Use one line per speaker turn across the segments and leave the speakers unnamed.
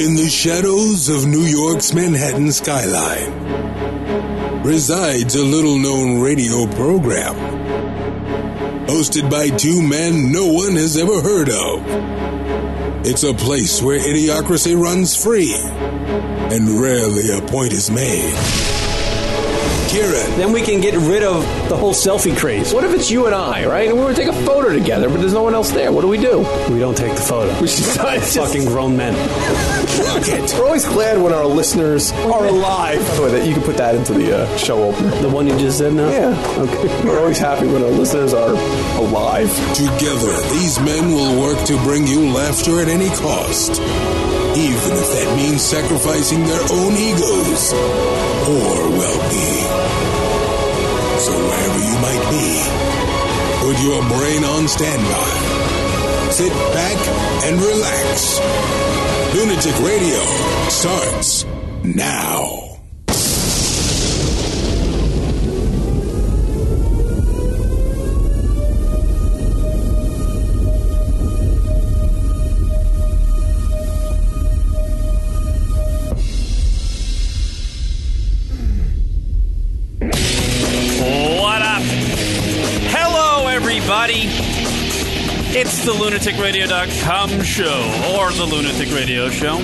In the shadows of New York's Manhattan skyline resides a little known radio program hosted by two men no one has ever heard of. It's a place where idiocracy runs free and rarely a point is made. Kieran.
Then we can get rid of the whole selfie craze. What if it's you and I, right? And we were to take a photo together, but there's no one else there. What do we do?
We don't take the photo.
We should start
Fucking grown men.
Rocket.
We're always glad when our listeners are alive. By the way, that you can put that into the uh, show opener.
The one you just said now?
Yeah. Okay. We're always happy when our listeners are alive.
Together, these men will work to bring you laughter at any cost, even if that means sacrificing their own egos or well being. So, wherever you might be, put your brain on standby. Sit back and relax. Lunatic Radio starts now.
What up? Hello, everybody. It's the lunaticradio.com show, or the Lunatic Radio Show,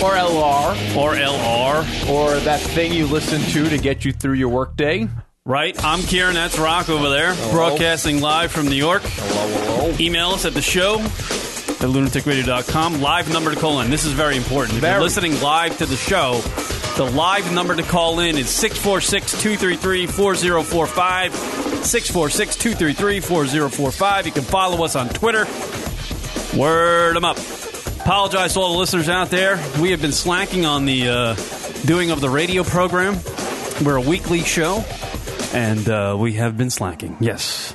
or LR,
or LR,
or that thing you listen to to get you through your workday.
right? I'm Kieran, that's Rock over there, broadcasting live from New York. Email us at the show at lunaticradio.com. Live number to call in. This is very important. If
Very.
you're listening live to the show, the live number to call in is 646 233 4045. 646 233 4045. You can follow us on Twitter. Word them up. Apologize to all the listeners out there. We have been slacking on the uh, doing of the radio program. We're a weekly show, and uh, we have been slacking. Yes.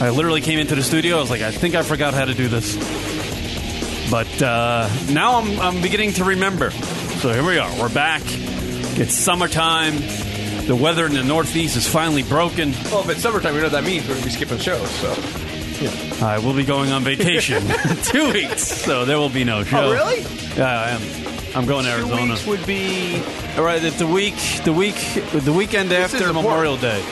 I literally came into the studio. I was like, I think I forgot how to do this. But uh, now I'm, I'm beginning to remember. So here we are. We're back. It's summertime. The weather in the Northeast is finally broken.
Well, if it's summertime, you know what that means. We're going to be skipping shows, so.
I will be going on vacation two weeks, so there will be no show.
Oh, really?
Yeah, I am. I'm going to Arizona.
would be.
All right, the week, the week, the weekend
This is
after
important.
Memorial Day.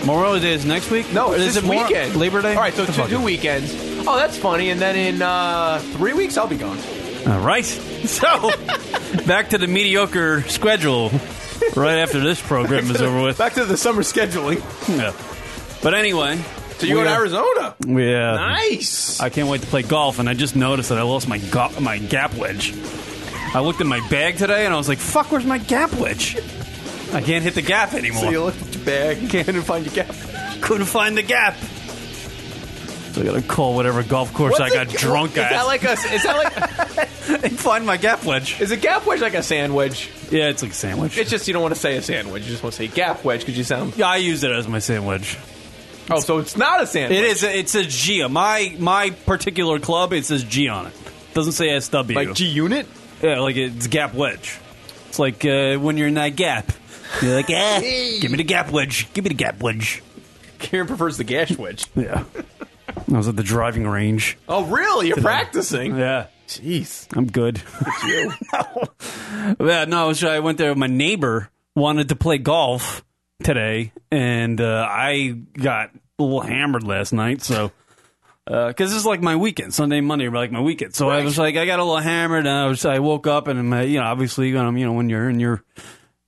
Memorial Day is next week.
No,
Or
it's
Oh, is
this
it Mor-
weekend.
Labor Day.
All right, so
What the
two,
fuck
two
is-
weekends. Oh, that's funny. And then in uh, three weeks, I'll be gone.
All right. So back to the mediocre schedule right after this program is over with.
Back to the summer scheduling.
Yeah. But anyway,
So you go to
Yeah.
Arizona.
yeah,
Nice.
I can't wait to play golf, and I just noticed that I lost my go- my gap wedge. I looked in my bag today, and I was like, "Fuck, where's my gap wedge? I can't hit the gap anymore.
So you looked at your bag and couldn't find your gap.
Couldn't find the gap." So I gotta call whatever golf course I got drunk
Is
at.
that like a? Is that like?
and find my gap wedge.
is a gap wedge like a sand wedge?
Yeah, it's like a sandwich.
It's just you don't want to say a sand wedge. You just want to say gap wedge because you sound.
yeah, I use it as my sandwich.
Oh, so it's not a sand.
It
wedge.
is. It says G. My my particular club. It says G on it. Doesn't say SW.
like G unit.
Yeah, like it's gap wedge. It's like uh, when you're in that gap. You're like, eh, give me the gap wedge. Give me the gap wedge.
Karen prefers the gash wedge.
Yeah. I was at the driving range.
Oh, really? You're practicing?
Yeah.
Jeez.
I'm good. no. Yeah, no, so I went there. My neighbor wanted to play golf today, and uh, I got a little hammered last night, so. Because this is like my weekend, Sunday, Monday, were like my weekend. So I was like, I got a little hammered, and I was, I woke up, and my, you know, obviously, when I'm, you know, when you're in your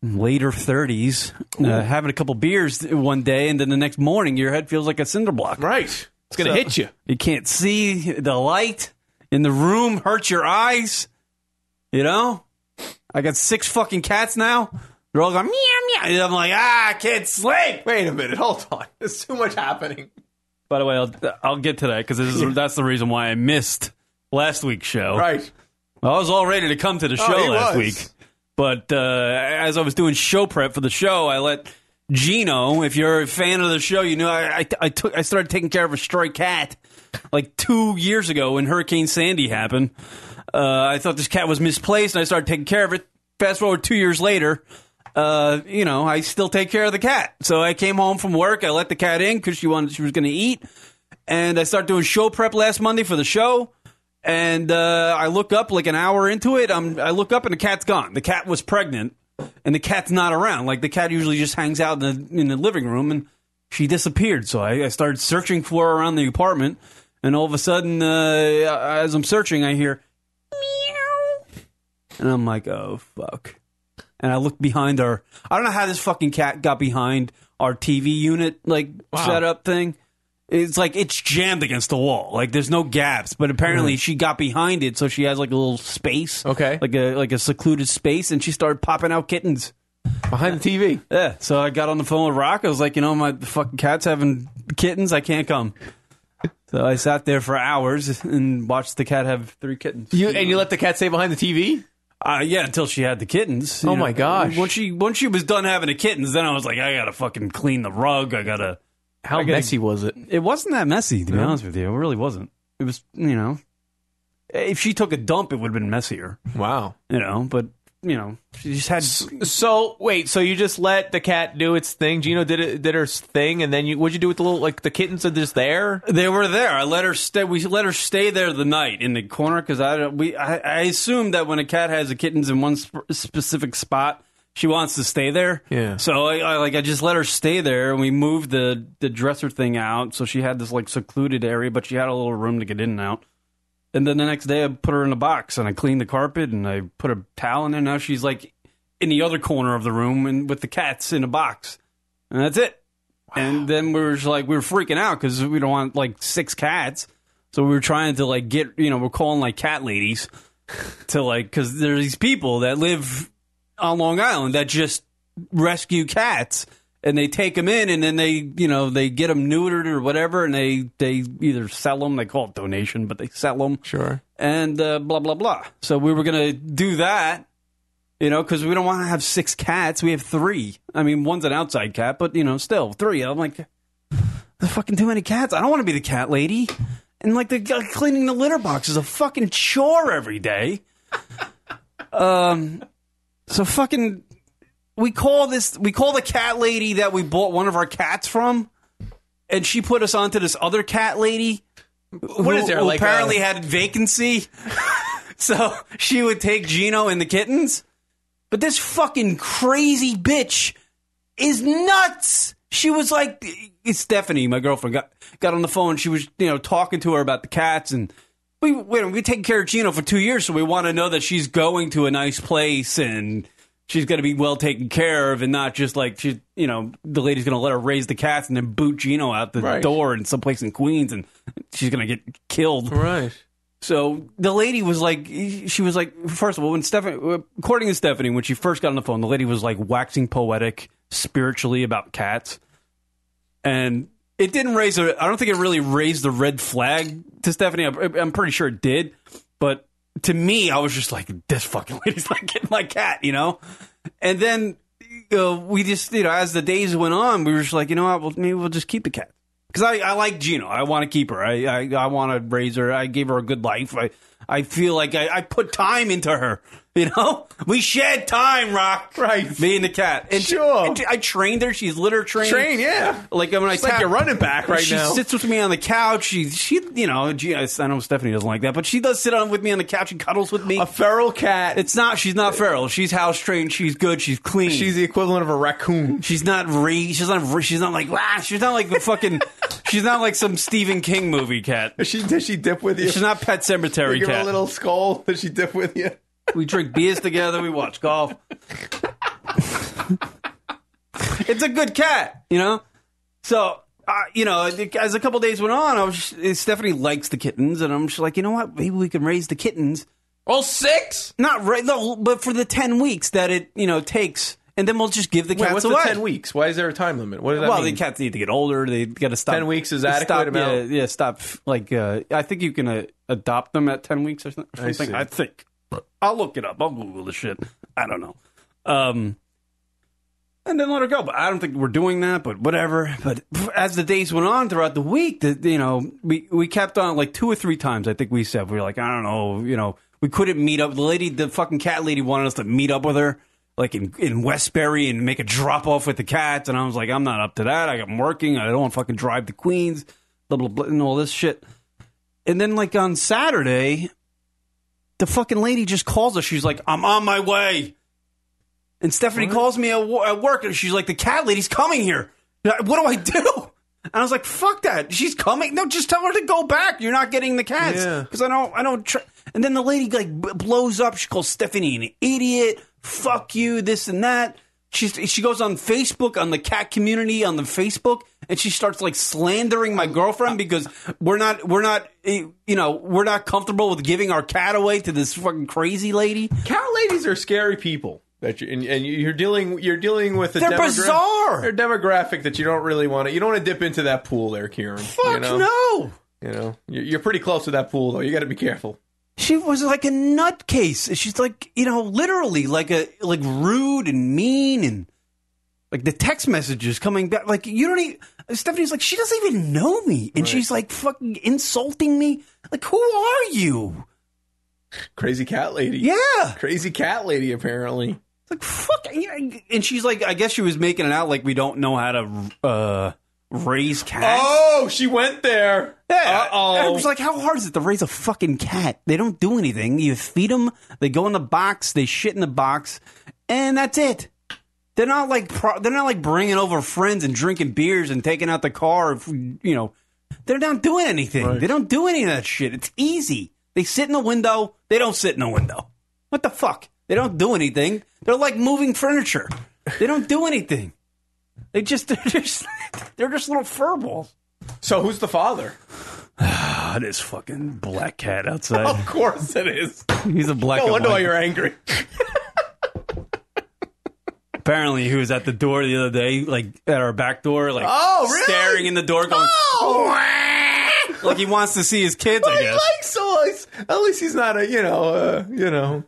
later 30s, uh, having a couple beers one day, and then the next morning, your head feels like a cinder block.
Right. It's gonna
So-
hit you.
You can't see the light in the room hurts your eyes. You know? I got six fucking cats now. They're all going meow meow. And I'm like, ah, I can't sleep.
Wait a minute, hold on. There's too much happening.
By the way, I'll, I'll get to that because that's the reason why I missed last week's show.
Right.
I was all ready to come to the show
he
last
was.
week, but uh, as I was doing show prep for the show, I let Gino. If you're a fan of the show, you know I I, I took I started taking care of a stray cat like two years ago when Hurricane Sandy happened. Uh, I thought this cat was misplaced, and I started taking care of it. Fast forward two years later. Uh, you know, I still take care of the cat. So I came home from work. I let the cat in because she wanted, she was going to eat and I started doing show prep last Monday for the show. and uh, I look up like an hour into it. I'm, I look up and the cat's gone. The cat was pregnant, and the cat's not around. Like the cat usually just hangs out in the, in the living room, and she disappeared. So I, I started searching for her around the apartment, and all of a sudden, uh, as I'm searching, I hear meow, and I'm like, oh fuck. And I looked behind our. I don't know how this fucking cat got behind our TV unit like setup thing. It's like it's jammed against the wall. Like there's no gaps, but apparently she got behind it, so she has like a little space.
Hmm. Okay.
Like a like a secluded space, and she started popping out kittens.
behind the TV.
Yeah. So I got on the phone with Rock. I was like, you know, my fucking cat's having kittens. I can't come. So I sat there for hours and watched the cat have three kittens.
You and you let the cat stay behind the TV.
Uh, yeah, until she had the kittens. you
Oh my gosh.
Once she once she was done having the kittens, then I was like, I gotta fucking clean the rug. I gotta.
How
gotta-
messy was it?
It wasn't that messy, to be honest with you. It really wasn't. It was, you know, if she took a dump, it would have been messier,
Wow.
you know. But you know, she just had.
So wait, so you just let the cat do its thing? Gino did it, did her thing, and then you what'd you do with the little like the kittens are just there?
They were there. I let her stay. We let her stay there the night in the corner because I don't- we I, I assume that when a cat has the kittens in one sp- specific spot, she wants to stay there.
Yeah.
So I, I like I just let her stay there, and we moved the the dresser thing out, so she had this like secluded area, but she had a little room to get in and out. And then the next day, I put her in a box, and I cleaned the carpet, and I put a towel in there. Now she's like in the other corner of the room, and with the cats in a box, and that's it. And then we were just like, we were freaking out because we don't want like six cats. So we were trying to like get, you know, we're calling like cat ladies to like, because there's these people that live on Long Island that just rescue cats and they take them in and then they, you know, they get them neutered or whatever and they, they either sell them, they call it donation, but they sell them
Sure.
and uh, blah, blah, blah. So we were going to do that. You know, because we don't want to have six cats. We have three. I mean, one's an outside cat, but you know, still three. I'm like, there's fucking too many cats. I don't want to be the cat lady. And like the guy cleaning the litter box is a fucking chore every day. um, so fucking, we call this we call the cat lady that we bought one of our cats from, and she put us onto this other cat lady. What
is there,
Who
like
apparently
a-
had vacancy, so she would take Gino and the kittens. But this fucking crazy bitch is nuts. She was like, Stephanie, my girlfriend, got got on the phone. She was, you know, talking to her about the cats, and we we we taking care of Gino for two years, so we want to know that she's going to a nice place and she's going to be well taken care of, and not just like she, you know, the lady's going to let her raise the cats and then boot Gino out the
Right.
door in someplace in Queens, and she's going to get killed.
Right.
So the lady was like, she was like, first of all, when Stephanie, according to Stephanie, when she first got on the phone, the lady was like waxing poetic spiritually about cats. And it didn't raise a, I don't think it really raised the red flag to Stephanie. I'm, I'm pretty sure it did. But to me, I was just like, this fucking lady's not getting my cat, you know? And then uh, we just, you know, as the days went on, we were just like, you know what, well, maybe we'll just keep the cat. Because I, I like Gino. I want to keep her. I, I, I want to raise her. I gave her a good life. I, I feel like I, I put time into her. You know? We shed time, Rock.
Right.
Me and the cat. And
Sure.
and Oh. I trained her. She's litter trained.
Train, yeah.
Like when I
like
tap-
your running back right
she
now.
sits with me on the couch. She, she, you know, gee, I, I know Stephanie doesn't like that, but she does sit on with me on the couch and cuddles with me.
A feral cat.
it's not. She's not feral. She's house trained. She's good. She's clean.
She's the equivalent of a raccoon.
She's not re. She's not. Re, she's not like. Wah, she's not like the fucking. she's not like some Stephen King movie cat.
Does she, does she dip with you?
She's not Pet Cemetery
you give her
cat.
a little skull. Does she dip with you?
we drink beers together. We watch golf. it's a good cat, you know. So uh, you know, as a couple days went on, I was Stephanie likes the kittens, and I'm just like, you know what? Maybe we can raise the kittens.
All six?
Not right, no, but for the ten weeks that it you know takes, and then we'll just give the
Wait,
cats
what's
away.
the ten weeks? Why is there a time limit? What does that
well,
mean?
the cats need to get older. They got to stop.
10 weeks is
stop-
adequate amount?
Yeah, yeah, stop. Like, uh, I think you can uh, adopt them at ten weeks or something.
I see.
I think. I'll look it up. I'll Google the shit. I don't know. Um, and then let her go. But I don't think we're doing that. But whatever. But as the days went on throughout the week, that you know, we we kept on like two or three times. I think we said we were like, I don't know, you know, we couldn't meet up. The lady, the fucking cat lady, wanted us to meet up with her. Like in, in Westbury and make a drop off with the cats, and I was like, I'm not up to that. I am working. I don't want to fucking drive to Queens, blah blah blah, and all this shit
And then like on Saturday, the fucking lady just calls us. She's like, "I'm on my way." And Stephanie calls me at, wo- at work, and she's like, "The cat lady's coming here. What do I do?" And I was like, "Fuck that! She's coming. No, just tell her to go back. You're not getting the cats
Yeah.
because I don't. I don't." Tr-. And then the lady like b- blows up. She calls Stephanie an idiot. Fuck you. This and that. She's, she goes on Facebook on the cat community on the Facebook and she starts like slandering my girlfriend because we're not we're not eh, you know we're not comfortable with giving our cat away to this fucking crazy lady.
Cat ladies are scary people. That you and, and you're dealing you're dealing with a
They're
demogra-
bizarre.
They're demographic that you don't really want to. You don't want to dip into that pool there, Kieran.
Fuck
you know?
no.
You know you're, you're pretty close to that pool though. You got to be careful.
She was like a nutcase. She's like, you know, literally like a like rude and mean and like the text messages coming back. Like you don't even Stephanie's like she doesn't even know me, and she's like fucking insulting me. Like who are you?
Crazy cat lady.
Yeah.
Crazy cat lady. Apparently.
Like fuck, yeah. and she's like, I guess she was making it out like we don't know how to uh, raise cats.
Oh, she went there.
Yeah. I
Uh
was
oh.
like, how hard is it to raise a fucking cat? They don't do anything. You feed them, they go in the box, they shit in the box, and that's it. They're not like pro- they're not like bringing over friends and drinking beers and taking out the car. If, you know, they're not doing anything. They don't do any of that shit. It's easy. They sit in the window. They don't sit in the window. What the fuck? They don't do anything. They're like moving furniture. They don't do anything. They just they're just they're just little furballs.
So who's the father?
God, this fucking black cat outside.
Of
Oh,
course it is.
He's a black.
No
and
wonder why
white.
you're angry.
Apparently, he was at the door the other day, like at our back door, like
Oh, really? Oh.
staring in the door, going like he wants to see his kids. I
He
guess.
likes us. At least he's not a you know uh, you know.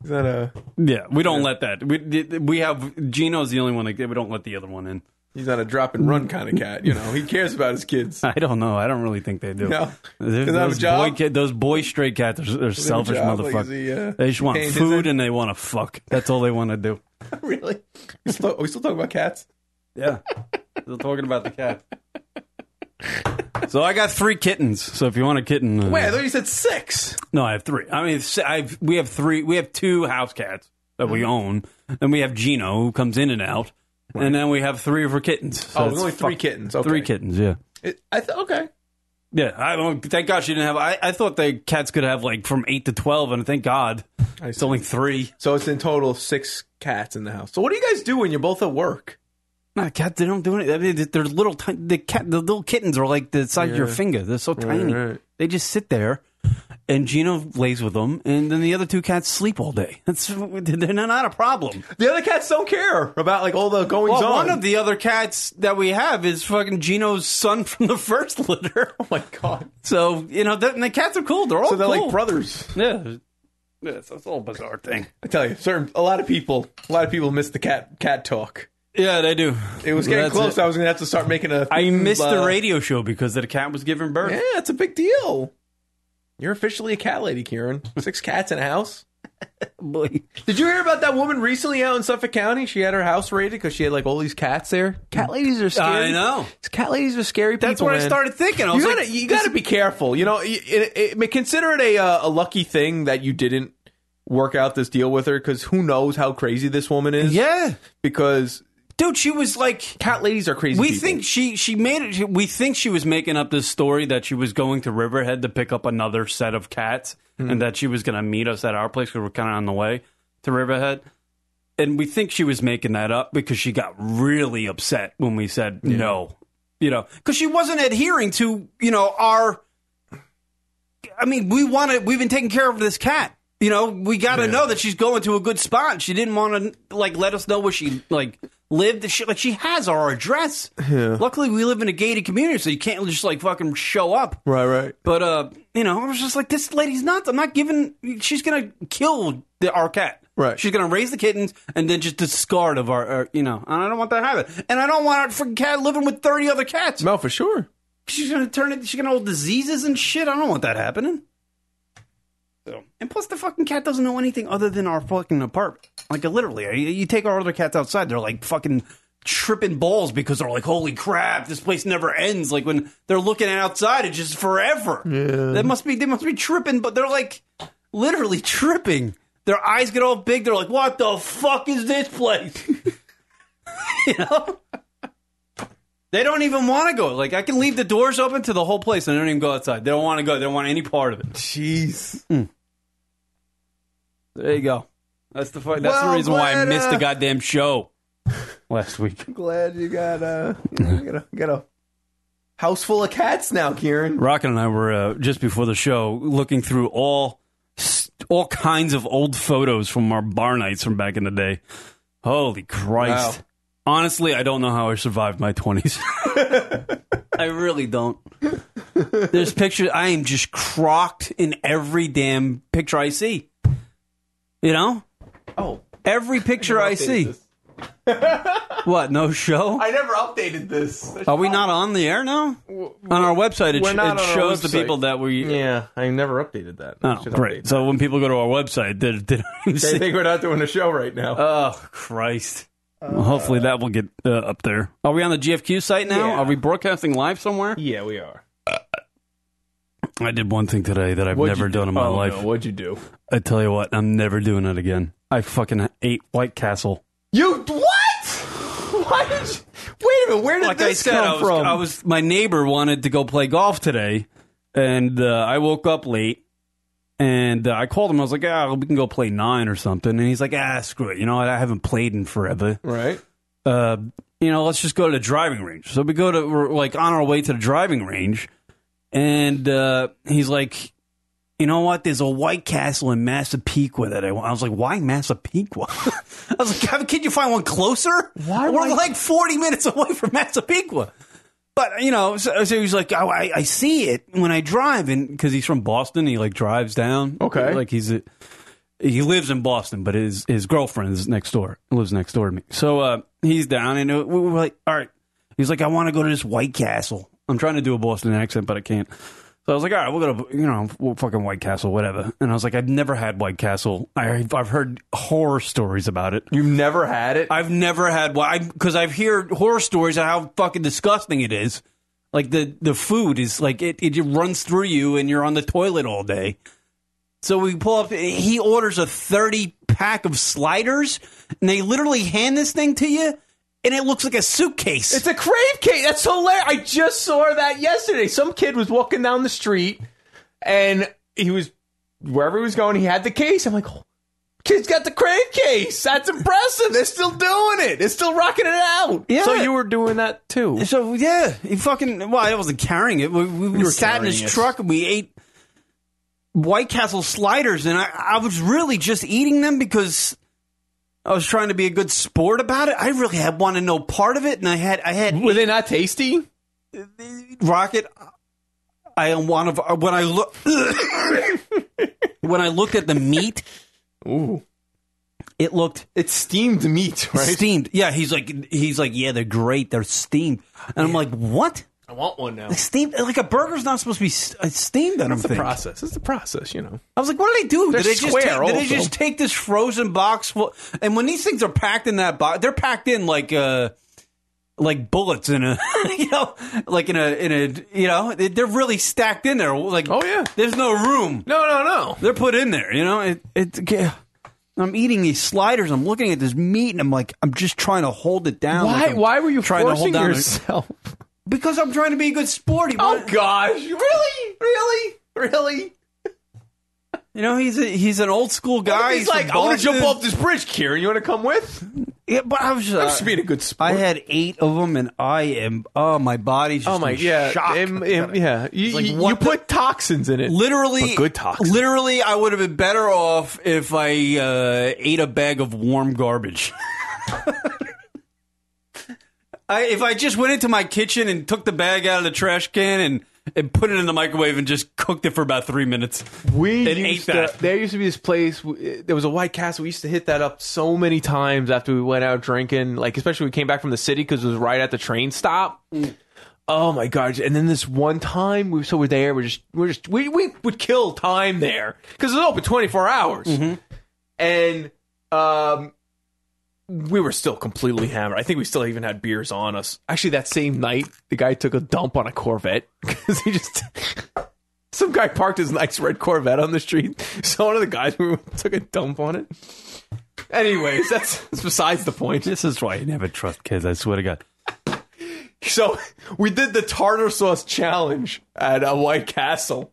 He's not a
Yeah, we don't let that. We we have Gino's the only one that we don't let the other one in.
he's not a drop and run kind of cat. You know he cares about his kids.
I don't know. I don't really think they do.
No? Does that
Those,
have a
those
job?
boy kid, those boy straight cats are, are selfish
job? Like,
motherfuckers.
is he, uh,
they just want
paying his
food
end?
and they want to fuck. That's all they want to do.
really? We still, are we still talking about cats?
Yeah, they're talking about the cat. So I got three kittens. So if you want a kitten, uh,
Wait, I thought you said six.
no, I have three. I mean, s- I've we have three. We have two house cats that we
Mm-hmm.
own. Then we have Gino who comes in and out, and then we have three of her kittens. So
Oh,
it's
only three
fuck-
kittens. Okay.
Three kittens. Yeah.
It- I th- okay.
Yeah, I don't. Thank God she didn't have. I, I thought the cats could have like from eight to twelve, and thank God
I
it's only three.
So it's in total six cats in the house. So what do you guys do when you're both at work?
Nah, cat, they don't do anything. I mean, they- they're little. ti- the cat, the little kittens are like the size of your finger. They're so tiny.
right.
They just sit there, and Gino lays with them, and then the other two cats sleep all day. That's they're not, not a problem.
The other cats don't care about like all the goings
Well,
on.
one of the other cats that we have is fucking Gino's son from the first litter.
oh my god!
So you know, the, and the cats are cool. They're all
So they're
cool.
like brothers.
yeah. Yeah, so it's all a bizarre thing.
I tell you, certain a lot of people, a lot of people miss the cat cat talk.
Yeah, they do. Mm,
It was getting
That's
close.
it.
I was gonna have to start making a.
I
theme,
missed the
uh,
radio show because the cat was giving birth.
Yeah, it's a big deal. You're officially a cat lady, Kieran. Six cats in a house.
Boy.
Did you hear about that woman recently out in Suffolk County? She had her house raided because she had like all these cats there. Cat ladies are scary.
I know.
Cat ladies are scary people.
That's what I
man.
started thinking. I
You
was
gotta,
like,
you gotta be careful. You know, y- it, it, it- consider it a uh, a lucky thing that you didn't work out this deal with her because who knows how crazy this woman is?
yeah,
because
dude, she was like.
cat ladies are crazy.
We
people.
think she she made it. We think she was making up this story that she was going to Riverhead to pick up another set of cats, and that she was going to meet us at our place because we're kind of on the way to Riverhead. And we think she was making that up because she got really upset when we said no, you know, because she wasn't adhering to you know our. I mean, we want to. We've been taking care of this cat. You know, we got to know that she's going to a good spot. She didn't want to like let us know where she like lived. and She, like she has our address. Luckily, we live in a gated community, so you can't just like fucking show up.
right, right.
But uh, you know, I was just like, this lady's nuts. I'm not giving. She's gonna kill the, our cat.
Right.
She's gonna raise the kittens and then just discard of our, our you know. And I don't want that to happen. And I don't want our freaking cat living with thirty other cats.
No, for sure.
She's gonna turn it. She's gonna hold diseases and shit. I don't want that happening. So, and plus, the fucking cat doesn't know anything other than our fucking apartment. Like, literally, you you take our other cats outside, they're like fucking tripping balls because they're like, holy crap, this place never ends. Like when they're looking outside, it's just forever. That must be they must be tripping, but they're like literally tripping. Their eyes get all big. They're like, what the fuck is this place? you know. They don't even want to go. Like I can leave the doors open to the whole place, and they don't even go outside. They don't want to go. They don't want any part of it. Mm.
Jeez.
There you go. That's the fu- that's the
Well,
reason why I
glad,
missed the
uh,
goddamn show last week.
Glad you got uh, got a got a house full of cats now, Kieran.
Rocket and I were uh, just before the show looking through all all kinds of old photos from our bar nights from back in the day. Holy Christ! Honestly, I don't know how I survived my twenties. I really don't. There's pictures. I am just crocked in every damn picture I see. You know,
Oh,
every picture I see. What? No show?
I never updated this.
Are we not on the air now? On our website, it,
We're
sh-
not
it
on our
shows the
website.
people that we
Yeah, I never updated that.
Oh, great. So when people go to our website, they, they don't even
They
see.
think we're not doing a show right now.
Oh, Christ. Well, hopefully that will get uh, up there. Are we on the GFQ site now?
Yeah.
Are we broadcasting live somewhere?
yeah, we are.
I did one thing today that I've never done in my life.
Oh, what'd you do?
I tell you what, I'm never doing it again. I fucking ate White Castle.
You what? Why did you? Wait a minute. Where did
Like I
this
said,
come
I was,
from?
I was. My neighbor wanted to go play golf today, and uh, I woke up late. And uh, I called him. I was like, "Ah, we can go play nine or something." And he's like, "Ah, screw it. You know, what? I haven't played in forever."
right.
uh, you know, let's just go to the driving range. So we go to, we're like on our way to the driving range, and uh, he's like, you know what? There's a White Castle in Massapequa that I want. I was like, why Massapequa? I was like, Kevin, can you find one closer?
Why
We're
White-
like 40 minutes away from Massapequa. But you know, so, so he's like, oh, I, I see it when I drive, and because he's from Boston, he like drives down.
Okay.
like he's a, he lives in Boston, but his his girlfriend is next door, lives next door to me. So uh, he's down, and uh, we were like, all right. He's like, I want to go to this White Castle. I'm trying to do a Boston accent, but I can't. So I was like, all right, we'll go to you know we'll fucking White Castle, whatever. And I was like, I've never had White Castle. I've I've heard horror stories about it.
You've never had it.
I've never had why because I've heard horror stories of how fucking disgusting it is. Like the the food is like it it runs through you and you're on the toilet all day. So we pull up. He orders a thirty pack of sliders, and they literally hand this thing to you, and it looks like a suitcase.
It's a crave cake. That's hilarious. I just saw that yesterday. Some kid was walking down the street and he was wherever he was going, he had the case. I'm like, oh, kid's got the crave case. That's impressive. They're still doing it. They're still rocking it out.
Yeah.
So you were doing that too.
So yeah, he fucking. Well, I wasn't carrying it. We, we, we
were
sat in his
carrying it.
truck and we ate White Castle sliders, and I, I was really just eating them because I was trying to be a good sport about it. I really had wanted no part of it, and I had I had
Were they not tasty?
rocket. I am one of uh, when I look when I looked at the meat,
Ooh.
it looked
It's steamed meat, right?
steamed. Yeah, he's like he's like yeah, they're great, they're steamed, and I'm like what?
I want one now.
Like steamed, like a burger's not supposed to be s- uh, steamed. I don't
It's the
think.
process. It's the process, you know.
I was like, what do they do?
They're
did, they just
square
take, did they
also.
just take this frozen box? Full, and when these things are packed in that box, they're packed in like uh, like bullets in a you know, like in a in a you know, they- they're really stacked in there. Like,
Oh, yeah.
there's no room.
No, no, no.
They're put in there. You know, it it. yeah. I'm eating these sliders. I'm looking at this meat, and I'm like, I'm just trying to hold it down. Like,
Why
I'm
why were you
trying to hold
forcing
down?
yourself?
Because I'm trying to be a good sport. He
Oh
wanted-
gosh. Really? Really? Really?
you know, he's a, he's an old school guy.
He's like,
from
I want to
Boston.
jump off this bridge, Kieran. You want to come with?
Yeah, but I was just,
Just being a good sport.
I had eight of them, and I am oh my body's just
oh my
in
yeah,
shock.
Em- em- yeah. You,
like,
you-
what
you
the-
put toxins in it.
literally
But good toxins.
Literally, I would have been better off if I uh, ate a bag of warm garbage. I, if I just went into my kitchen and took the bag out of the trash can and, and put it in the microwave and just cooked it for about three minutes.
we
and
used to-
ate that.
there used to be this place. w- There was a White Castle. We used to hit that up so many times after we went out drinking. Like especially when we came back from the city because it was right at the train stop. Oh my god! And then this one time, we so we're there. We're just we're just we we would kill time there because it's open twenty four hours. And um, we were still completely hammered. I think we still even had beers on us. Actually, that same night, the guy took a dump on a Corvette because he just. Some guy parked his nice red Corvette on the street. So one of the guys we were with took a dump on it. Anyways, that's, that's besides the point.
This is why you never trust kids. I swear to God.
So we did the tartar sauce challenge at uh, White Castle.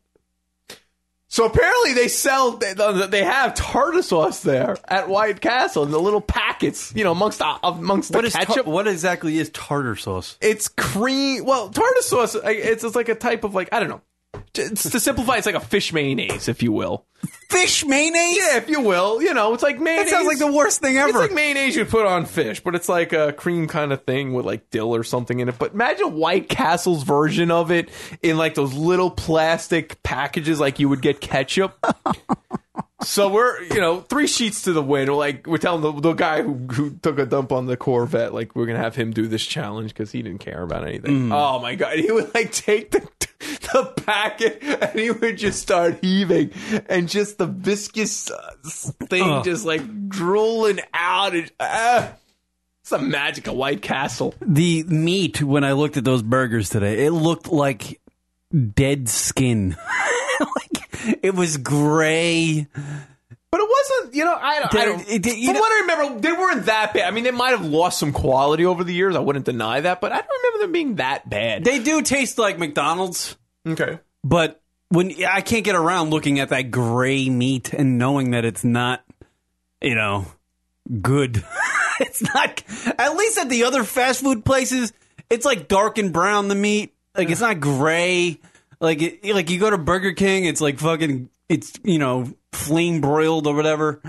So apparently they sell they, they have tartar sauce there at White Castle in the little packets, you know, amongst the, amongst the
What is tar-
ketchup.
what exactly is tartar sauce?
it's cream. Well, tartar sauce. I- It's, it's like a type of like I don't know. It's, to simplify, it's like a fish mayonnaise, if you will.
Fish mayonnaise.
Yeah, if you will. You know, it's like mayonnaise.
That sounds like the worst thing ever.
It's like mayonnaise you put on fish, but it's like a cream kind of thing with like dill or something in it. But imagine White Castle's version of it in like those little plastic packages like you would get ketchup. so we're, you know, three sheets to the wind. We're like, we're telling the, the guy who, who took a dump on the Corvette, like, we're going to have him do this challenge because he didn't care about
Hmm.
anything. Oh my God. He would like take the. The packet, and he would just start heaving, and just the viscous uh, thing just like drooling out. And, ah. it's the magic of White Castle.
The meat when I looked at those burgers today, it looked like dead skin. like it was gray.
But it wasn't, you know, I don't. I
They-
don't
it- you
from
know-
what I remember, they weren't that bad. I mean, they might have lost some quality over the years. I wouldn't deny that, but I don't remember them being that bad.
They do taste like McDonald's,
okay.
but when I can't get around looking at that gray meat and knowing that it's not, you know, good. it's not. At least at the other fast food places, it's like dark and brown the meat. Like it's not gray. Like it, like you go to Burger King, it's like fucking. It's you know flame broiled or whatever.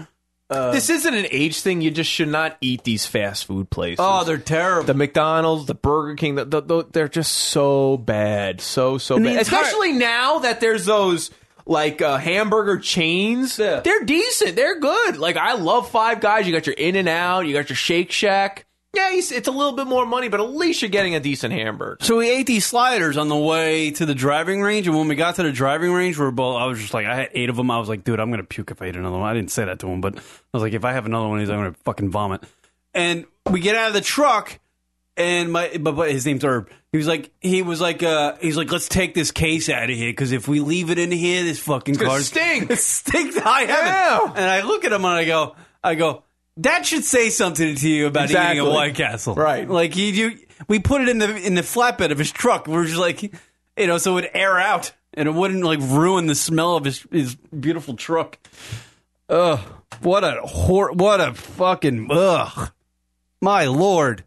Uh,
this isn't an age thing. You just should not eat these fast food places.
Oh, they're terrible.
the McDonald's, the Burger King, the, the, the, they're just so bad, so so bad.
the entire-
Especially now that there's those like uh, hamburger chains,
Yeah.
they're decent, they're good. Like I love Five Guys. You got your In and Out, you got your Shake Shack. Yeah, it's it's a little bit more money, but at least you're getting a decent hamburger.
So we ate these sliders on the way to the driving range, and when we got to the driving range, we were both. I was just like, I had eight of them. I was like, dude, I'm gonna puke if I eat another one. I didn't say that to him, but I was like, if I have another one of these, I'm gonna fucking vomit. And we get out of the truck, and my but, but his name's Herb. He was like, he was like, uh, he's like, let's take this case out of here because if we leave it in here, this fucking
gonna
car
stink.
It stinks to high heaven.
Yeah.
And I look at him and I go, I go. That should say something to you about eating
Exactly.
a White Castle,
Right.
Like he, you, we put it in the in the flatbed of his truck. We're just like, you know, so it would air out and it wouldn't like ruin the smell of his his beautiful truck. Ugh, what a hor- what a fucking ugh, my lord.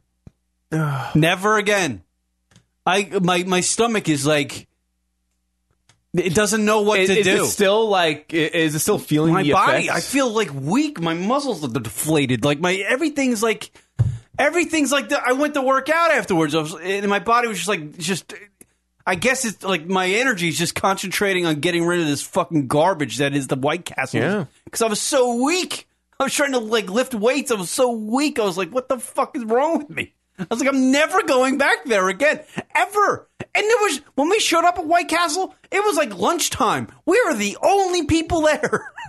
Never again. I my my stomach is like, it doesn't know what
Is,
to
is
do.
it still like i- is it still feeling
my
the
body,
effects?
I feel like weak. My muscles are deflated. Like my everything's like everything's like the, I went to work out afterwards. I was, and my body was just like just. I guess it's like my energy is just concentrating on getting rid of this fucking garbage that is the White Castle.
Yeah.
Because I was so weak. I was trying to like lift weights. I was so weak. I was like, what the fuck is wrong with me? I was like, I'm never going back there again, ever. And there was when we showed up at White Castle, it was like lunchtime. We were the only people there.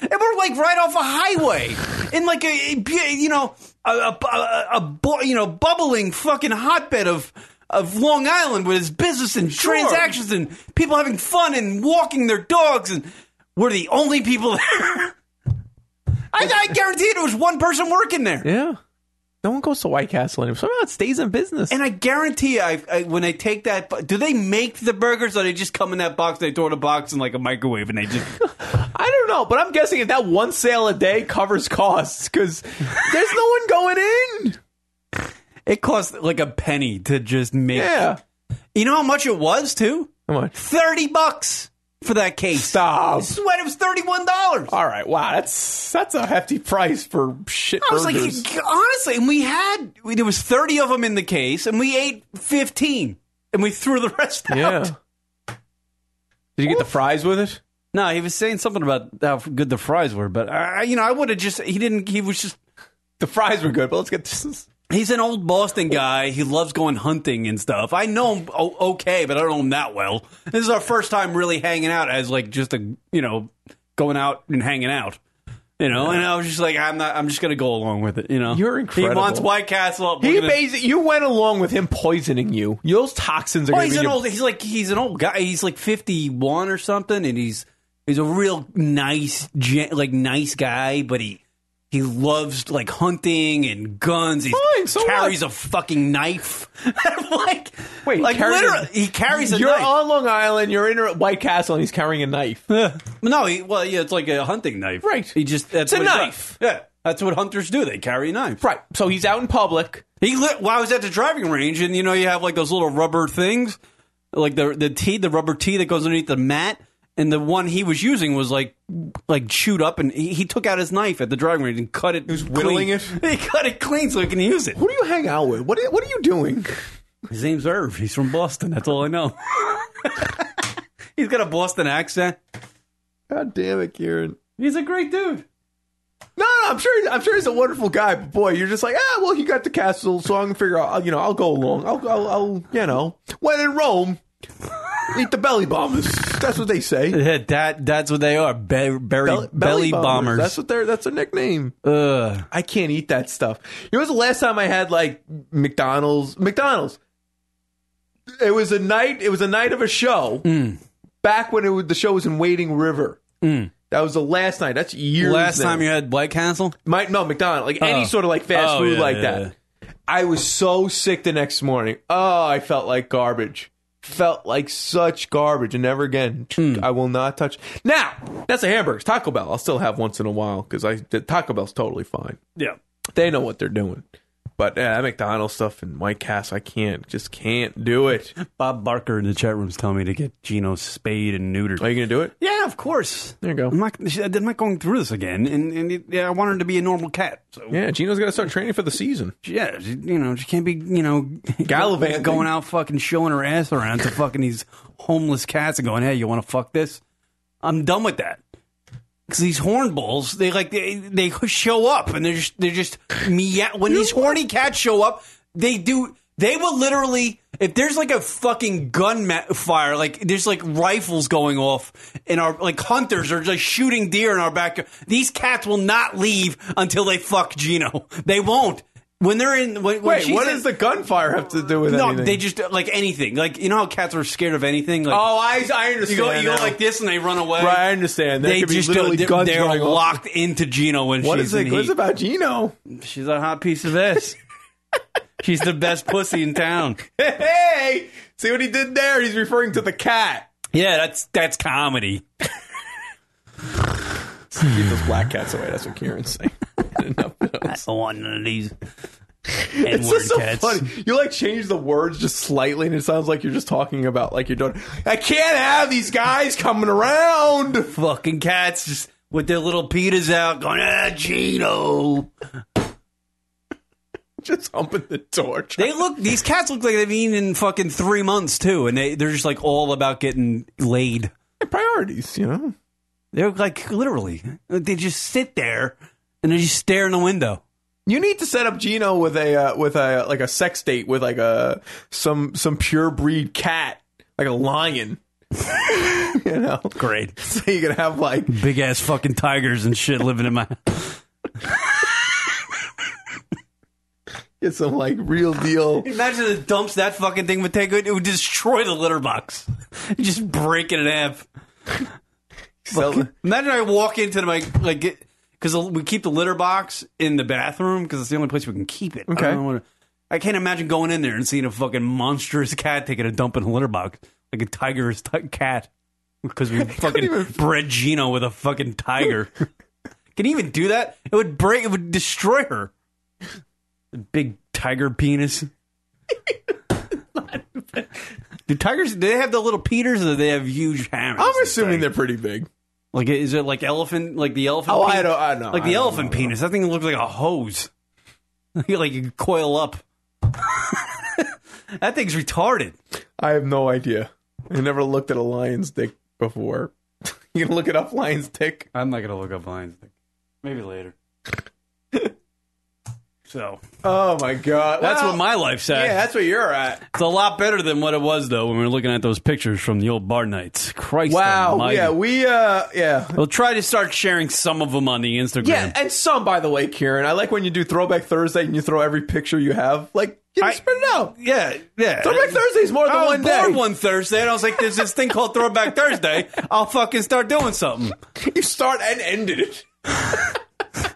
And we're like right off a highway in like a, a- you know a, a, a, a bu- you know bubbling fucking hotbed of of Long Island with its business and transactions and people having fun and walking their dogs and we're the only people there. I, I guarantee it was one person working there.
yeah. No one goes to White Castle anymore. Somehow it stays in business.
And I guarantee I, I when I take that, bu- do they make the burgers or they just come in that box? They throw the box in like a microwave and they just
I don't know, but I'm guessing if that one sale a day covers costs because there's no one going in.
it costs like a penny to just make.
Yeah.
You know how much it was too?
Come on.
30 bucks for that case.
Stop.
I swear it was $31.
All right. Wow. That's that's a hefty price for shit
I was
burgers.
like, honestly, and we had, we, there was 30 of them in the case, and we ate 15, and we threw the rest
yeah.
out.
Did you get the fries with it?
No, he was saying something about how good the fries were, but, I, you know, I would have just, he didn't, he was just,
The fries were good, but let's get this.
He's an old Boston guy. He loves going hunting and stuff. I know him o- okay, but I don't know him that well. This is our first time really hanging out as like just a you know going out and hanging out. You know, and I was just like, I'm not. I'm just gonna go along with it. You know,
You're incredible.
He wants White Castle. We're
He
gonna-
basically, you went along with him poisoning you. Those toxins are
Well,
going
he's
to
an
be.
old. He's like he's an old guy. He's like fifty one or something, and he's he's a real nice, gen, like nice guy. But he he loves like hunting and guns. He
Fine, so
carries a fucking knife. like
Wait,
like
carries a-
literally, he carries a
you're
knife.
on Long Island. You're in a White Castle, and he's carrying a knife.
no, he, well, yeah, it's like a hunting knife,
Right.
He just that's
It's a
what he
knife.
does. Yeah, that's what hunters do. They carry a knife.
right. So he's out in public.
He lit, well, I was at the driving range, and you know you have like those little rubber things, like the the tee, the rubber tee that goes underneath the mat, and the one he was using was like like chewed up, and he, he took out his knife at the driving range and cut it. He
was whittling it?
He cut it clean so he can use it.
Who do you hang out with? What are, what are you doing?
His name's Irv. He's from Boston. That's all I know. He's got a Boston accent.
God damn it, Kieran.
He's a great dude.
No, no, I'm sure. He's, I'm sure he's a wonderful guy. But boy, you're just like, ah, well, he got the castle, so I'm gonna figure out. You know, I'll go along. I'll, I'll, I'll you know, when in Rome, eat the belly bombers. That's what they say.
Yeah, that that's what they are. Be- berry- belly, bombers.
That's what they're. That's their nickname.
Ugh.
I can't eat that stuff. You know, what's the last time I had like McDonald's. McDonald's. It was a night. It was a night of a show.
Mm.
Back when it was, the show was in Wading River. That was the last night. That's years.
Last
now.
time you had White Castle.
My, no, McDonald's, like any
Oh.
sort of like fast
Oh,
food
yeah,
like
yeah,
that. I was so sick the next morning. Oh, I felt like garbage. Felt like such garbage, and never again.
Mm.
I will not touch. Now that's a hamburger. Taco Bell. I'll still have once in a while because I the Taco Bell's totally fine.
Yeah.
They know what they're doing. But yeah, that McDonald's stuff and White Castle, I can't, just can't do it.
Bob Barker in the chat room's telling me to get Gino spayed and neutered.
Are you gonna do it?
yeah, of course.
There you go.
I'm not. I'm not going through this again. And, and it- yeah, I want her to be a normal cat. So
Yeah, Gino's got to start training for the season.
yeah, she, you know, she can't be you know
Gallivanting.
going out fucking showing her ass around to fucking these homeless cats and going, hey, you want to fuck this? I'm done with that. Because these hornballs, they like they they show up and they're just they're just meow. When these horny cats show up, they do they will literally if there's like a fucking gun ma- fire, like there's like rifles going off and our like hunters are just shooting deer in our backyard. These cats will not leave until they fuck Gino. They won't. When they're in, when, when
Wait,
she's
what
in-
does the gunfire have to do with
no?
anything?
They just like anything. Like you know how cats are scared of anything. Like
oh, I, I understand.
you go, you go
now.
like this and they run away.
Right, I understand. There
They
could be
just uh,
literally
they're,
guns
they're
going off.
locked into Gino when
What
she's
is
in
it? What is
heat.
it about Gino?
She's a hot piece of ass. she's the best pussy in town.
Hey, see what he did there? He's referring to the cat.
Yeah, that's that's comedy.
Get
Mm.
those black cats away. That's what Kieran's saying. Enough of those.
That's the one of these.
It's just so funny. You like change the words just slightly, and it sounds like you're just talking about like you're doing. I can't have these guys coming around.
Fucking cats just with their little pitas out going, ah, Gino.
Just humping the torch.
They look, these cats look like they've eaten in fucking three months too, and they, they're just like all about getting laid.
priorities, you know.
They're like literally, they just sit there and they just stare in the window.
You need to set up Gino with a uh, with a like a sex date with like a some some pure breed cat, like a lion. you know,
Great.
so you can have like
big ass fucking tigers and shit living in my.
get some like real deal.
Imagine the dumps that fucking thing would take. It would destroy the litter box. Just break it in half.
Sell-
Imagine I walk into my like because we keep the litter box in the bathroom because it's the only place we can keep it. I,
Okay.
don't wanna- I can't imagine going in there and seeing a fucking monstrous cat taking a dump in a litter box like a tiger's t- cat because we fucking bred Gino with a fucking tiger. can you even do that? It would break. It would destroy her. The big tiger penis. Do tigers? Do they have the little peters, or do they have huge hammers?
I'm assuming
Like-
they're pretty big.
like, is it like elephant? Like the elephant?
Oh,
penis?
I don't, I don't know.
Like
I
the
don't
elephant
know.
penis. That thing looks like a hose. like you coil up. that thing's retarded.
I have no idea. I never looked at a lion's dick before. you can look it up, lion's dick.
I'm not gonna look up lines. Maybe later. So
Oh my god.
that's
Well,
what my life's at.
Yeah, that's where you're at.
It's a lot better than what it was though when we were looking at those pictures from the old bar nights. Christ,
Wow.
Almighty.
Yeah, we uh yeah.
We'll try to start sharing some of them on the Instagram.
Yeah, and some by the way, Kieran. I like when you do throwback Thursday and you throw every picture you have. Like you know,
I-
spread it out.
yeah, yeah.
Throwback Thursday's more than
I was
one day.
bored one Thursday, and I was like, "There's this thing called Throwback Thursday. I'll fucking start doing something."
You start and ended it.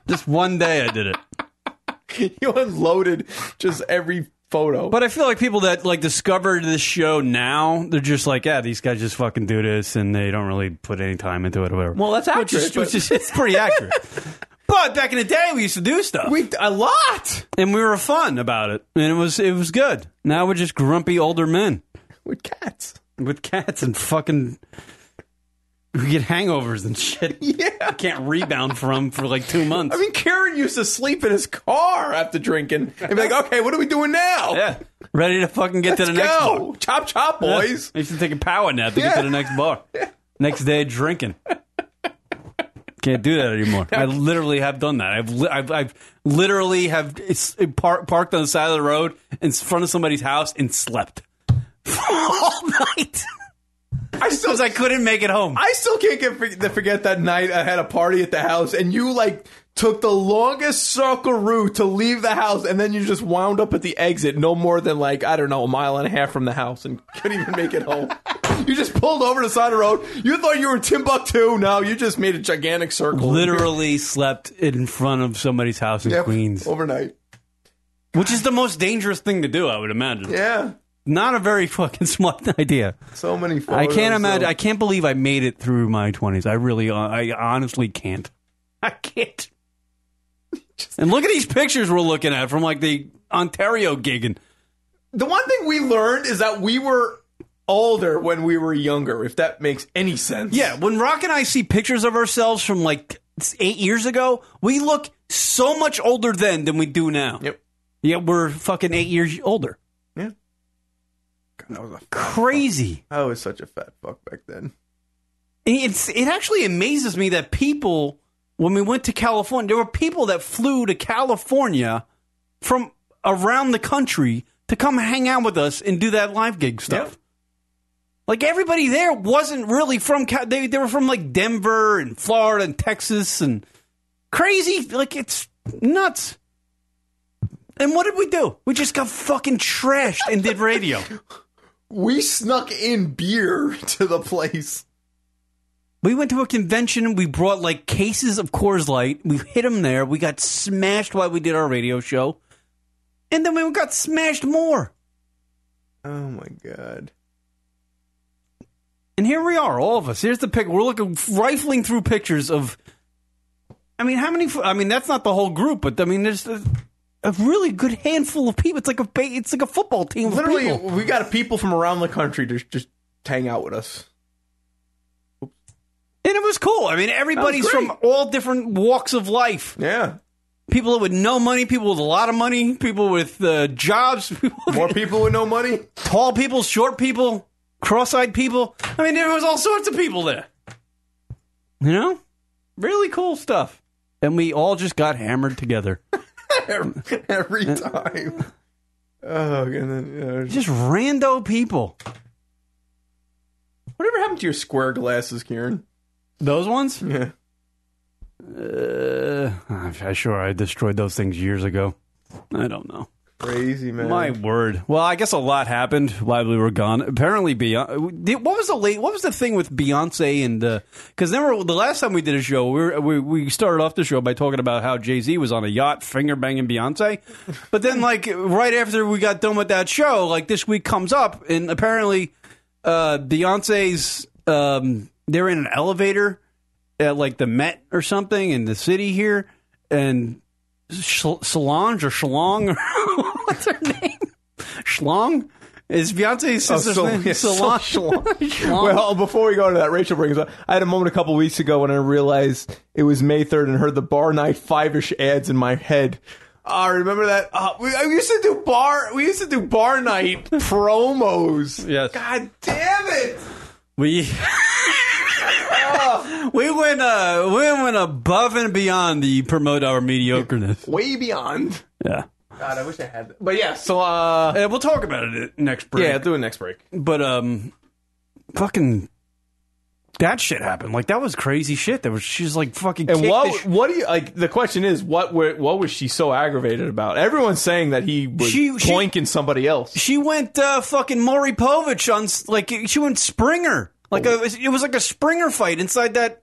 Just one day, I did it.
you unloaded just every photo.
But I feel like people that like discovered this show now, they're just like, "Yeah, these guys just fucking do this, and they don't really put any time into it or whatever."
well, that's
which is,
accurate.
which is it's pretty accurate. But back in the day, we used to do stuff,
we a lot.
and we were fun about it, and it was it was good. Now we're just grumpy older men
with cats.
with cats and fucking. We get hangovers and shit.
Yeah.
can't rebound from for like two months.
I mean, Karen used to sleep in his car after drinking and be like, okay, what are we doing now?
yeah, ready to fucking get
Let's
to the next
go.
bar.
Chop, chop, boys.
I used to take a power nap to get to the next bar. Next day, drinking. Can't do that anymore. I literally have done that. I've li- I've, I've literally have it's, it par- parked on the side of the road in front of somebody's house and slept all night
I still,
because I couldn't make it home.
I still can't get for- to forget that night I had a party at the house and you like took the longest circle route to leave the house and then you just wound up at the exit no more than like, I don't know, a mile and a half from the house and couldn't even make it home. You just pulled over to the side of the road. You thought you were in Timbuktu. No, you just made a gigantic circle.
literally slept in front of somebody's house in
Yep,
Queens,
Overnight.
which is the most dangerous thing to do. I would imagine.
Yeah.
Not a very fucking smart idea.
So many photos.
I can't imagine.
though.
I can't believe I made it through my twenties. I really, uh, I honestly can't. I can't. And look at these pictures we're looking at from like the Ontario gig, and
The one thing we learned is that we were older when we were younger, if that makes any sense.
yeah, when Rock and I see pictures of ourselves from like eight years ago, we look so much older then than we do now.
Yep.
Yet we're fucking eight years older.
Yeah.
Crazy.
I was such a fat fuck back then.
It's it actually amazes me that people when we went to California, there were people that flew to California from around the country to come hang out with us and do that live gig stuff.
Yep.
Like everybody there wasn't really from Ca- they they were from like Denver and Florida and Texas and crazy like it's nuts. And what did we do? We just got fucking trashed and did radio.
We snuck in beer to the place.
We went to a convention. We brought like cases of Coors Light. We hit them there. We got smashed while we did our radio show, and then we got smashed more.
Oh my god.
And here we are, all of us. Here's the pic. We're looking, rifling through pictures of. I mean, how many? I mean, that's not the whole group, but I mean, there's a, a really good handful of people. It's like a ba- it's like a football team. of
Literally,
people.
we got people from around the country to just hang out with us.
and it was cool. I mean, everybody's from
great.
all different walks of life.
Yeah.
People with no money, people with a lot of money, people with uh, jobs, people
More people with no money.
tall people, short people, cross-eyed people. I mean, there was all sorts of people there. You know, really cool stuff. And we all just got hammered together. Uh,
Every time. Oh, and then, uh,
Just rando people.
whatever happened to your square glasses, Kieran?
Those ones?
Yeah.
Uh, I'm I'm sure I destroyed those things years ago. I don't know.
Crazy, man.
My word. Well, I guess a lot happened while we were gone. Apparently, Beyonce. What was the late? What was the thing with Beyonce and the? Because remember the last time we did a show, we, were, we we started off the show by talking about how Jay Z was on a yacht finger banging Beyonce, but then like right after we got done with that show, like this week comes up, and apparently, uh, Beyonce's um, they're in an elevator at like the Met or something in the city here, and Sh- Solange or Shalong, what's her name? Shlong is Beyonce's
Oh,
sister's
Sol-
name.
yeah,
Solange.
Sol-
Shlong.
Well, before we go into that, Rachel brings up. I had a moment a couple weeks ago when I realized it was May third and heard the bar night five ish ads in my head. Ah, remember that? Uh, we, I used to do bar. We used to do bar night promos.
Yes.
God damn it!
we We went uh, we went above and beyond the promote our mediocreness.
Way beyond.
Yeah.
God, I wish I had that. But yeah, so uh
Uh, we'll talk about it next break.
yeah, do a next break.
but um, fucking that shit happened. Like that was crazy shit. That was she's like fucking.
And
kicked
what?
the sh-
what do you like? The question is, what? Were, what was she so aggravated about? Everyone's saying that he was
She- she-
boinking somebody else.
she went uh, fucking Maury Povich on s- like she went Springer. Like
Oh.
a, it was like a Springer fight inside that.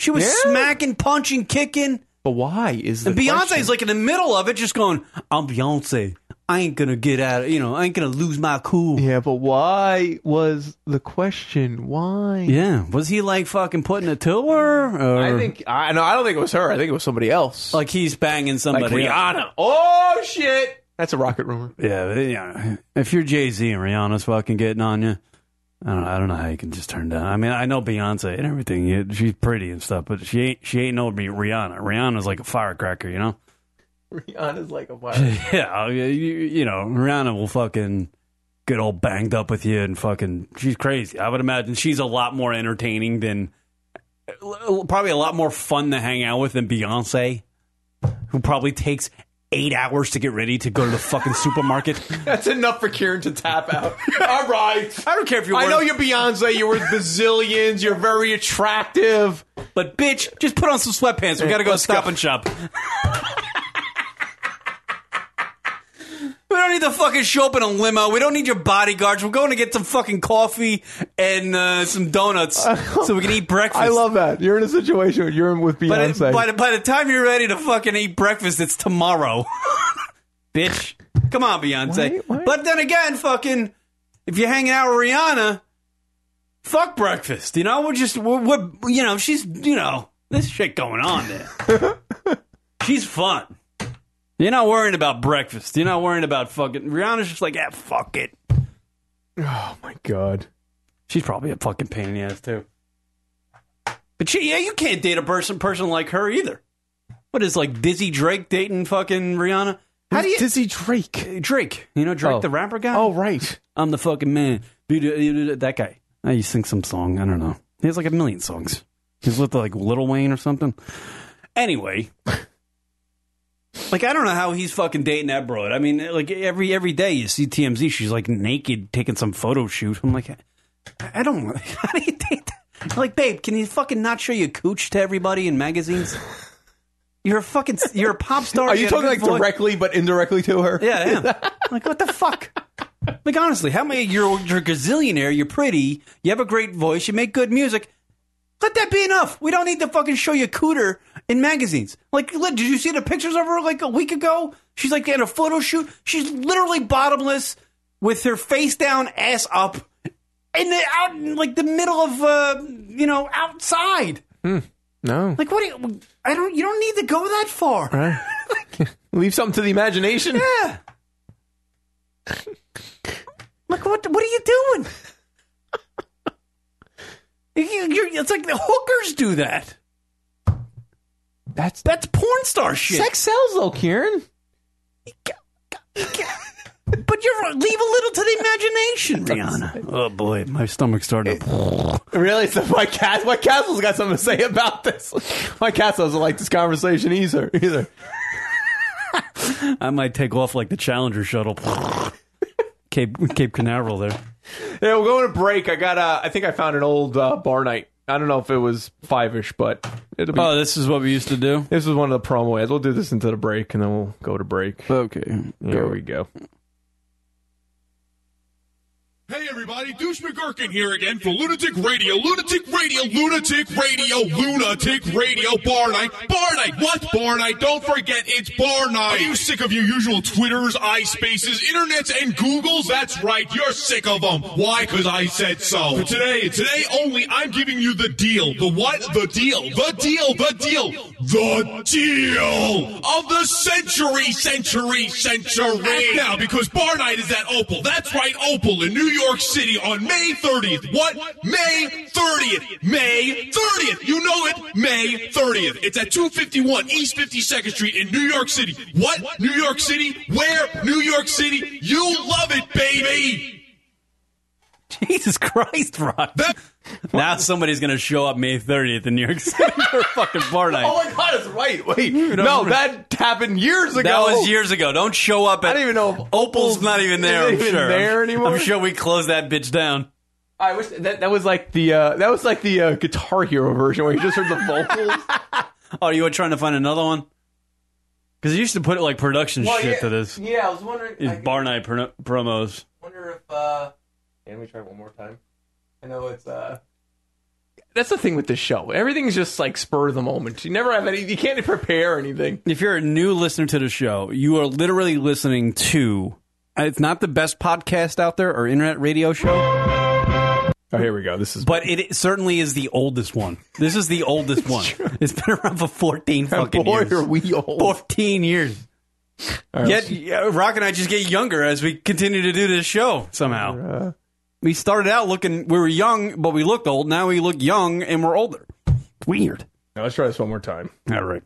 She was smacking, punching, kicking.
But why is the
And Beyonce's
question?
like in the middle of it, just going, "I'm Beyonce. I ain't gonna get out. Of, you know, I ain't gonna lose my cool."
Yeah, but why was the question? Why?
Yeah. Was he like fucking putting it to her? Or,
I think I no, I don't think it was her. I think it was somebody else.
like he's banging somebody.
Like
else.
Rihanna. Oh shit! That's a rocket rumor.
Yeah, but, yeah. If you're Jay Z and Rihanna's fucking getting on you, I don't. I don't know how you can just turn down. I mean, I know Beyonce and everything. you- She's pretty and stuff, but she ain't. She ain't no Rih- Rihanna. Rihanna's like a firecracker, you know.
Rihanna's like a virus.
Yeah, you, you know, Rihanna will fucking get all banged up with you and fucking. She's crazy. I would imagine she's a lot more entertaining than, probably a lot more fun to hang out with than Beyonce, who probably takes eight hours to get ready to go to the fucking supermarket.
That's enough for Kieran to tap out. All right.
I don't care if you're.
I know you're Beyonce. You're worth bazillions. You're very attractive.
But bitch, just put on some sweatpants. We gotta go
Let's
Stop
go.
and Shop. we don't need to fucking show up in a limo. We don't need your bodyguards. We're going to get some fucking coffee and uh, some donuts so we can eat breakfast.
I love that. You're in a situation where you're with
By
Beyonce.
the, by, the, by the time you're ready to fucking eat breakfast, it's tomorrow, bitch. Come on, Beyonce.
Why- why-
But then again, fucking, if you're hanging out with Rihanna, fuck breakfast. You know, we're just we're, we're you know she's you know this shit going on there. she's fun. You're not worrying about breakfast. You're not worrying about fucking Rihanna's just like, ah, fuck it.
oh my god.
She's probably a fucking pain in the ass too. But she, yeah, you can't date a person person like her either. What is like Dizzy Drake dating fucking Rihanna? How do you Uh,
Dizzy Drake?
Drake? You know Drake,
Oh.
the rapper guy.
Oh right.
I'm the fucking man. That guy. Now Uh, you sing some song. I don't know. He has like a million songs. He's with like Little Wayne or something. Anyway, like I don't know how he's fucking dating that broad. I mean, like every every day you see TMZ, she's like naked taking some photo shoot. I'm like, I, I don't. How do you date? That? Like, babe, can you fucking not show your cooch to everybody in magazines? You're a fucking. You're a pop star.
Are you
got a
talking like
good voice.
directly but indirectly to her?
Yeah, I am. like, what the fuck? Like, honestly, how many you're, you're a gazillionaire, you're pretty, you have a great voice, you make good music. Let that be enough. We don't need to fucking show your cooter in magazines. Like, li- did you see the pictures of her like a week ago? She's like in a photo shoot. She's literally bottomless with her face down, ass up, in the out, in, like the middle of uh, you know outside.
No.
Like, what? Do you, I don't. You don't need to go that far.
Leave something to the imagination.
Yeah. Like what? What are you doing? You- you're- it's like the hookers do that.
That's
That's porn star shit.
sex sells though, Kieran.
But you're leave a little to the imagination, Rihanna. Oh boy, my stomach's starting to.
Really? So my cat, my castle's got something to say about this. My castle doesn't like this conversation either. Either.
I might take off like the Challenger shuttle. Cape Cape Canaveral there.
Yeah, we're going to break. I got. Uh, I think I found an old uh, bar night. I don't know if it was five ish, but it'll be.
Oh, this is what we used to do.
this was one of the promo ads. We'll do this into the break, and then we'll go to break.
Okay.
There we go.
Hey everybody, Douche McGurkin here again for Lunatic Radio, Lunatic Radio, Lunatic Radio, Lunatic Radio, Bar Night, Bar Night, what Bar Night? Don't forget, it's Bar Night. Are you sick of your usual Twitters, iSpaces, Internets, and Googles? That's right, you're sick of them. Why? Because I said so. For today, today only, I'm giving you the deal. The what? The deal. The deal, the deal. The deal of the century, century, century. Act now, because Bar Night is at Opal. That's right, Opal in New York City on May 30th. What? May 30th. May 30th. You know it. May 30th. It's at 251 East 52nd Street in New York City. What? New York City? Where? New York City? You love it, baby.
Jesus Christ, Rod.
That-
Now somebody's gonna show up May 30th in New York City for a fucking bar night.
Oh my god, it's right. Wait, no, that happened years ago.
That was years ago. Don't show up at.
I don't even know if
Opal's not even there. I'm
Isn't even
sure.
there anymore?
I'm sure we closed that bitch down.
I wish that that was like the uh, that was like the uh, Guitar Hero version where you just heard the vocals.
Oh, you were trying to find another one? Because you used to put like production shit
yeah,
to this.
yeah, I was wondering.
These bar night pro- promos.
wonder if. Uh... And we try one more time. I know it's. uh That's the thing with this show. Everything's just like spur of the moment. You never have any. You can't prepare anything.
If you're a new listener to the show, you are literally listening to. It's not the best podcast out there or internet radio show,
Oh, here we go. This is.
but it certainly is the oldest one. This is the oldest one. It's been around for 14 fucking
boy,
years.
are we old?
14 years. Yet yeah, Rock and I just get younger as we continue to do this show somehow. We started out looking, we were young, but we looked old. Now we look young and we're older. Weird.
Now, let's try this one more time.
All right.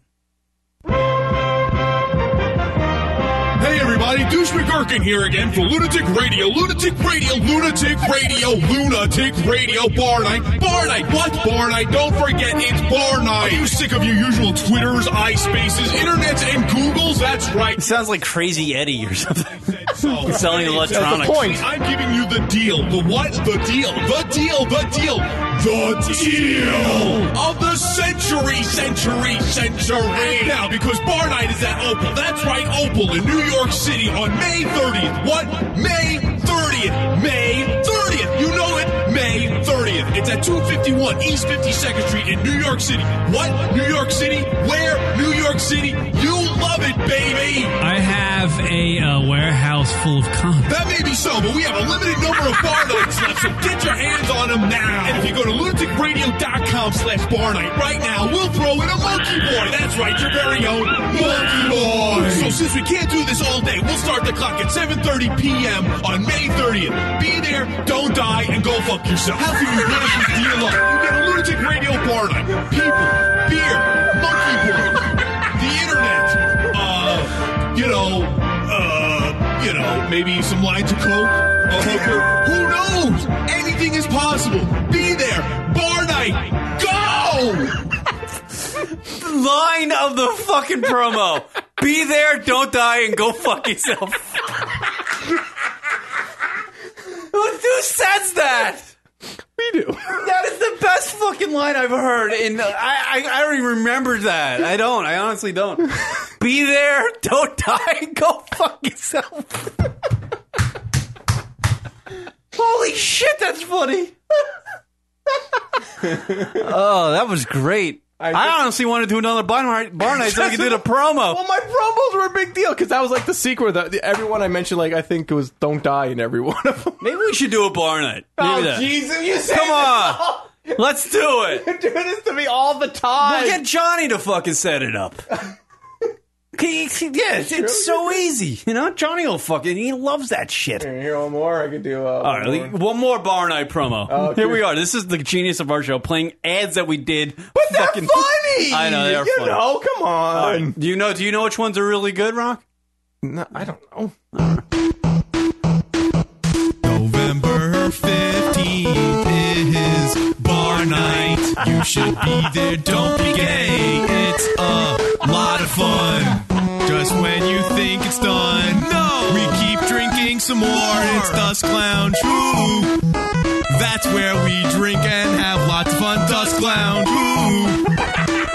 Hey everybody, Douche McGurkin here again for Lunatic Radio, Lunatic Radio, Lunatic Radio, Lunatic Radio, Bar Night, Bar Night, what Bar Night? Don't forget, it's Bar Night. Are you sick of your usual Twitters, iSpaces, Internets, and Googles? That's right.
It sounds like Crazy Eddie or something.
So-
Selling electronics.
I'm giving you the deal. The what? The deal. The deal. The deal. The deal of the century, century, century. Now, because Bar Night is at Opal. That's right, Opal in New York City on May 30th. What? May 30th. May 30th. You know it. May 30th. It's at 251 East 52nd Street in New York City. What? New York City? Where? New York City? You love it, baby.
I have a uh, warehouse full of condoms.
That may be so, but we have a limited number of bar nights left, so get your hands on them now. And if you go to lunaticradio.com slash bar night right now, we'll throw in a monkey boy. That's right, your very own monkey boy. So since we can't do this all day, we'll start the clock at 7.30 p.m. on May 30th. Be there, don't die, and go fuck yourself. How can you really deal up? You get a lunatic radio bar night. People, beer, monkey boy, the internet, uh, you know, uh, you know, maybe some lines of coke, a hooker. Who knows? Anything is possible. Be there. Bar night. Go!
Line of the fucking promo. Be there, don't die, and go fuck yourself. Who who says that?
We do.
That is the best fucking line I've heard, and I, I, I don't even remember that. I don't. I honestly don't. Be there, don't die, go fuck yourself. Holy shit, that's funny. oh, that was great. I, honestly want to do another bar night, bar night so I can do the promo.
Well, my promos were a big deal because that was like the sequel. The, the- everyone I mentioned, like I think it was "Don't Die" in every one of them.
Maybe we should do a bar night.
Oh,
Maybe that.
Jesus! You say
Come on,
This all,
let's do it.
you do this to me all the time.
We'll get Johnny to fucking set it up. Okay, yeah, it's, it's so easy. You know, Johnny will fucking, he loves that shit. All
Here, one more. I could do. Uh,
right, le- one more Bar Night promo.
Oh,
Here we
dude.
are. This is the genius of our show, playing ads that we did.
but they're
fucking-
funny.
I know, they're
you
funny.
know, come
All
on.
right, Do you know? Do you know which ones are really good, Rock?
No, I don't know.
November 15th is bar night. You should be there, don't be gay. It's a lot of fun. Just when you think it's done, no, we keep drinking some more. It's Dust Clown True. That's where we drink and have lots of fun. Dust Clown True.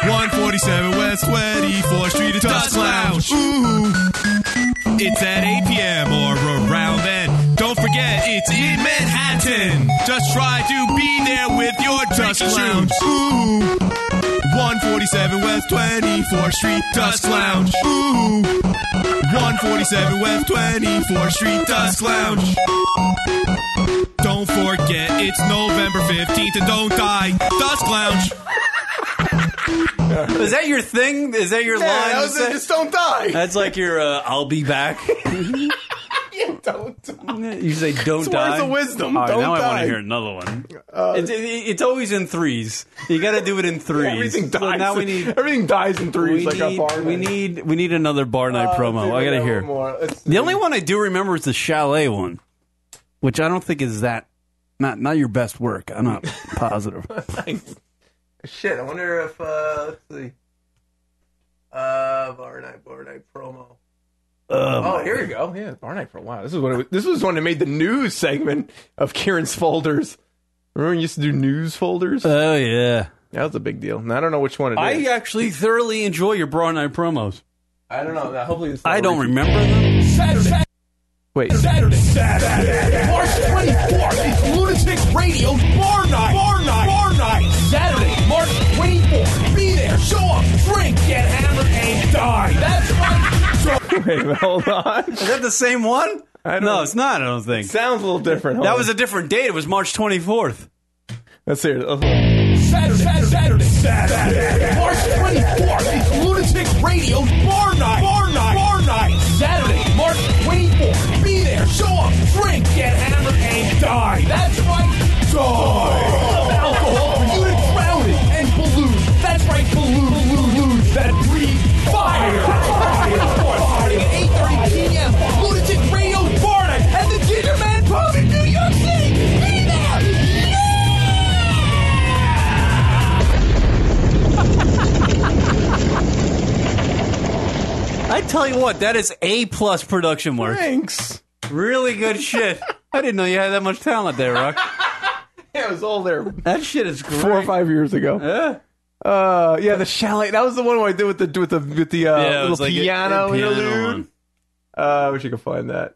147 West 24th Street, it's Dust Clown. Ooh. It's at 8 p.m. or around then. Don't forget, it's in Manhattan. Just try to be there with your Dust Lounge. Ooh. 147 West 24th Street Dust Lounge. Ooh. 147 West 24th Street Dust Lounge. Don't forget, it's November 15th and don't die. Dust Lounge.
Is that your thing? Is that your line?
that was it, just don't die.
That's like your uh, "I'll be back."
don't die.
You say "Don't
It's
die."
words of wisdom.
All right,
don't
now
die. Uh,
I want to hear another one. it's, it, it's always in threes. You got to do it in threes.
Everything
So
dies.
now we need
everything dies in threes,
we
like
need,
a bar.
we
night.
need we need another bar night
Uh,
promo. I gotta
one
hear.
more. Let's
The
see.
only one I do remember is the chalet one, which I don't think is that Not not your best work. I'm not positive.
Shit, I wonder if uh let's see. Uh Bar Night, Bar Night promo.
Um,
Oh, here we go. Yeah, Bar Night for a while. This is what it was, this was when it made the news segment of Kieran's folders. Remember when you used to do news folders?
oh yeah.
that was a big deal. And I don't know which one it is.
I actually thoroughly enjoy your Bra Night promos.
I don't know. Hopefully, it's
I don't remember them.
Wait,
Saturday, Saturday, March 24th, it's Lunatic Radio Bar Night. Bar Night. Bar Night. Saturday, March 24th. Be there, show up, drink, get hammered, and die. That's right. So-
wait, hold on.
Is that the same one?
don't
no,
know.
it's not. I don't think
Sounds a little different. Hold
that
on.
was a different date. It was March 24th.
Let's hear it.
Saturday, Saturday, Saturday, Saturday, March 24th, it's Lunatic Radio Bar Night. Bar Night. Bar Night. Saturday, March 24th. Be there, show up, drink, get hammered, and die. That's right, die. Alcohol for you to drown in and balloon. That's right, balloon, balloon, balloon. That breathe fire. Fire. Starting at 8.30 p.m. Lunatic Radio Bar Night at the Ginger Man Pub in New York City. Be there.
I tell you what, that is A plus production work.
Thanks.
Really good shit. I didn't know you had that much talent there, Rock.
Yeah, it was all there
That shit is great.
four or five years ago. Uh, yeah, the chalet. That was the one where I did with the with the with the uh,
Yeah, it
little
was like a-
piano,
a piano
interlude.
one.
Uh, I wish you could find that.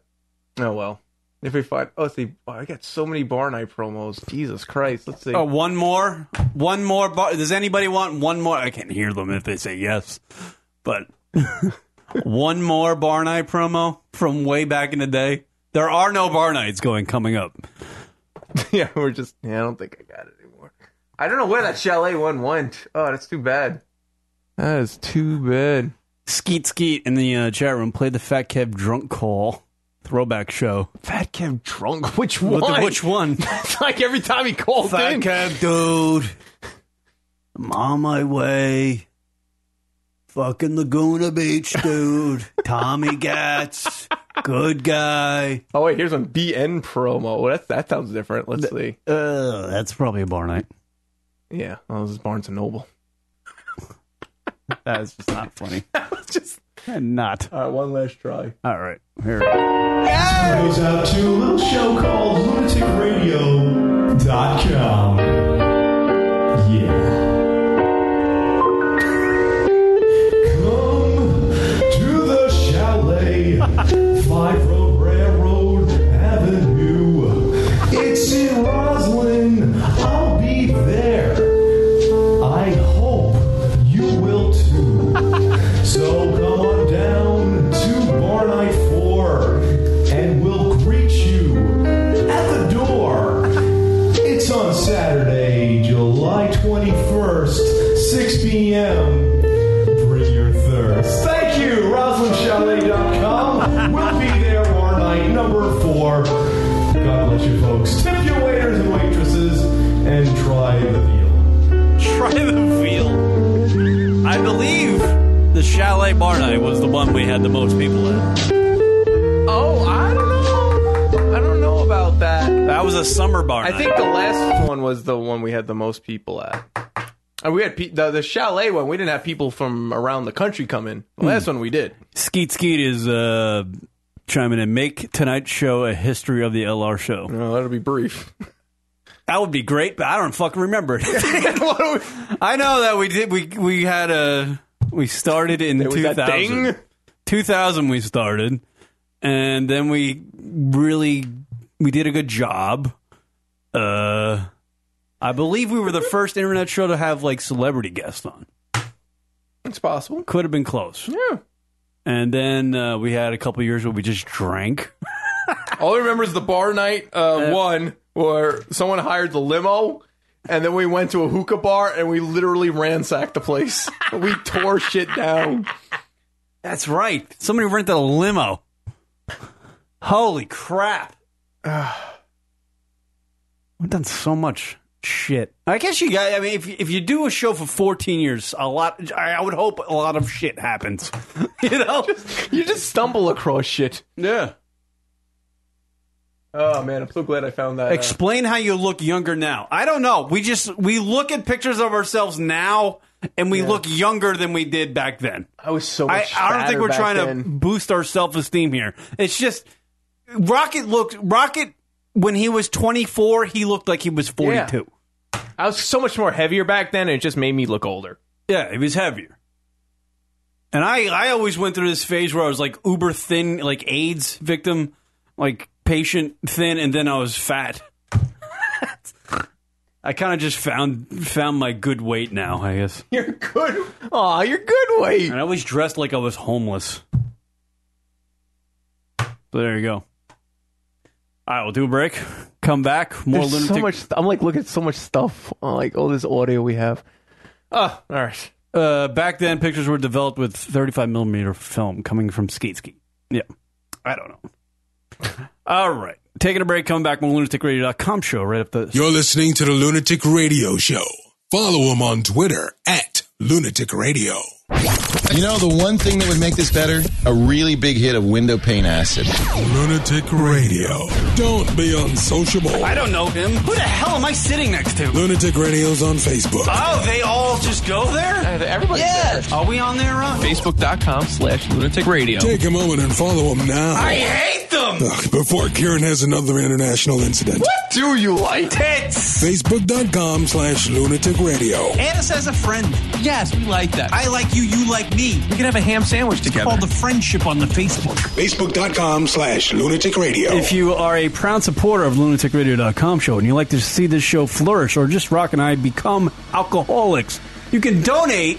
Oh well, if we find. Oh, let's see. Oh, I got so many bar night promos. Jesus Christ. Let's see.
Uh, one more, one more. Bar- Does anybody want one more? I can't hear them if they say yes, but one more bar night promo from way back in the day. There are no bar nights going coming up.
yeah, we're just. Yeah, I don't think I got it anymore. I don't know where that chalet one went. Oh, that's too bad. That is too bad.
Skeet Skeet in the uh, chat room played the Fat Kev drunk call throwback show.
Fat Kev drunk. Which
What the-
one?
which one?
It's like every time he calls
Fat
in.
Kev, dude. I'm on my way. Fucking Laguna Beach, dude. Tommy Gats, good guy.
Oh wait, here's one BN promo. That that sounds different. Let's see.
Uh, that's probably a bar night.
Yeah, oh, this is Barnes and Noble.
That is just not funny.
Just
not.
all right, one last try.
All right. Here.
goes out to a little show called lunaticradio.com. Yeah. Come to the chalet, Five Road Railroad Avenue. It's in Roslyn. I'll be there. I hope you will too. So come on down to Bar Night 4 and we'll greet you at the door. It's on Saturday, July 21st, 6 p.m. Bring your thirst. Thank you, RosalindChalet.com. We'll be there Bar Night number 4. God bless you folks. Tip your waiters and waitresses and try the veal.
Try the field. I believe the Chalet Bar Night was the one we had the most people at.
Oh, I don't know. I don't know about that.
That was a summer bar
I
night.
think the last one was the one we had the most people at. And we had pe- the, the chalet one. We didn't have people from around the country come in. The last one we did.
Hmm. Skeet Skeet is uh, chiming in. Make tonight's show a history of the LR show.
No, Oh, that'll be brief.
That would be great, but I don't fucking remember it.
What are we-
I know that we did. We we had a we started in
There was
two
that
thousand.
ding.
Two thousand we started, and then we really we did a good job. Uh, I believe we were the first internet show to have like celebrity guests on.
it's possible.
Could have been close.
Yeah.
And then uh, we had a couple years where we just drank.
All I remember is the bar night uh, one where someone hired the limo, and then we went to a hookah bar and we literally ransacked the place. we tore shit down.
That's right. Somebody rented a limo. Holy crap. We've done so much shit. I guess you guys, I mean, if, if you do a show for 14 years, a lot, I, I would hope a lot of shit happens. you know?
You just stumble across shit.
yeah.
Oh man, I'm so glad I found that. uh,
Explain how you look younger now. I don't know. We just we look at pictures of ourselves now and we look younger than we did back then.
I was so.
I,
Much
I don't think
fatter
we're
back
trying to
then.
boost our self esteem here. It's just Rocket looked Rocket when he was 24, he looked like he was 42.
I was so much more heavier back then, and it just made me look older.
Yeah, he was heavier. And I, I always went through this phase where I was like uber thin, like AIDS victim, like patient thin, and then I was fat. I kind of just found found my good weight now, I guess.
You're good. Aw, you're good weight.
And I always dressed like I was homeless. So there you go. All right, we'll do a break. Come back. More
There's
lunatic.
so much. I'm like, look at so much stuff. uh, Like all this audio we have. Oh, all right.
uh, back then, pictures were developed with 35 millimeter film coming from Skate Ski. Yeah. I don't know. All right. Taking a break, coming back on lunaticradio.com show right up the.
You're listening to the Lunatic Radio Show. Follow him on Twitter at Lunatic Radio.
You know, the one thing that would make this better? A really big hit of window paint acid.
Lunatic Radio. Don't be unsociable.
I don't know him. Who the hell am I sitting next to?
Lunatic Radio's on Facebook.
Oh, they all just go there?
Everybody,
Are we on Uh, there, Ron?
Facebook.com slash lunatic radio.
Take a moment and follow him now.
hate them!
Ugh, Before Kieran has another international incident.
Do you like
Tits!
Facebook.com slash lunatic radio.
Add us as a friend.
Yes, we like that.
I like you, you like me.
We can have a ham sandwich together.
Called the friendship on the Facebook.
Facebook.com slash lunatic radio.
If you are a proud supporter of lunaticradio.com show and you like to see this show flourish or just Rock and I become alcoholics, you can donate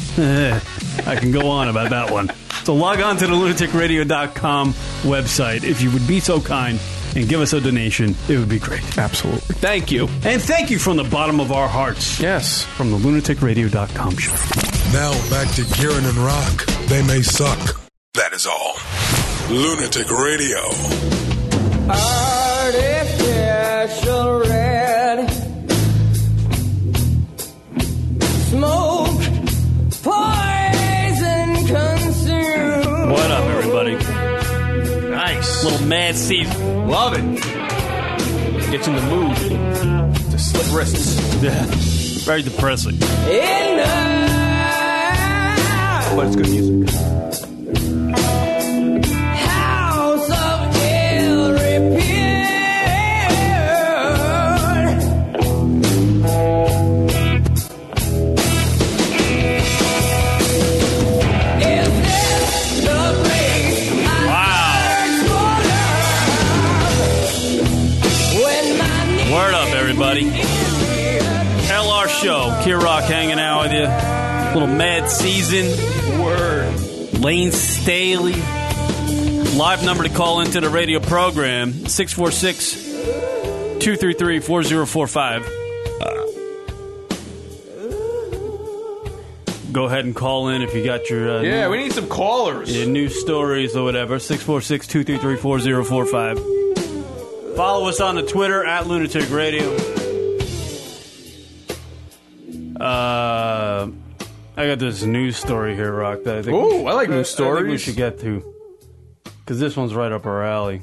Eh, I can go on about that one. So log on to the lunaticradio.com website if you would be so kind and give us a donation. It would be great.
Absolutely. Thank you.
And thank you from the bottom of our hearts.
Yes.
From the lunaticradio.com show.
Now back to Kieran and Rock. They may suck. That is all. Lunatic Radio.
Artificial red. Smoke. Poison consume.
What up, everybody?
nice.
Little mad Steve.
Love it. Gets in the mood to slip wrists.
Yeah. Very depressing.
Enough.
But it's good music.
House of ill repair. Is this the place I
Wow.
search for love? When my need
Word up, everybody.
is real.
LR Show. Kier Rock hanging out with you. Little Mad Season. Word. Lane Staley. Live number to call into the radio program 646 233 4045. Go ahead and call in if you got your uh,
Yeah, we need some callers.
your news stories or whatever. 646 233 4045. Follow us on the Twitter at Lunatic Radio. Uh, I got this news story here, Rock, that I think,
Ooh, I like news
I think we
stories.
should get to. Because this one's right up our alley.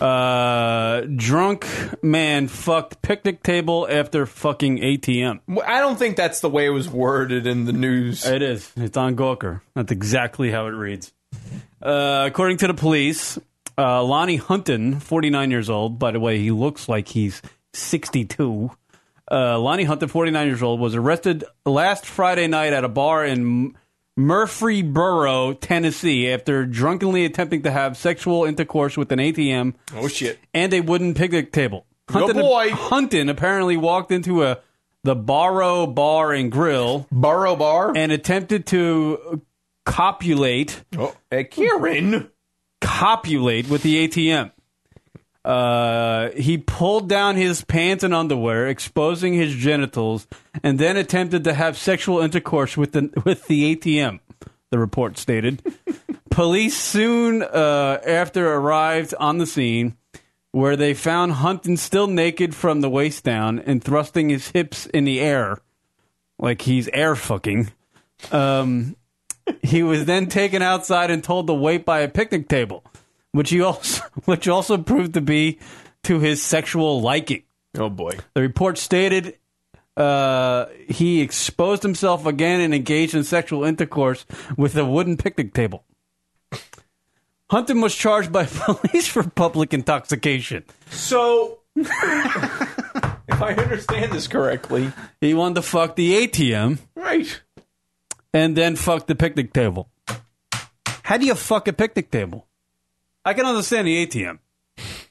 Uh, drunk man fucked picnic table after fucking ATM.
I don't think that's the way it was worded in the news.
It is. It's on Gawker. That's exactly how it reads. Uh, according to the police, uh, Lonnie Hunton, 49 years old, by the way, he looks like he's 62. Uh, Lonnie Hunton, 49 years old, was arrested last Friday night at a bar in Murfreesboro, Tennessee, after drunkenly attempting to have sexual intercourse with an ATM
Oh shit!
and a wooden picnic table.
Good boy.
Hunton apparently walked into a the Barrow Bar and Grill
Burrow bar.
and attempted to copulate
Oh, Kieran.
copulate with the ATM.
Uh, he pulled down his pants and underwear, exposing his genitals, and then attempted to have sexual intercourse with the with the ATM. The report stated. Police soon uh, after arrived on the scene, where they found Hunton still naked from the waist down and thrusting his hips in the air, like he's air fucking. Um, he was then taken outside and told to wait by a picnic table, which he also which also proved to be to his sexual liking.
Oh boy.
The report stated uh, he exposed himself again and engaged in sexual intercourse with a wooden picnic table. Hunton was charged by police for public intoxication.
So, if I understand this correctly,
He wanted to fuck the ATM
right?
and then fuck the picnic table. How do you fuck a picnic table? I can understand the ATM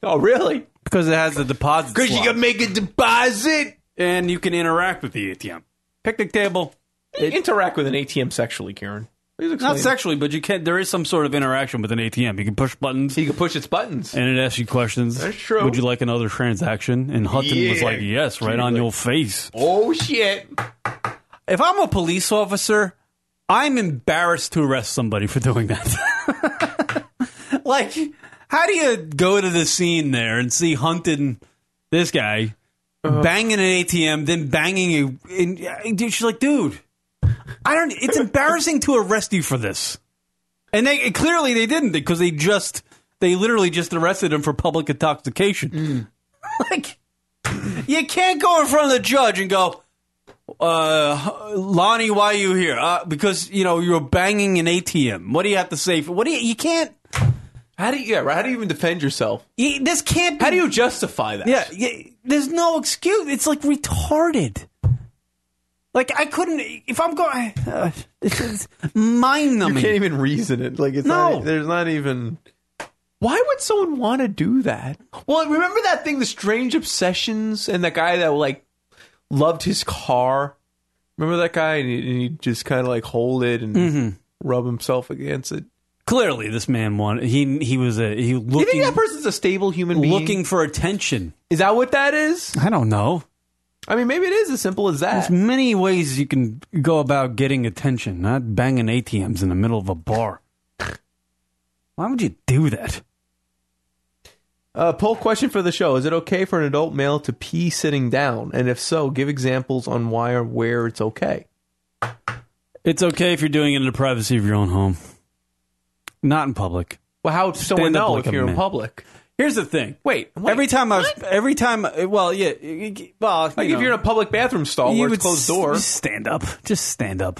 Oh, really?
because it has the deposit. Because
make a deposit.
and you can interact with the ATM. Picnic table,
Interact with an ATM sexually, Karen. Please explain.
not sexually, but you can. There is some sort of interaction with an ATM. You can push buttons,
You can push its buttons.
and it asks you questions.
That's true.
Would you like another transaction? And Hutton was
Yeah.
like, "Yes, right on your face."
Oh shit!
If I'm a police officer, I'm embarrassed to arrest somebody for doing that. like, how do you go to the scene there and see hunting this guy banging an ATM, then banging a? And, and she's like, dude, I don't. It's embarrassing to arrest you for this. And they and clearly they didn't because they just they literally just arrested him for public intoxication. like, you can't go in front of the judge and go uh, Lonnie, why are you here? Uh, because you know you're banging an ATM. What do you have to say? For, what do you? You can't.
How do you? Yeah, right, how do you even defend yourself?
You, this can't. Be,
How do you justify that?
Yeah, yeah, there's no excuse. It's like retarded. Like I couldn't. If I'm going, uh, it's, it's mind
you can't
numbing.
even reason it. Like it's
No.
not, e, there's not even. Why would someone want to do that? Well, remember that thing, the strange obsessions, and that guy that like loved his car. Remember that guy, and he, and he'd just kind of like hold it and
Mm-hmm.
rub himself against it.
Clearly, this man wanted. He he was a
Do
he
you think
looking
that person's a stable human being?
looking for attention.
is that what that is?
I don't know.
I mean, maybe it is as simple as that.
There's many ways you can go about getting attention, not banging ATMs in the middle of a bar. Why would you do that?
Uh, poll question for the show: Is it okay for an adult male to pee sitting down? And if so, give examples on why or where it's okay.
It's okay if you're doing it in the privacy of your own home, not in public.
Well, how would someone
Stand up
know
like
if
a
you're in
man.
public?
Here's the thing.
Wait, wait,
every time I was, every time, well, yeah, well,
Like if you're in a public bathroom stall
you
where
would
it's closed
s-
door.
just stand up. Just stand up.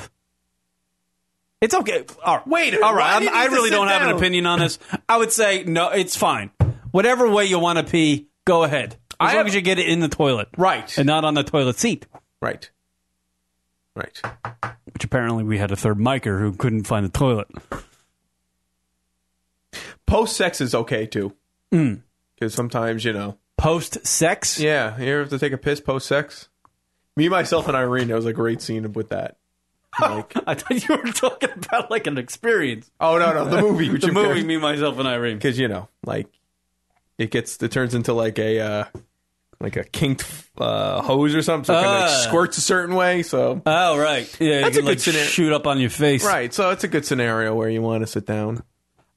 It's okay. All right.
Wait,
All
why
right. I'm,
did you
I
just
really
sit
don't have an
down?
opinion on this. I would say no. It's fine. Whatever way you want to pee, go ahead. As
I
long
have-
as you get it in the toilet,
Right.
and not on the toilet seat.
right. Right.
Which apparently we had a third micer who couldn't find the toilet.
Post sex is okay too.
Mm.
Because sometimes you know.
Post sex.
Yeah, you ever have to take a piss post sex. Me, myself, and Irene. That was a great scene with that. Like,
I thought you were talking about like an experience.
oh no, no, the movie.
The movie, me, myself, and Irene.
because you know, like it gets it turns into like a uh, like a kinked uh, hose or something. So it kind of
Ah.
like squirts a certain way. So
Oh right, yeah.
That's
you can,
a good
like,
scenario.
shoot up on your face.
right, so it's a good scenario where you want to sit down.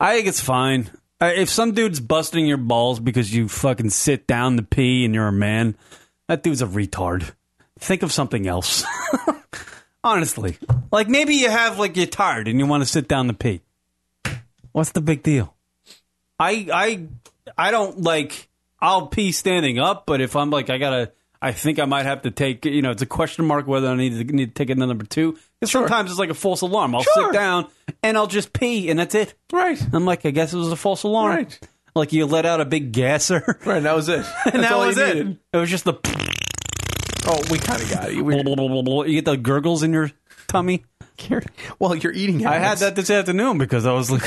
I think it's fine. Uh, If some dude's busting your balls because you fucking sit down to pee and you're a man, that dude's a retard. Think of something else. Honestly, like maybe you have like you're tired and you want to sit down to pee. What's the big deal? I I I don't like I'll pee standing up, but if I'm like I gotta, I think I might have to take. You know, it's a question mark whether I need to need to take another number two. 'Cause Sometimes it's like a false alarm. I'll
Sure.
sit down and I'll just pee, and that's it.
Right,
I'm like, I guess it was a false alarm.
Right.
Like you let out a big gasser,
right. That was it. That's
and that
all
was
you
it.
needed.
It was just the
Oh, we kind of got it.
blah,
We,
blah, blah, blah, blah. you get the gurgles in your tummy.
well, you're eating.
I had
habits.
that this afternoon because I was like,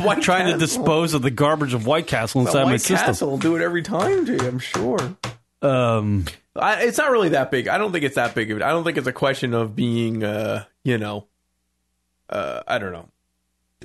White
trying
Castle.
to dispose of the garbage of White Castle inside my
White
system.
Castle will do it every time, dude. I'm sure.
Um,
I, it's not really that big. I don't think it's that big of it. I don't think it's a question of being, uh, you know, uh, I don't know,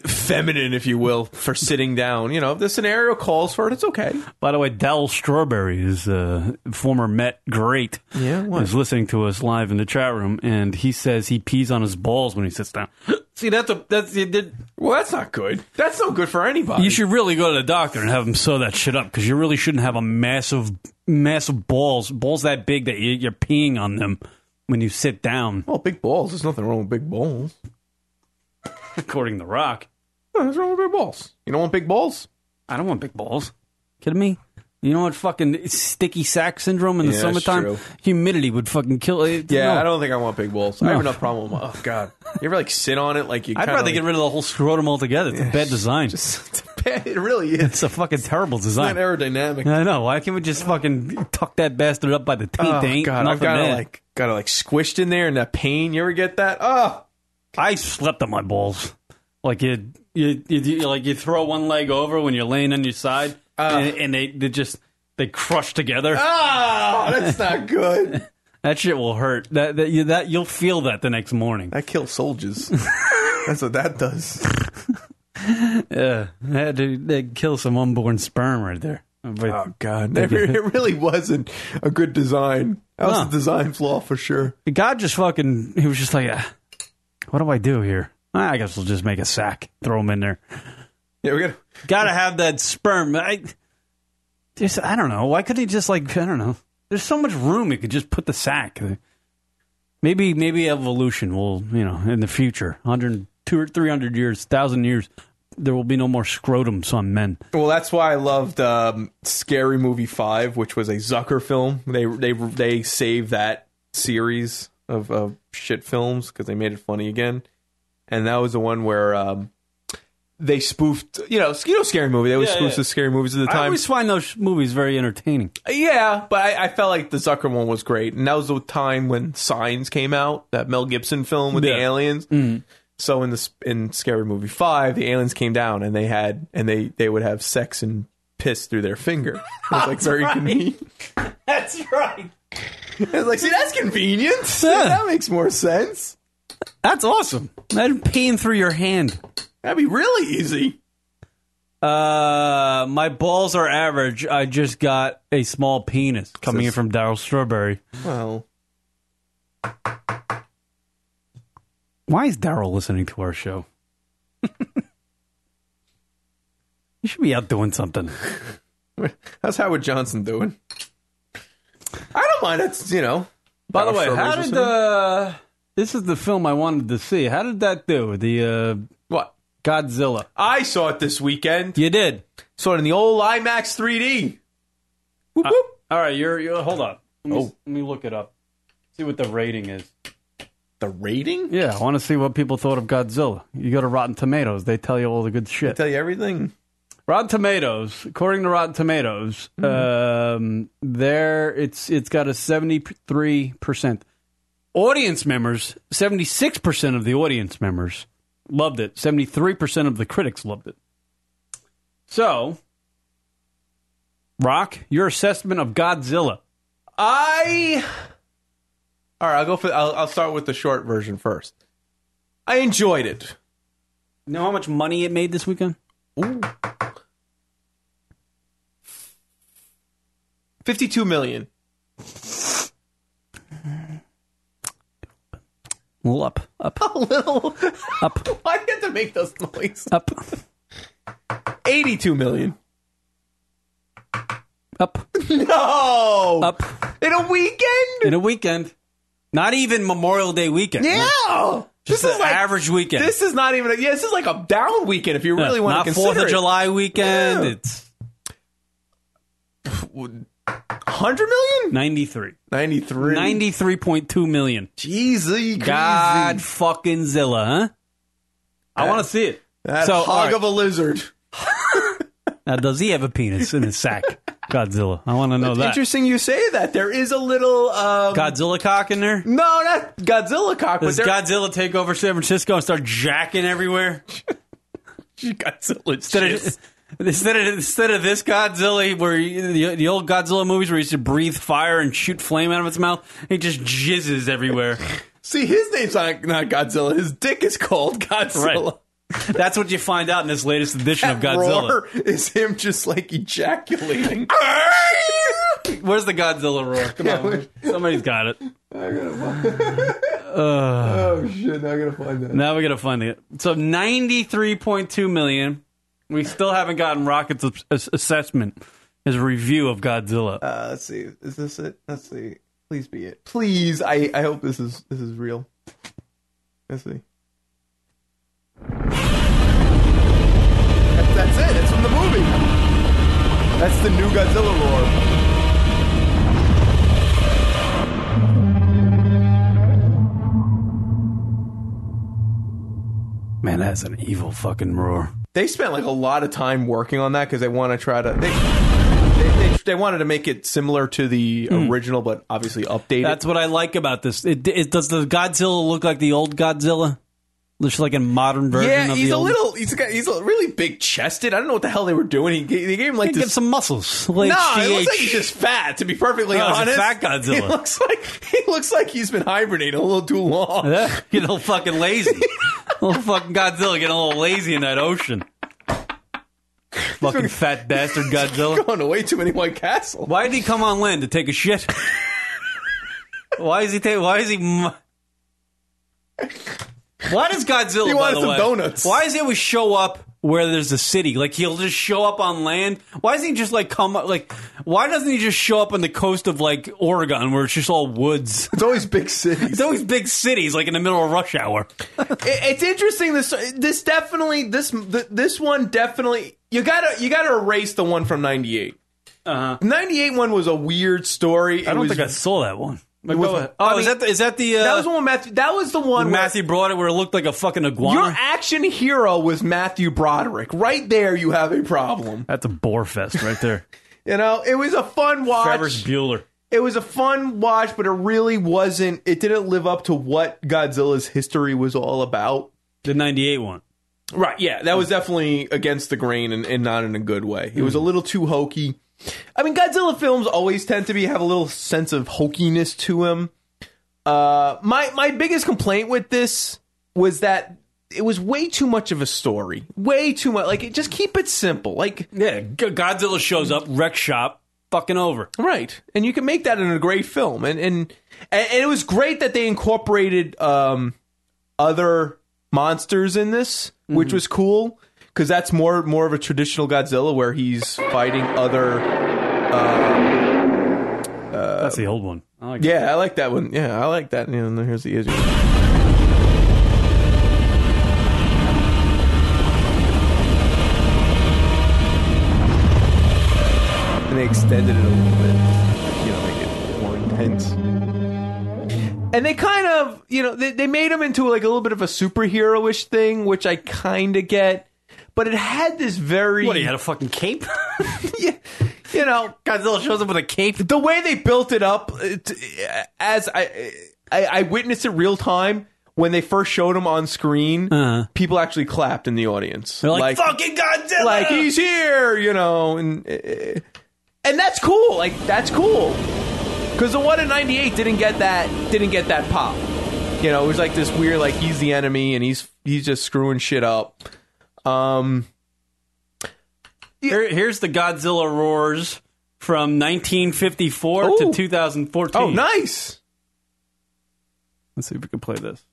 feminine, if you will, for sitting down. You know, if the scenario calls for it, it's okay.
By the way, Dell Strawberry is uh, former Met great.
Yeah, what?
is listening to us live in the chat room, and he says he pees on his balls when he sits down. See, that's a that's you did-
Well, that's not good. That's no good for anybody.
you should really go to the doctor and have him sew that shit up because you really shouldn't have a massive massive balls balls that big that you, you're peeing on them when you sit down.
Well, Oh, big balls. There's nothing wrong with big balls.
According to Rock,
No, Nothing's wrong with big balls. You don't want big balls?
I don't want big balls. Kidding me? You know what? Fucking sticky sack syndrome in the
Yeah, that's
summertime.
true.
Humidity would fucking kill it.
Yeah,
No.
I don't think I want big balls. I
No.
have enough problem with my. Oh God, you ever like sit on it like you?
I'd
kinda,
rather
like,
get rid of the whole scrotum altogether. It's a bad design.
rid. it really is.
it's a fucking terrible
Not
design.
aerodynamic.
I know. Why can't we just fucking tuck that bastard up by the teeth?
Oh,
There ain't
God, I've
nothing
got it
there.
like got it like squished in there and that pain. You ever get that? Oh,
I slept on my balls. Like you, you, you, you- like you throw one leg over when you're laying on your side, and, and they, they just they crush together.
ah, that's not good.
that shit will hurt. That that, you, that you'll feel that the next morning.
that kills soldiers. that's what that does.
Yeah, that that kill some unborn sperm right there. But-
Oh God, it re- it really wasn't a good design. That was
No.
a design flaw for sure.
God just fucking, he was just like, "Ah, what do I do here? Ah, I guess we'll just make a sack, throw him in there.
Yeah, we got.
Gotta have that sperm. I, just, I don't know. Why couldn't he just like, I don't know. There's so much room he could just put the sack. Maybe, maybe evolution will, you know, in the future, 100, two or 300 years, 1,000 years, there will be no more scrotums on men.
Well, that's why I loved um, Scary Movie Five, which was a Zucker film. They they they saved that series of, of shit films because they made it funny again, and that was the one where um, they spoofed. You know, you know, Scary Movie. They always
Yeah,
spoofed
yeah.
the scary movies at the
I
time.
always find those movies very entertaining.
Yeah, but I, I felt like the Zucker one was great, and that was the time when Signs came out, that Mel Gibson film with the aliens.
Mm.
So in the s- in Scary Movie Five, the aliens came down and they had and they they would have sex and piss through their finger. It was like very convenient.
That's right.
It was like, see, that's convenient.
Yeah.
That makes more sense.
That's awesome. Imagine peeing through your hand.
That'd be really easy.
Uh, my balls are average. I just got a small penis coming in from Daryl Strawberry.
Well,
Why is Daryl listening to our show? you should be out doing something.
how's Howard Johnson doing? I don't mind. That's you know.
By the way, how did the this is the film I wanted to see? How did that do? The uh,
what?
Godzilla.
I saw it this weekend.
You did.
Saw it in the old IMAX 3D. Whoop, whoop.
Uh, All right, you're. you're hold on. Let me,
Oh.
let me look it up. See what the rating is.
The rating?
Yeah, I want to see what people thought of Godzilla. You go to Rotten Tomatoes, they tell you all the good shit.
Tell you everything.
Rotten Tomatoes, according to Rotten Tomatoes, um, there it's it's got a seventy three percent audience members. Seventy six percent of the audience members loved it. Seventy three percent of the critics loved it. So, Rock, your assessment of Godzilla?
I. All right, I'll go for. I'll, I'll start with the short version first. I enjoyed it.
You know how much money it made this weekend?
Fifty-two million.
Well, up, up,
A little.
up,
Why do you have to make those noises?
up,
Eighty-two million.
up,
No.
up
in a weekend.
in a weekend. Not even Memorial Day weekend.
Yeah. this
Just an
is like
average weekend.
This is not even. A, yeah, this is like a down weekend if you really
Yeah,
want to
not
consider
Fourth of
it.
July weekend.
Yeah.
It's
Hundred million.
93.
Ninety-three.
93.2 million.
Jeezy.
God fucking Zilla, huh? I want to see it.
That
So, all
hog
right.
of a lizard.
Now, does he have a penis in his sack? Godzilla. I want to know that.
Interesting you say that. There is a little. Um,
Godzilla cock in there?
No, not Godzilla cock, but
Does
there,
Godzilla take over San Francisco and start jacking everywhere?
Godzilla.
Instead of, instead of instead of this Godzilla, where you, the, the old Godzilla movies where he used to breathe fire and shoot flame out of its mouth, he just jizzes everywhere.
See, his name's not, not Godzilla. His dick is called Godzilla.
That's what you find out in this latest edition of Godzilla.
Roar is him just like ejaculating.
Where's the Godzilla roar? Come on, somebody's got it.
I gotta find. oh shit! Now I gotta find that.
Now we gotta find it. So ninety three point two million. We still haven't gotten Rocket's ass- assessment, his review of Godzilla.
Uh, let's see. Is this it? Let's see. Please be it. Please. I I hope this is this is real. Let's see.
That's, that's it. It's from the movie. That's the new Godzilla roar.
Man, that's an evil fucking roar.
They spent like a lot of time working on that because they want to try to. They, they, they, they wanted to make it similar to the
Hmm.
original, but obviously updated.
That's what I like about this. It, it does the Godzilla look like the old Godzilla? Looks like a modern version of
yeah,
the
he's a
old.
little. He's got. He's a really big chested. I don't know what the hell they were doing. He, ga- they gave him like
He
this.
gets some muscles. Like
no, it
CH.
looks like he's just fat. To be perfectly
No, it's a
honest,
fat Godzilla.
He looks like he looks like he's been hibernating a little too long.
Yeah, get a little fucking lazy. little fucking Godzilla getting a little lazy in that ocean. fucking fat bastard Godzilla.
Going to way too many White Castle.
Why did he come on land to take a shit? why is he ta- Why is he? Mu- why does Godzilla?
He
by
wanted
the
some
way,
donuts.
Why does he always show up where there's a city? Like he'll just show up on land. Why doesn't he just like come? up- Like why doesn't he just show up on the coast of like Oregon where it's just all woods?
It's always big cities.
It's always big cities, like in the middle of rush hour.
It- it's interesting. This this definitely this th- this one definitely you gotta you gotta erase the one from '98.
Uh-huh.
'98 one was a weird story.
I
it
don't
was,
think I saw that one.
it was-
Oh,
I
is
mean,
that the, is that the uh,
that was the one Matthew? That was the one. where-
Matthew brought it where it looked like a fucking iguana?
your action hero was Matthew Broderick. Right there, you have a problem.
That's a boar fest right there.
You know, it was a fun watch.
Trevor's Bueller.
it was a fun watch, but it really wasn't. It didn't live up to what Godzilla's history was all about.
The 98 one.
Right, yeah, that was definitely against the grain and, and not in a good way. It
Hmm.
was a little too hokey. I mean, Godzilla films always tend to be have a little sense of hokiness to them. Uh, my my biggest complaint with this was that it was way too much of a story, way too much. Like, it, just keep it simple. Like,
Yeah, G- Godzilla shows up, wreck shop, fucking over.
Right, and you can make that in a great film, and and and and it was great that they incorporated um, other monsters in this, which
Mm-hmm.
was cool because that's more more of a traditional Godzilla where he's fighting other. uh,
That's the old one. I like
Yeah, I like that one. Yeah, I like that. And here's the issue. And they extended it a little bit, you know, make it more intense. and they kind of you know they, they made him into like a little bit of a superhero-ish thing which i kind of get but it had this very
What, he had a fucking cape?
you, you know
Godzilla shows up with a cape.
the way they built it up it, uh, as I, I i witnessed it real time when they first showed him on screen
Uh-huh.
people actually clapped in the audience
They're like, fucking Godzilla!
like he's here, you know, and uh, and that's cool. Like that's cool. Because the one in '98 didn't get that didn't get that pop. You know, it was like this weird, like he's the enemy and he's he's just screwing shit up. Um,
Here- here's the Godzilla roars from 1954
Ooh.
to 2014.
oh, nice.
Let's see if we can play this.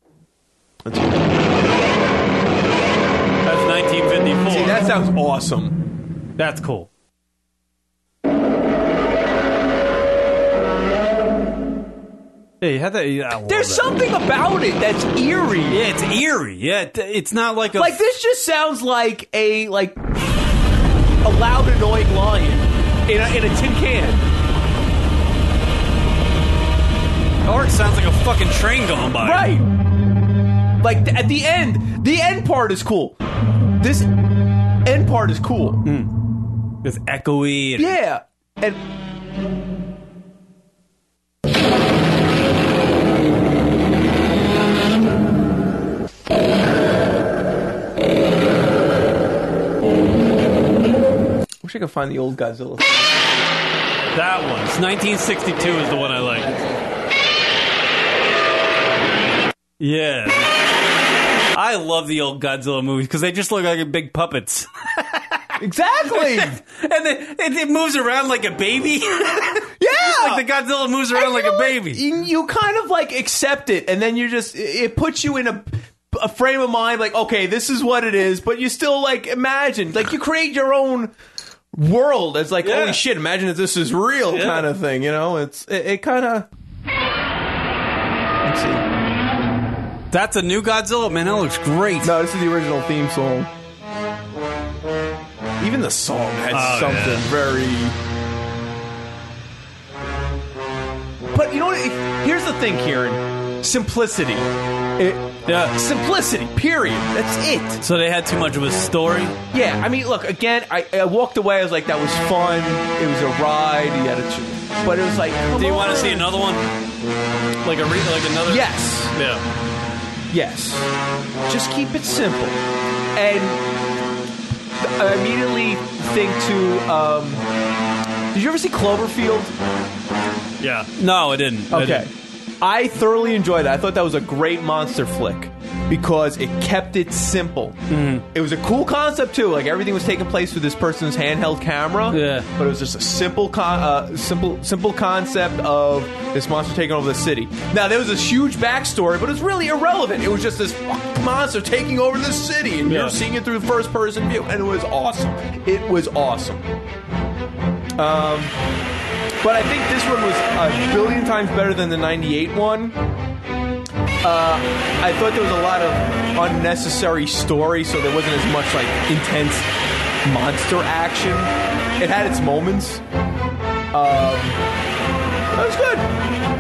That's 1954.
See, that sounds awesome.
That's cool. Hey, how that? yeah, I love
There's
that.
something about it that's eerie.
Yeah, it's eerie. Yeah, it- it's not like a.
Like this just sounds like a like a loud, annoying lion in a, in a tin can.
or it sounds like a fucking train going by.
Right. Like th- at the end, the end part is cool. This end part is cool.
It's echoey. And
Yeah. Mm. And Wish I could find the old Godzilla.
That one. It's 1962 is the one I like. Yeah. I love the old Godzilla movies because they just look like big puppets.
Exactly.
and it, it, it moves around like a baby. yeah, like the Godzilla moves around like a baby.
you, you kind of like accept it, and then you just it puts you in a a frame of mind like, okay, this is what it is, but you still like imagine, like you create your own world. It's like,
Yeah.
holy shit, imagine if this is real,
Yeah.
kind of thing. You know, it's it, it kind of. Let's see.
That's a new Godzilla, man. That looks great.
No, this is the original theme song. Even the song had
Oh,
something very. But you know what? Here's the thing, Kieran. Simplicity.
Yeah.
Simplicity. Period. That's it.
So they had too much of a story.
Yeah, I mean, look again. I, I walked away. I was like, that was fun. It was a ride. You had a, ch- but it was like,
Do you want to see another one? Like a re- like another?
Yes,
Yeah.
yes. Just keep it simple, and I immediately think to. Um, did you ever see Cloverfield?
Yeah. No, I didn't. I
Okay,
didn't.
I thoroughly enjoyed it. I thought that was a great monster flick because it kept it simple.
Mm-hmm.
It was a cool concept too. Like everything was taking place with this person's handheld camera.
Yeah.
but it was just a simple, con- uh, simple, simple concept of this monster taking over the city. Now there was this huge backstory, but it's really irrelevant. It was just this fucking monster taking over the city, and
Yeah.
you're seeing it through the first person view, and it was awesome. It was awesome. Um, but I think this one was a billion times better than the '98 one. Uh, I thought there was a lot of unnecessary story, so there wasn't as much like intense monster action. It had its moments. Um, it was good.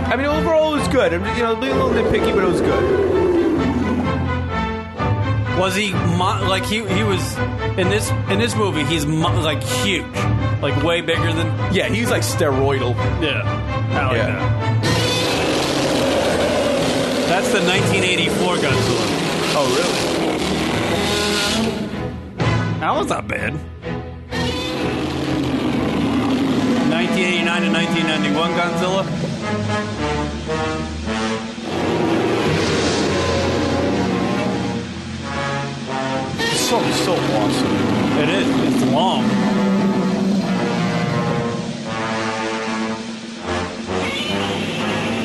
I mean, overall, it was good. I'm, you know, being a little nitpicky, but it was good.
Was he mo- like he he was in this in this movie? He's mo- like huge, like way bigger than.
Yeah, he's like steroidal.
Yeah. I like
Yeah.
that. That's the 1984 Godzilla.
Oh, really?
That was not bad. 1989 to 1991 Godzilla.
The song is so awesome.
It is. It's long.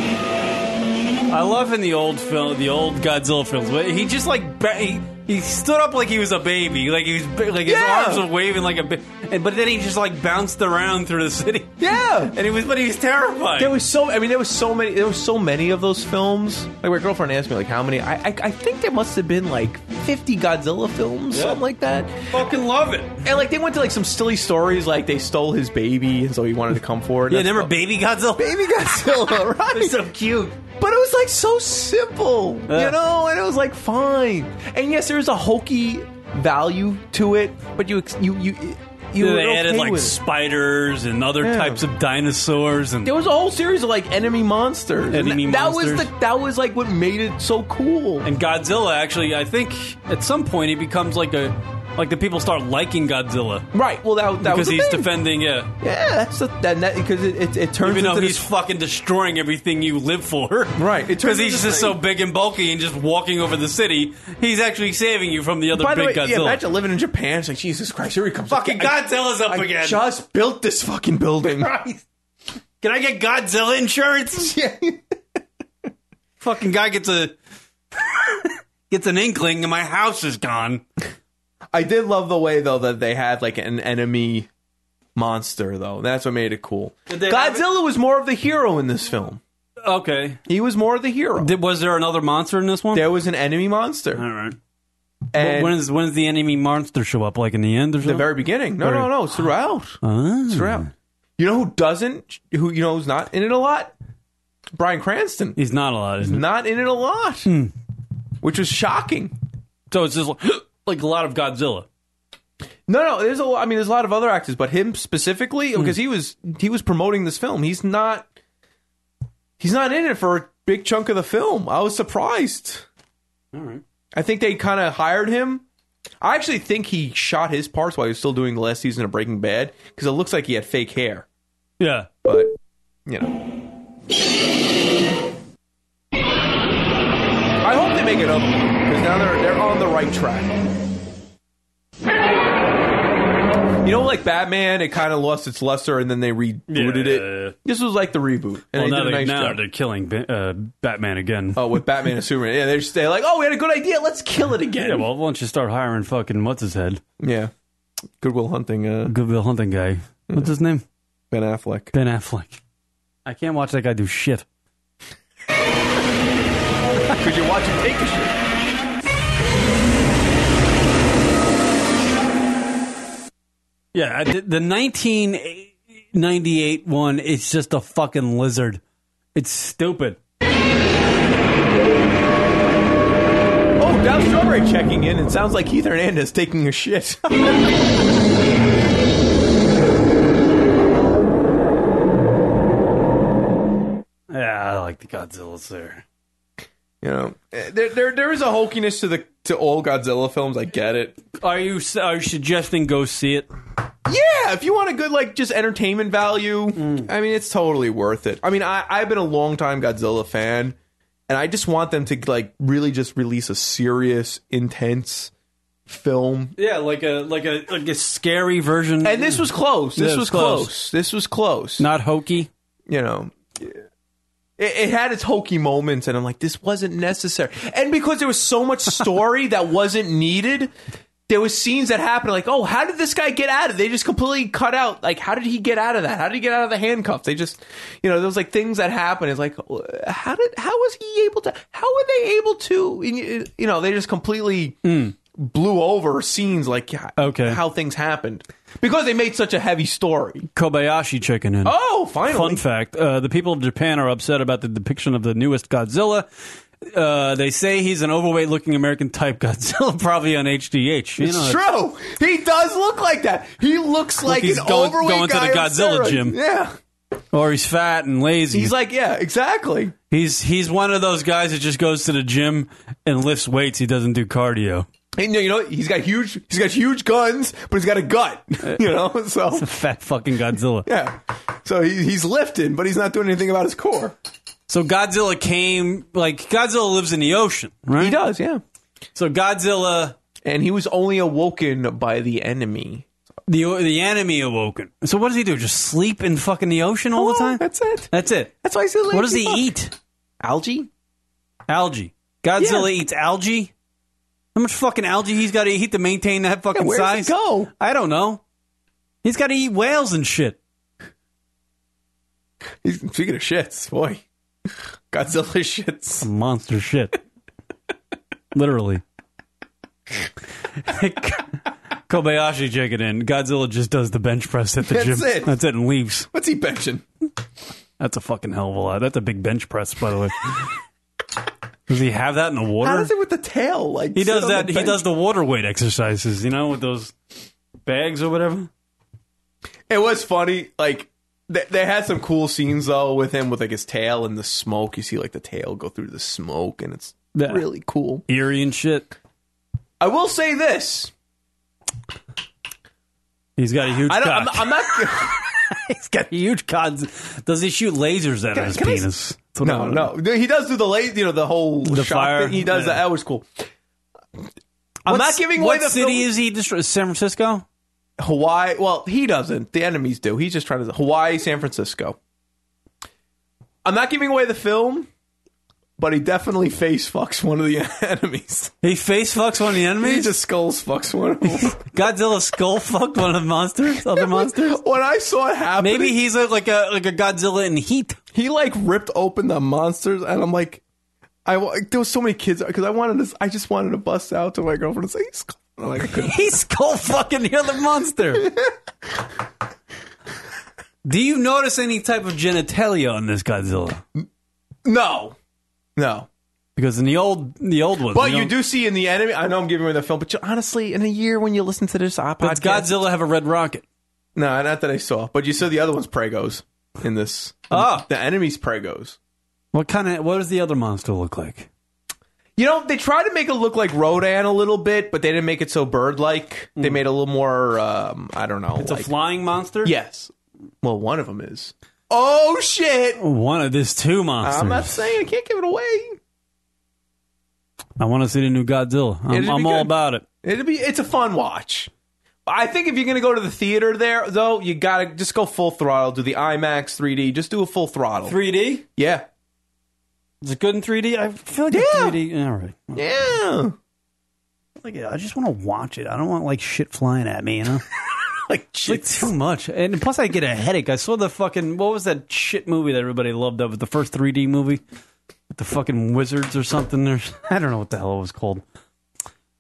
I love in the old film, the old Godzilla films, but he just like ba- he, he stood up like he was a baby, like he was ba- like his
Yeah.
arms were waving like a, ba- and but then he just like bounced around through the city.
Yeah.
and he was, but he was terrified.
There was so. I mean, there was so many. There was so many of those films. Like my girlfriend asked me, like, how many? I I, I think there must have been like fifty Godzilla films, something like that.
fucking love it.
And like they went to like some silly stories, like they stole his baby, and so he wanted to come forward.
Yeah, remember Baby Godzilla?
baby Godzilla, right?
They're so cute.
But it was like so simple,
Yeah.
you know, and it was like fine. And yes, there was a hokey value to it, but you ex- you you you were
they
okay
added like
with it.
spiders and other
Yeah.
types of dinosaurs and
There was a whole series of like enemy monsters. and
Enemy
that, That was
monsters.
the that was like what made it so cool.
And Godzilla, actually, I think at some point he becomes like a like the people start liking Godzilla
right. Well, that that was
because
the
he's
thing.
defending it,
Yeah, that's the that that- because it, it it turns
even though
into
he's
this
fucking destroying everything you live for.
Right. It turns
because
into
he's just
this thing.
so big and bulky and just walking over the city. He's actually saving you from the other
By the
big
way,
Godzilla.
yeah, imagine living in Japan. It's like Jesus Christ, here he comes.
fucking
I-
Godzilla's up
I
again.
just built this fucking building.
Can I get Godzilla insurance?
Yeah.
fucking guy gets a gets an inkling and my house is gone.
I did love the way though that they had like an enemy monster though. That's what made it cool.
they have
Godzilla was more of the hero in this film.
Okay.
He was more of the hero.
Did, was there another monster in this one?
there was an enemy monster,
All right.
and
when is when does the enemy monster show up? Like in the end or
the
something?
very beginning. No, no, no. It's throughout.
Ah.
It's throughout. You know who doesn't? Who you know who's not in it a lot? Brian Cranston.
He's not allowed, isn't it?
Not in it a lot, which was shocking.
So it's just like, like a lot of Godzilla.
No, no. There's a. lo- I mean, there's a lot of other actors, but him specifically
Hmm.
because he was he was promoting this film. He's not. He's not in it for a big chunk of the film. I was surprised.
All right.
I think they kind of hired him. I actually think he shot his parts while he was still doing the last season of Breaking Bad because it looks like he had fake hair.
Yeah.
But you know, I hope they make it up. Because now they're they're on the right track. You know, like Batman, it kind of lost its luster, and then they rebooted
Yeah.
it. This was like the reboot, and they
Well, now,
did a
they,
nice
now
job.
they're killing Ba- uh, Batman again.
Oh, with Batman and Superman, yeah, they're, just- they're like, oh, we had a good idea, let's kill it again.
Yeah, well, why don't you start hiring fucking what's his head?
Yeah. Goodwill Hunting, uh,
Goodwill Hunting guy. What's his name?
Ben Affleck.
Ben Affleck. I can't watch that guy do shit.
Could you watch him take a shit?
Yeah, I did- the 1998 one, it's just a fucking lizard. It's stupid.
Oh, Dow Strawberry checking in. It sounds like Keith Hernandez taking a shit.
Yeah, I like the Godzilla's there.
you know, eh, there, there there is a hulkiness to the to all Godzilla films. I get it.
Are you s- are you suggesting go see it?
Yeah, if you want a good like just entertainment value,
Mm.
I mean, it's totally worth it. I mean, I I've been a long time Godzilla fan, and I just want them to like really just release a serious, intense film.
Yeah, like a like a like a scary version.
And this was close. This
Yeah, it
was
was
close.
close.
This was close.
not hokey.
you know it, it had its hokey moments and i'm like this wasn't necessary and because there was so much story that wasn't needed there was scenes that happened like oh how did this guy get out of they just completely cut out like how did he get out of that how did he get out of the handcuff they just you know there was like things that happened it's like how did how was he able to how were they able to you know they just completely blew over scenes like
Hmm. Okay.
how things happened because they made such a heavy story
Kobayashi chicken in.
oh finally
Fun fact: uh, The people of Japan are upset about the depiction of the newest Godzilla. Uh, they say he's an overweight-looking American type Godzilla, probably on HDH. You know,
It's true. He does look like that. He looks like
he's
an
going-
overweight
going to
guy
the
on
Godzilla
steroids.
gym.
Yeah,
Or he's fat and lazy.
he's like yeah, exactly.
He's he's one of those guys that just goes to the gym and lifts weights. He doesn't do cardio.
And, you know, he's got huge. He's got huge guns, but he's got a gut.
Uh,
You know, so
Fat fucking Godzilla.
yeah. So he, he's lifting, but he's not doing anything about his core.
So Godzilla came like Godzilla lives in the ocean, right?
He does, yeah.
So Godzilla,
And he was only awoken by the enemy.
the the enemy awoken. So what does he do? Just sleep in fucking the ocean all the
Well,
time?
That's it.
That's it.
That's why I said.
What does he
lazy fuck.
eat?
Algae.
Algae. Godzilla
Yeah.
eats algae. How much fucking algae he's got to eat to maintain that fucking
Yeah, where does
size?
it go?
I don't know. He's got to eat whales and shit.
He's, speaking of shits, boy, Godzilla shits.
monster shit. Literally. Kobayashi chicken in. Godzilla just does the bench press at the
That's
gym.
it.
That's it and leaves.
What's he benching?
That's a fucking hell of a lot. That's a big bench press, by the way. does he have that in the water?
How does it with the tail? Like
he
sit
does
on the
that. He
bench?
does the water weight exercises, you know, with those bags or whatever.
It was funny. Like they, they had some cool scenes though with him with like his tail and the smoke. You see like the tail go through the smoke, and it's
Yeah.
really cool.
Eerie and shit.
I will say this.
He's got a huge
I don't. I'm,
cock.
I'm not.
He's got a huge cock. Does he shoot lasers out of his
can I s-
penis? That's what I
no,
wanna know.
no. He does do the late. You know the whole
The
shot
fire,
thing. He does
yeah.
that. That was cool. I'm not
What's-
giving away
what
the
city
film-
is he destroying? San Francisco?
Hawaii. Well, he doesn't. The enemies do. He's just trying to Hawaii, San Francisco. I'm not giving away the film, but he definitely face fucks one of the enemies.
He face fucks one of the
He
enemies.
just skulls fucks one of them.
Godzilla skull fucked one of the monsters, other monsters.
When I saw it happen,
Maybe he's a, like a like a Godzilla in heat.
he like ripped open the monsters, and I'm like, I wa- there was so many kids because I wanted to, I just wanted to bust out to my girlfriend and say he's. cool." I'm like, I couldn't.
He skull fucking the other monster. Do you notice any type of genitalia on this Godzilla?
no, no.
Because in the old the old ones,
But
the
you
old-
do see in the enemy. I know I'm giving away the film, but you, honestly, in a year when you listen to this uh,
Does
podcast,
Godzilla have a red rocket?
no, not that I saw, but you saw the other one's pregos in this.
Ah.
the enemy's pregos.
What kind of what does the other monster look like?
You know, they tried to make it look like Rodan a little bit, but they didn't make it so bird-like. They made it a little more. Um, I don't know.
Mm. It's
like-
a flying monster.
Yes. Well, one of them is. Oh shit!
one of these two monsters.
I'm not saying I can't give it away.
I want to see the new Godzilla. I'm,
It'd be
I'm all
good.
about it.
It'll be it's a fun watch. I think if you're gonna go to the theater there though, you gotta just go full throttle. Do the IMAX 3D. Just do a full throttle.
3D?
Yeah.
Is it good in 3D? I feel like
Yeah.
it's 3D. All right.
Yeah.
Like, I just want to watch it. I don't want like shit flying at me, you know?
Like,
It's like too much. And plus, I get a headache. I saw the fucking, what was that shit movie that everybody loved of? The first 3D movie? With the fucking wizards or something. Or, I don't know what the hell it was called.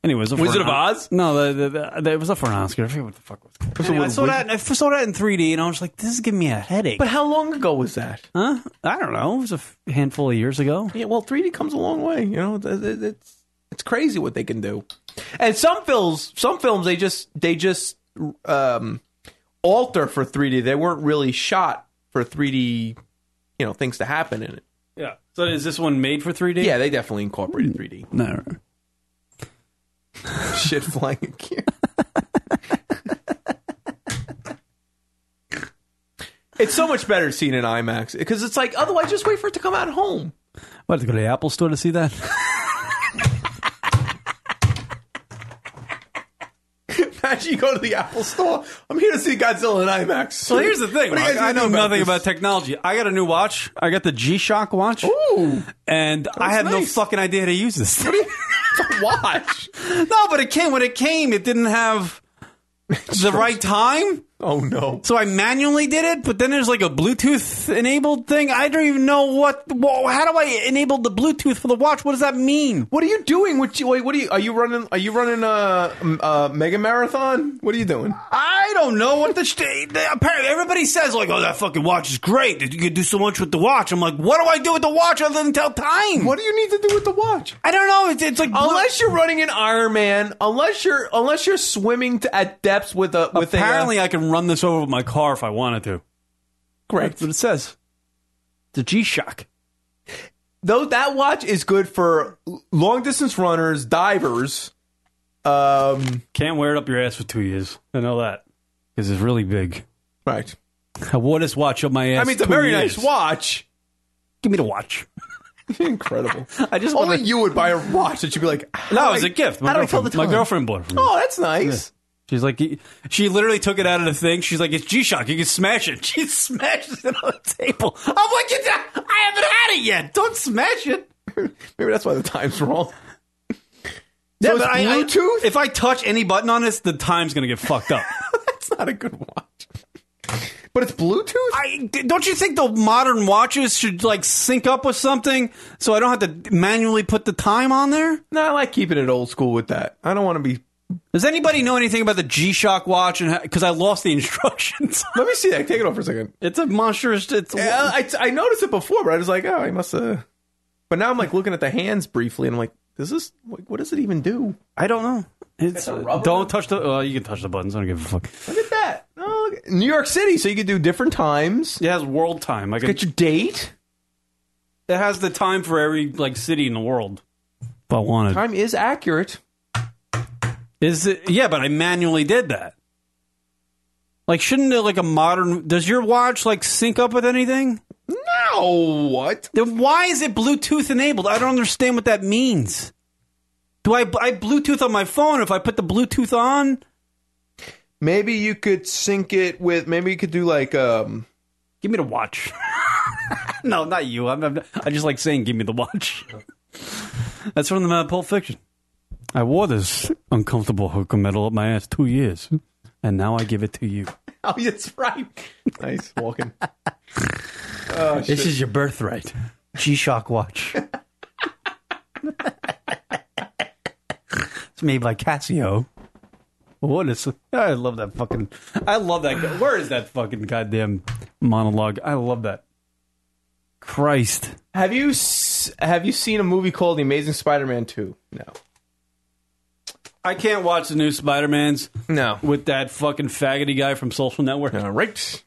Anyways, up for
Wizard
an
of
O-
Oz?
No, the, the, the, it was up for an Oscar. I forget what the fuck it was called. Anyway, I saw that. I saw that in 3D, and I was like, "This is giving me a headache."
But how long ago was that?
huh? I don't know. It was a f- handful of years ago.
Yeah, well, 3D comes a long way. You know, Th- th- it's it's crazy what they can do. And some films, some films, they just they just um, alter for 3D. They weren't really shot for 3D, you know, things to happen in it.
Yeah. So is this one made for 3D?
Yeah, they definitely incorporated 3D.
No.
Shit flying at you. It's so much better seen in IMAX because it's like otherwise just wait for it to come out at home.
What to go to the Apple store to see that?
Imagine you go to the Apple store. I'm here to see Godzilla in IMAX.
Well, here's the thing.
What do you
Mark,
guys
I
even
know nothing
this?
about technology. I got a new watch. I got the G-Shock watch,
Ooh,
and I have no
nice.
fucking idea how to use this. thing.
it's a watch.
no, but it came when it came. It didn't have the right time,
Oh no.
so I manually did it. But then there's like a Bluetooth enabled thing. I don't even know what. wha- How do I enable the Bluetooth for the watch? What does that mean?
What are you doing? What you, wait, what are you? Are you running? Are you running a, a mega marathon? What are you doing?
I don't know what the sh- they- they- apparently everybody says like, oh, that fucking watch is great. You can do so much with the watch. I'm like, what do I do with the watch other than tell time?
What do you need to do with the watch?
I don't know. It's, it's like
Unless you're running an Ironman, unless you're unless you're swimming to, at depths with a with
Apparently,
a,
I can run this over with my car if I wanted to. That's what it says. The G Shock.
though that watch is good for long distance runners, divers. Um,
Can't wear it up your ass for two years. I know that because it's really big.
right.
I wore this watch up my ass.
I mean, it's a
two
very
years.
nice watch.
Give me the watch.
Incredible.
I just
Only
want to.
you would buy a watch that you'd be like,
No,
how
it was
do
a
I-
gift. My
how do I tell
girlfriend,
the
my
time?
girlfriend bought it. For me.
Oh, that's nice.
She's like, she literally took it out of the thing. She's like, it's G Shock. You can smash it. She smashes it on the table. I'm like, it's, I haven't had it yet. Don't smash it.
Maybe that's why the time's wrong. Yeah, so it's
But I- I-
Bluetooth.
if I touch any button on this, the time's gonna get fucked up.
it's not a good watch, but it's Bluetooth.
I d- don't you think the modern watches should like sync up with something so I don't have to manually put the time on there?
no, I like keeping it old school with that. I don't want to be.
Does anybody know anything about the G-Shock watch? And because I lost the instructions,
Let me see that. Take it off for a second.
it's a monstrous. It's
Yeah, I, I noticed it before, but I was like, oh, I must have. But now I'm like looking at the hands briefly, and I'm like, does this? Like, what does it even do?
I don't know. It's, don't touch the. Oh, you can touch the buttons. I don't give a fuck.
Look at that. Oh, look at- New York City, so you could do different times.
It has world time. Like
Get
it,
your date.
it has the time for every like city in the world. If I wanted,
Time is accurate.
is it? Yeah, but I manually did that. Like, shouldn't there like a modern? Does your watch like sync up with anything?
No, what?
Then why is it Bluetooth enabled? I don't understand what that means. Do I, I Bluetooth on my phone? If I put the Bluetooth on,
Maybe you could sync it with. Maybe you could do like um.
give me the watch. no, not you. I'm, I'm, I just like saying, give me the watch. That's from the uh, Pulp Fiction. I wore this uncomfortable hooker metal up my ass two years, and now I give it to you.
Oh, that's right. Nice walking.
Oh,
This is your birthright. G-Shock watch. it's made by Casio. What is? I love that fucking. I love that. guy. Where is that fucking goddamn monologue? I love that. Christ.
Have you s- have you seen a movie called The Amazing Spider-Man Two? No,
I can't watch the new Spider-Mans
no.
with that fucking faggoty guy from Social Network.
All right,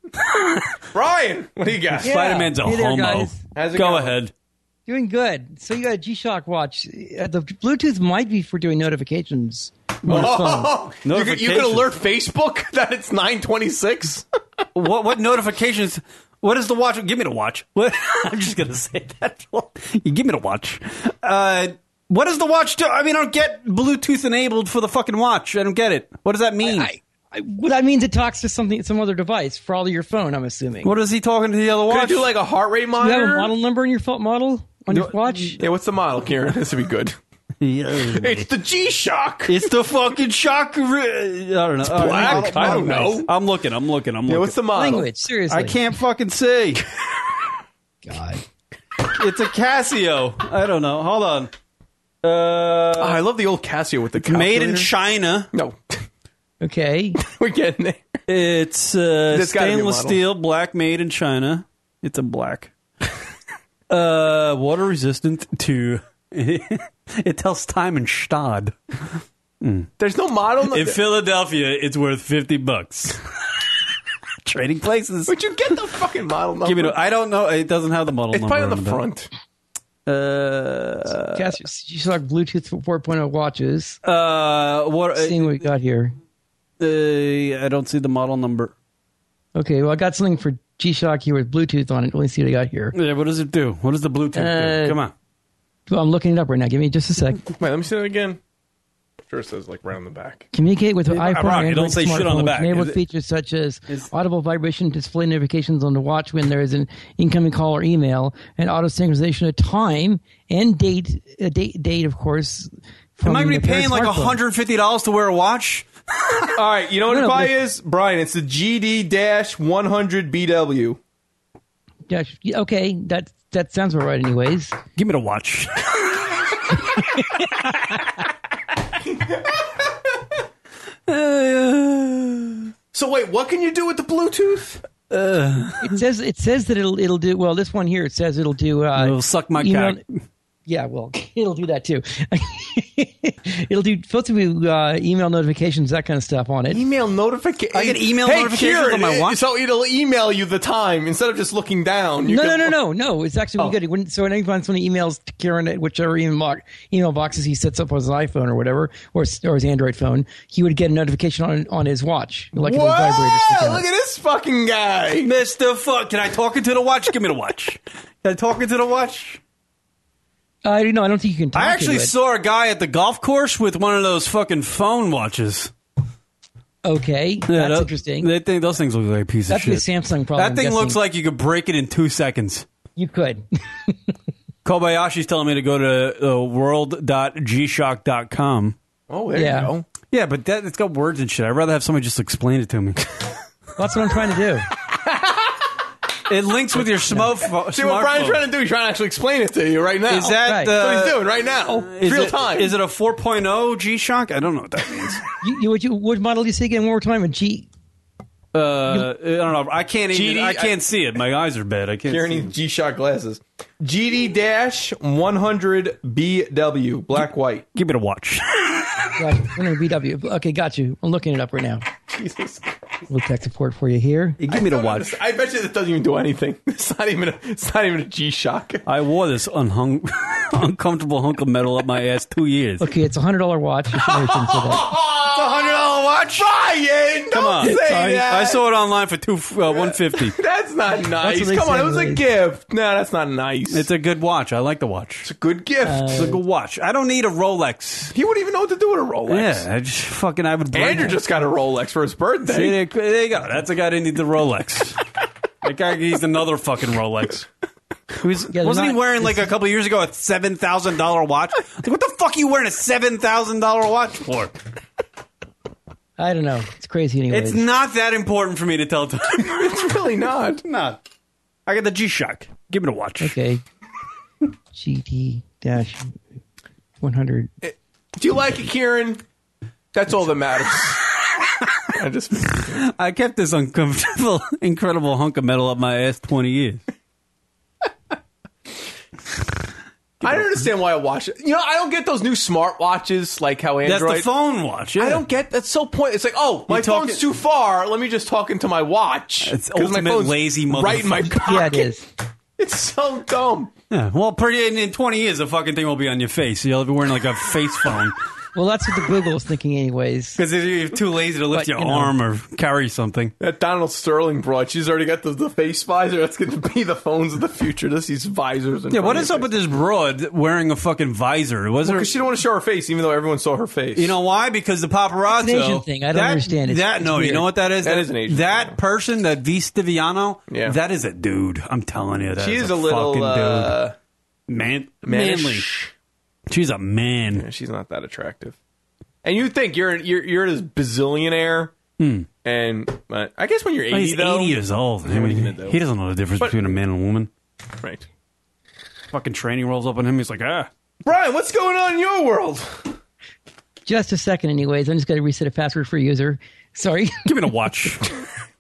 Brian, what do you got?
Spider-Man's a
Hey there,
homo.
guys.
How's it
Go
going?
ahead.
Doing good. So you got a G-Shock watch. Uh, The Bluetooth might be for doing notifications.
Oh, you, could, you could
Notifications.
alert Facebook that it's nine twenty-six.
what what notifications? What is the watch? Give me the watch. What, I'm just gonna say that. You give me the watch. Uh, What does the watch do? I mean, I don't get Bluetooth enabled for the fucking watch. I don't get it. What does that mean?
I, what that means, it talks to something, some other device, probably your phone. I'm assuming.
what is he talking to the other
Could I
watch?
do like a heart rate
Do you have a
monitor?
model number in your phone model on your watch?
Yeah, what's the model, Kieran? This would be good. It's the G Shock.
it's the fucking shock. I don't know.
black? I don't know.
I'm looking. I'm looking. I'm looking.
Yeah, what's the model?
Language, seriously.
I can't fucking see.
God.
It's a Casio. I don't know. Hold on.
Oh,
Uh,
I love the old Casio with the
made
calculator.
in China.
No,
Okay.
we're getting there.
It's uh,
There's gotta be a
stainless
model.
steel, black, made in China. It's a black. uh, water resistant to. it tells time in Stad.
Hmm. There's no model.
In Philadelphia, it's worth fifty bucks. Trading places.
Would you get the fucking model number?
Give me. the- I don't know. It doesn't have the model
it's
number.
probably on the
it.
front.
Uh,
Cass, you select Bluetooth for 4.0 watches.
uh, what?
Seeing what we got here.
Uh, I don't see the model number.
Okay, well, I got something for G-Shock here with Bluetooth on it. Let me see what I got here.
Yeah, what does it do? What does the Bluetooth
Uh,
do? Come on.
Well, I'm looking it up right now. Give me just a sec.
Wait, let me see that again. Sure, it says like right on the back.
Communicate with iPhone
Rock, it
and
don't
Android
say shit on the
smartphone,
back.
which
Is
Enable
it-
features such as audible vibration, display notifications on the watch when there is an incoming call or email, and auto synchronization of time and date. A date, date, of course.
Am
from
I
the
going to be
parent
paying like
smartphone.
hundred fifty dollars to wear a watch?
All right, you know what
No,
it
no,
probably
but-
is, Brian? It's the GD 100 BW.
Yeah, sh- yeah, okay, that that sounds about right. Anyways,
Give me the watch.
So wait, what can you do with the Bluetooth?
it says it says that it'll it'll do well. This one here it says it'll do. Uh,
It'll suck my
email-
cock.
Yeah, well, it'll do that too. it'll do filter uh, email notifications, that kind of stuff on it.
Email notification.
I get email notifications on my watch?
So it'll email you the time instead of just looking down. You
No, no,
can-
no, no, no. It's actually
Oh.
really good. When, so when anyone when he emails to Kieran at whichever email, box, email boxes he sets up on his iPhone or whatever, or his, or his Android phone, he would get a notification on on his watch, like if it
Whoa!
was vibrator. or something
Look at this fucking guy.
Mister Fuck, can I talk into the watch? Give me the watch. Can I talk into the watch?
I don't know. I don't think you can. Talk
I actually
into it.
saw a guy at the golf course with one of those fucking phone watches.
Okay,
Yeah,
that's
tho-
interesting.
They think those things look like a piece
That'd be a
of shit.
Samsung problem.
That
I'm
thing
guessing.
looks like you could break it in two seconds.
you could.
Kobayashi's telling me to go to uh, world.gshock.com.
Oh, there
Yeah.
you go.
Yeah, but that, it's got words and shit. I'd rather have somebody just explain it to me.
that's what I'm trying to do.
It links with your smo- fo- smartphone.
See what Brian's trying to do? He's trying to actually explain it to you right now.
Is that
Right.
the-
That's what he's doing right now?
is
Real
it-
time.
Is it a 4.0 G-Shock? I don't know what that means.
You, you, would you, what model do you say again? One more time. A G.
uh, I don't know. I can't even.
GD
I can't see it. My eyes are bad. I can't.
Here
See
needs G Shock glasses. GD 100 BW, black white.
Give me the watch.
Right, we're gonna BW. Okay, got you. I'm looking it up right now.
Jesus.
We'll tech support for you here.
Give me the watch.
I bet you this doesn't even do anything. It's not even a, it's not even a G Shock.
I wore this unhung, uncomfortable hunk of metal up my ass two years.
Okay, it's a hundred dollar watch. You should reach into that.
Oh, It's a hundred dollar watch. Brian,
Come on.
Say that.
I saw it online for two uh, 150.
That's not nice.
they
Come on,
say
it was a
it is.
gift. No, that's not nice.
It's
It's
a good watch. I like the watch.
a good gift.
It's a good watch. I don't need a Rolex.
he wouldn't even know what to do with a Rolex.
Yeah, I just fucking I would. blame
Andrew
it.
just got a Rolex for his
See,
birthday.
there, there you go. That's a guy that needs the Rolex. that guy needs another fucking Rolex. He was-
they're
wasn't he
not-
wearing like a couple years ago a seven thousand dollar watch? Like, what the fuck are you wearing a seven thousand dollar watch for?
I don't know. It's crazy anyways.
It's not that important for me to tell. Time.
It's really not.
not. I got the G Shock. Give me the watch.
okay. GT dash one hundred.
Do you like it, Kieran? That's all that matters. I just
I kept this uncomfortable, incredible hunk of metal up my ass twenty years.
I don't understand why I watch it. You know, I don't get those new smart watches like how
That's
Android.
the phone watch. Yeah.
I don't get that's so point. It's like, oh, my
talking-
phone's too far. Let me just talk into my watch.
It's
'Cause my
ultimate
phone's
lazy
right in my pocket.
Yeah, it is.
It's so dumb.
Yeah, well, pretty in, in twenty years, the fucking thing will be on your face. You'll be wearing like a face phone.
Well, that's what the Google is thinking, anyways.
Because you're too lazy to lift
But,
your
you know.
arm or carry something.
That Donald Sterling broad, she's already got the, the face visor. That's going to be the phones of the future. This these visors. in
Yeah,
front
what
of
is
your
up with this broad wearing a fucking visor? Was
Well,
there?
'cause she don't want to show her face, even though everyone saw her face.
You know why? Because the paparazzo
It's an Asian thing. I don't
that,
understand. It's-
that
it's
no, you
weird.
know what that is?
That is an Asian
That person, that V Stiviano,
Yeah.
that is a dude. I'm telling you, that
she
is
is a little
fucking
uh,
dude. Man,
mannish.
manly. She's a man.
She's not that attractive. And you think you're you're you're this bazillionaire, and uh, I guess when you're 80
Hmm. He's
though,
80 years old. I
what are you
mean,
gonna do?
he doesn't know the difference
But-
between a man and a woman.
right?
Fucking training rolls up on him. He's like, ah.
Brian, what's going on in your world?
Just a second, anyways. I'm just going to reset a password for user. Sorry.
Give me the watch.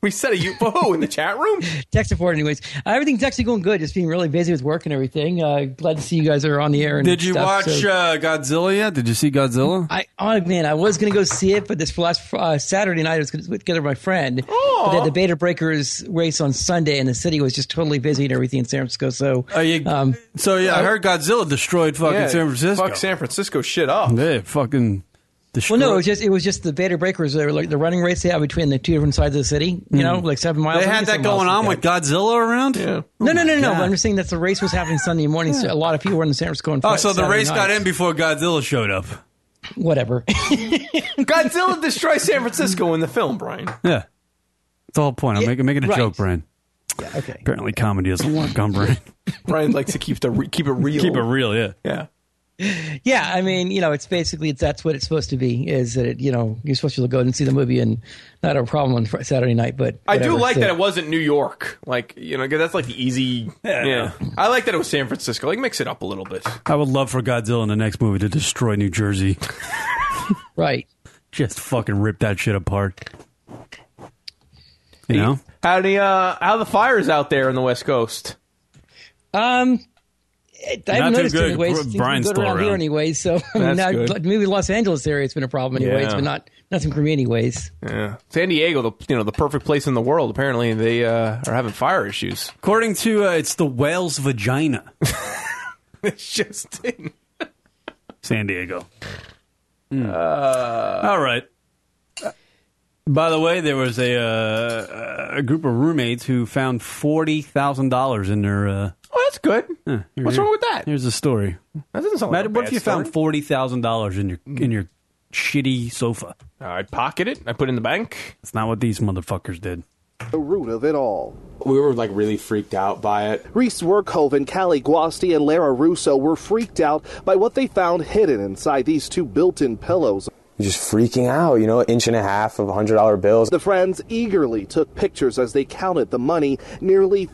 We said a you oh in the chat room.
Tech support, anyways. Everything's actually going good. Just being really busy with work and everything. Uh, glad to see you guys are on the air. And
Did you
stuff,
watch
so-
uh, Godzilla yet? Did you see Godzilla?
I oh man, I was gonna go see it, but this last uh, Saturday night I was gonna get together with my friend. But they had the Beta Breakers race on Sunday, and the city was just totally busy and everything in San Francisco. So
Are you,
um,
so yeah, I heard Godzilla destroyed fucking
Yeah,
San Francisco.
Fuck San Francisco shit up.
They fucking
Well,
destroyed.
no, it was just it was just the Beta Breakers. They were like the running race they have between the two different sides of the city. You know, like seven miles.
they
I
had
think
that
seven miles
going
like
on
that.
with Godzilla around. Oh
Yeah.
No, no, no, no. no.
God.
But I'm just saying that the race was happening Sunday morning. So a lot of people were in San Francisco. On
Oh, so the
Saturday
race got
night.
in before Godzilla showed up.
Whatever.
Godzilla destroys San Francisco in the film, Brian.
Yeah, that's the whole point. I'm making making a
right.
joke, Brian.
okay.
Apparently, comedy doesn't work on Brian.
Brian likes to keep the re- keep it real.
Keep it real, yeah.
Yeah.
Yeah, I mean, you know, it's basically it's that's what it's supposed to be. Is that it, you know you're supposed to go and see the movie and not have a problem on Fri- Saturday night. But
I do
whatever,
like
so-
that it wasn't New York. Like, you know, 'cause that's like the easy. Yeah. I like that it was San Francisco. Like, mix it up a little bit.
I would love for Godzilla in the next movie to destroy New Jersey.
Right.
Just fucking rip that shit apart. You know,
How the uh, how the fires out there on the West Coast?
Um, it, I haven't
too
noticed
good.
it anyways.
Br-
Things
Brian's
been good
still
around, here
around.
anyways. So I mean,
That's
now,
good.
like, maybe Los Angeles area it's been a problem anyways,
Yeah.
but not nothing for me anyways.
Yeah. San Diego, the you know the perfect place in the world. Apparently, they uh, are having fire issues.
according to uh, it's the whale's vagina,
It's just
San Diego.
Hmm.
Mm. All right. By the way, there was a uh, a group of roommates who found forty thousand dollars in their. Uh,
Oh, that's good.
huh, here-
What's wrong with that?
Here's the story.
That doesn't sound like
Matt,
a
what
bad
if you
story.
found forty thousand dollars in your in your shitty sofa?
I'd pocket it. I put it in the bank.
That's not what these motherfuckers did.
the root of it all.
We were like really freaked out by it.
Reese Werkhoven, Callie Guasti, and Lara Russo were freaked out by what they found hidden inside these two built in pillows.
Just freaking out, you know, inch and a half of hundred dollar bills.
The friends eagerly took pictures as they counted the money nearly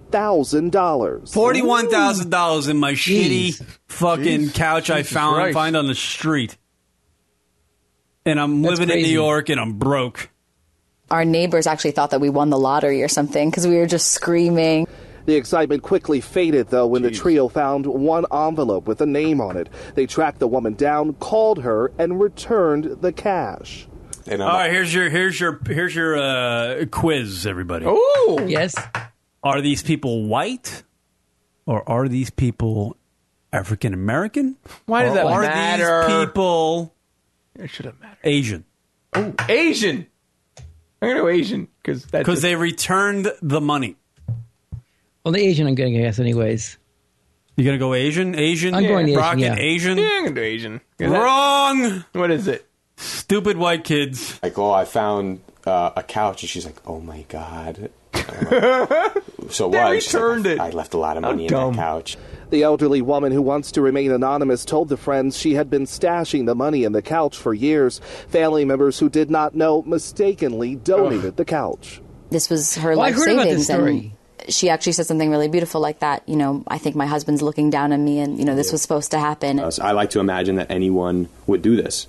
$41,000.
Forty one thousand dollars in my
Jeez.
shitty fucking couch I
Jesus
found
Christ.
find on the street, and I'm
That's
living in
crazy.
New York and I'm broke.
Our neighbors actually thought that we won the lottery or something because we were just screaming.
The excitement quickly faded, though, when the trio found one envelope with a name on it. They tracked the woman down, called her, and returned the cash.
And
All right, here's your here's your here's your uh, quiz, everybody.
Ooh,
Yes.
Are these people white, or are these people African American?
why does that
Are
matter?
these people
it should have mattered.
Asian?
Oh, Asian. I'm gonna go Asian because that
Because
just-
they returned the money.
Well, the Asian I'm going to guess anyways.
You gonna go Asian? Asian?
I'm going Asian,
Rockin'
yeah.
Asian?
Yeah, I'm gonna do Asian. 'Cause that-
Wrong!
what is it?
Stupid white kids.
Like, oh, I found uh, a couch, and she's like, oh my god. I'm like, so what? She's like,
returned it.
I left a lot of
How
money in
dumb.
that couch.
The elderly woman who wants to remain anonymous told the friends she had been stashing the money in the couch for years. Family members who did not know mistakenly donated the couch.
This was her
Well, I
life
heard about
savings.
this story.
And she actually said something really beautiful like that. You know, I think my husband's looking down on me and, you know, this was supposed to happen.
Uh, so I like to imagine that anyone would do this.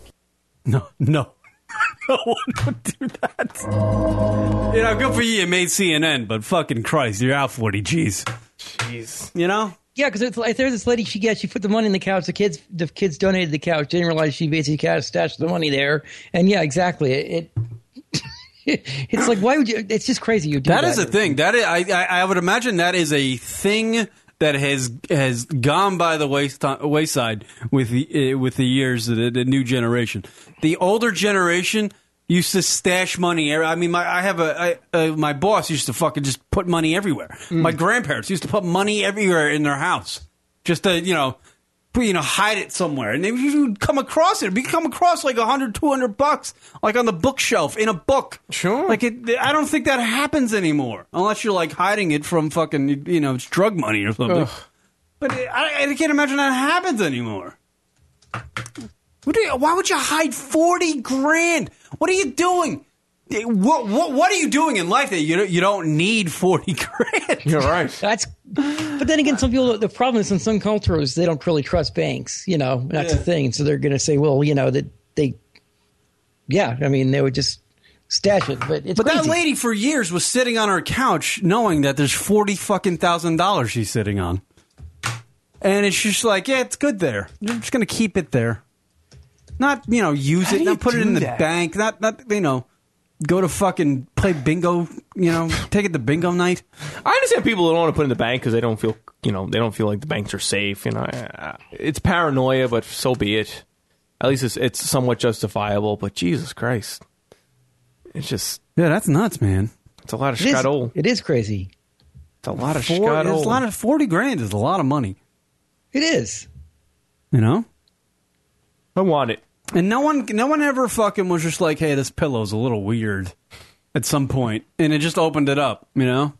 No, no. no one would do that. You know, good for you, you made CNN, but fucking Christ, you're out 40 G's.
Jeez.
You know?
Yeah, because it's like there's this lady. She yeah, she put the money in the couch. The kids, the kids donated the couch. Didn't realize she basically kind of stashed the money there. And yeah, exactly. It, it it's like why would you? It's just crazy. You do
That
that,
is a thing. That is, I, I, I would imagine that is a thing that has has gone by the waist, wayside with the uh, with the years, the, the new generation. The older generation used to stash money. every- I mean, my I have a I, uh, my boss used to fucking just put money everywhere. My
Mm.
grandparents used to put money everywhere in their house, just to you know. put- You know, hide it somewhere, and if you come across it, if you come across like 100, 200 bucks, like on the bookshelf in a book. Sure. Like it, I don't think that happens anymore, unless you're like hiding it from fucking you know it's drug money or something.
Ugh.
But I, I can't imagine that happens anymore. What do you- why would you hide forty grand? What are you doing? Eh, What what what are you doing in life that you don't- you don't need forty grand? You're right.
That's. But then again, some people the problem is in some cultures they don't really trust banks. You know, that's the
Yeah.
thing. So they're going to say, well, you know that they. Yeah, I mean, they would just stash it, but it's
But that
crazy.
lady for years was sitting on her couch knowing that there's forty fucking thousand dollars she's sitting on, and it's just like yeah, it's good there. I'm just gonna keep it there, not you know use it, not put it in the bank, not not you know go to fucking play bingo, you know take it to bingo night.
I understand people that don't want to put in the bank because they don't feel, you know, they don't feel like the banks are safe. You know, I- I- it's paranoia, but so be it. At least it's it's somewhat justifiable. But Jesus Christ, it's just
yeah, that's nuts, man.
It's a lot of
It is-
schedol.
It is crazy.
It's a lot of
Four- it's
schedol.
a lot of forty grand is a lot of money.
It is.
You know?
I want it.
And no one no one ever fucking was just like, hey, this pillow's a little weird at some point. And it just opened it up, you know?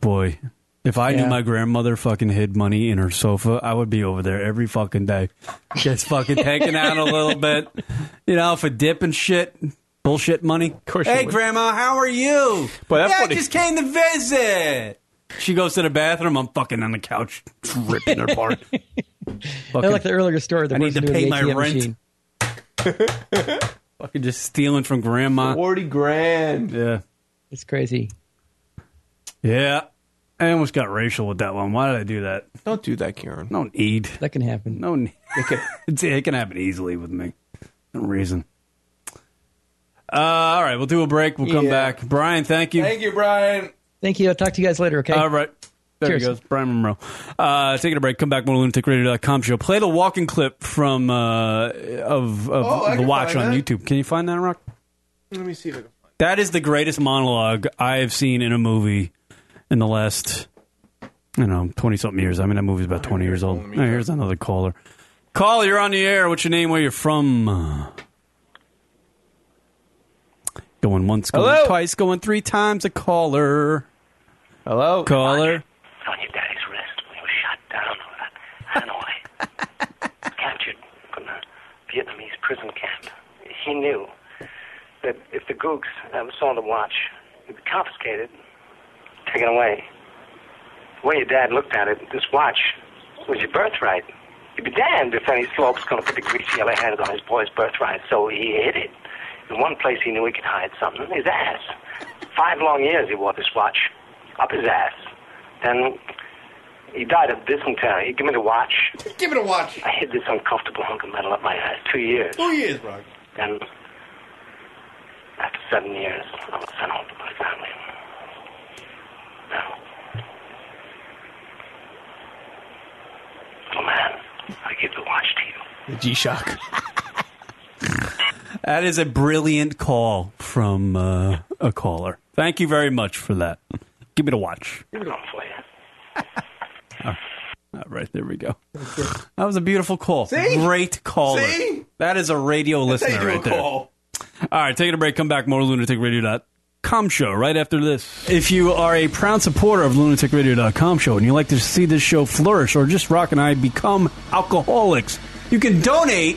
Boy. If I
Yeah.
knew my grandmother fucking hid money in her sofa, I would be over there every fucking day. Just fucking taking out a little bit. You know, for dip and shit. Bullshit money.
you
hey,
would.
grandma, how are you?
Boy, that
yeah,
funny-
I just came to visit. She goes to the bathroom. I'm fucking on the couch, ripping her apart.
I like the earlier story. The
I need
person
to
who had
pay
the
my
ATM
rent.
machine.
Fucking just stealing from grandma.
Forty grand.
Yeah.
It's crazy.
Yeah. I almost got racial with that one. Why did I do that?
Don't do that, Karen.
No need.
That can happen.
No need. It can, it can happen easily with me. No reason. Uh, all right, we'll do a break. We'll come back. Brian, thank you.
you, Brian.
Thank you. I'll talk to you guys later. Okay.
All right. There he
Cheers.
goes. Brian Monroe. Uh, taking a break. Come back. More lunaticradio.com show. Play the walking clip from uh, of, of
Oh, I
the
can
watch
find
on
that.
YouTube. Can you find that, Rock?
Let me see if I can.
That is the greatest monologue I have seen in a movie in the last, you know, 20 something years. I mean, that movie's about 20 years old. Oh, here's another caller. Call, you're on the air. What's your name? Where you from? Going once, going
Hello?
twice, going three times a caller.
Hello?
Caller.
on your daddy's wrist when he was shot down on that Hanoi, captured from a Vietnamese prison camp. He knew that if the gooks ever saw the watch, it would be confiscated, taken away. The way your dad looked at it, this watch was your birthright. You'd be damned if any slope's going to put the greasy yellow hands on his boy's birthright, so he hid it. In one place he knew he could hide something, his ass. Five long years he wore this watch, up his ass. Then he died of dysentery. He gave me the watch.
Give it a watch.
I hid this uncomfortable hunk of metal up my ass two years.
Two years, Rock.
Then, after seven years, I was sent home to my family. Now, little man, I give the watch to you.
The G Shock.
That is a brilliant call from uh, a caller. Thank you very much for that. Give me the watch.
Give it on for you.
All right, there we go. That was a beautiful call.
See?
Great caller.
See?
That is a radio
That's how
listener
you do a
right there.
call.
All right, taking a break. Come back. More lunaticradio.com show right after this. If you are a proud supporter of lunaticradio.com show and you like to see this show flourish or just Rock and I become alcoholics, you can donate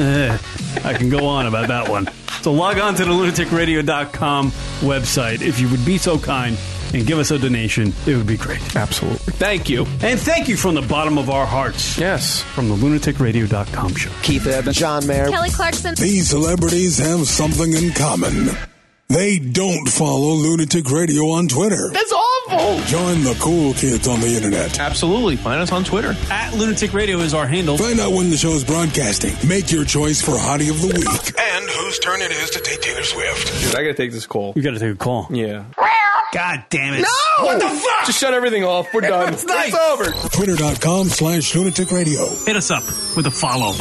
I can go on about that one. So log on to the lunaticradio.com website if you would be so kind and give us a donation. It would be great.
Absolutely.
Thank you. And thank you from the bottom of our hearts. Yes. From the lunaticradio.com show.
Keith Evans, John Mayer,
Kelly Clarkson.
These celebrities have something in common. They don't follow Lunatic Radio on Twitter.
That's awful.
Join the cool kids on the internet.
Absolutely. Find us on Twitter.
At Lunatic Radio is our handle.
Find out when the show's broadcasting. Make your choice for Hottie of the Week.
And whose turn it is to take Taylor Swift.
Dude, I gotta take this call.
You gotta take a call.
Yeah.
God damn it.
No!
What the fuck?
Just shut everything off. We're done.
It's nice.
over.
Twitter.com slash Lunatic Radio.
Hit us up with a follow.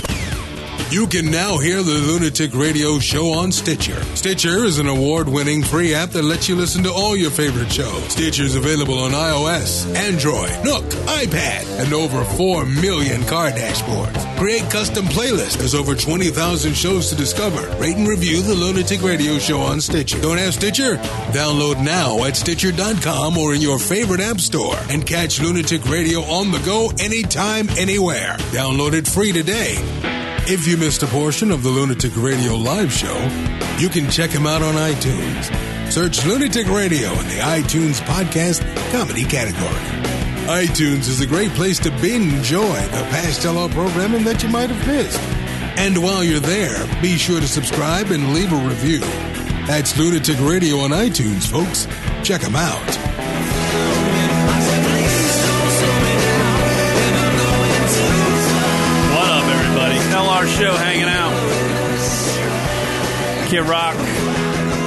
You can now hear the Lunatic Radio show on Stitcher. Stitcher is an award winning free app that lets you listen to all your favorite shows. Stitcher's available on iOS, Android, Nook, iPad, and over 4 million car dashboards. Create custom playlists. There's over 20,000 shows to discover. Rate and review the Lunatic Radio show on Stitcher. Don't have Stitcher? Download now at Stitcher.com or in your favorite app store and catch Lunatic Radio on the go anytime, anywhere. Download it free today. If you missed a portion of the Lunatic Radio live show, you can check him out on iTunes. Search Lunatic Radio in the iTunes podcast comedy category. iTunes is a great place to binge enjoy the past LR programming that you might have missed. And while you're there, be sure to subscribe and leave a review. That's Lunatic Radio on iTunes, folks. Check him out.
What up, everybody? LR Show hanging out. Kid Rock.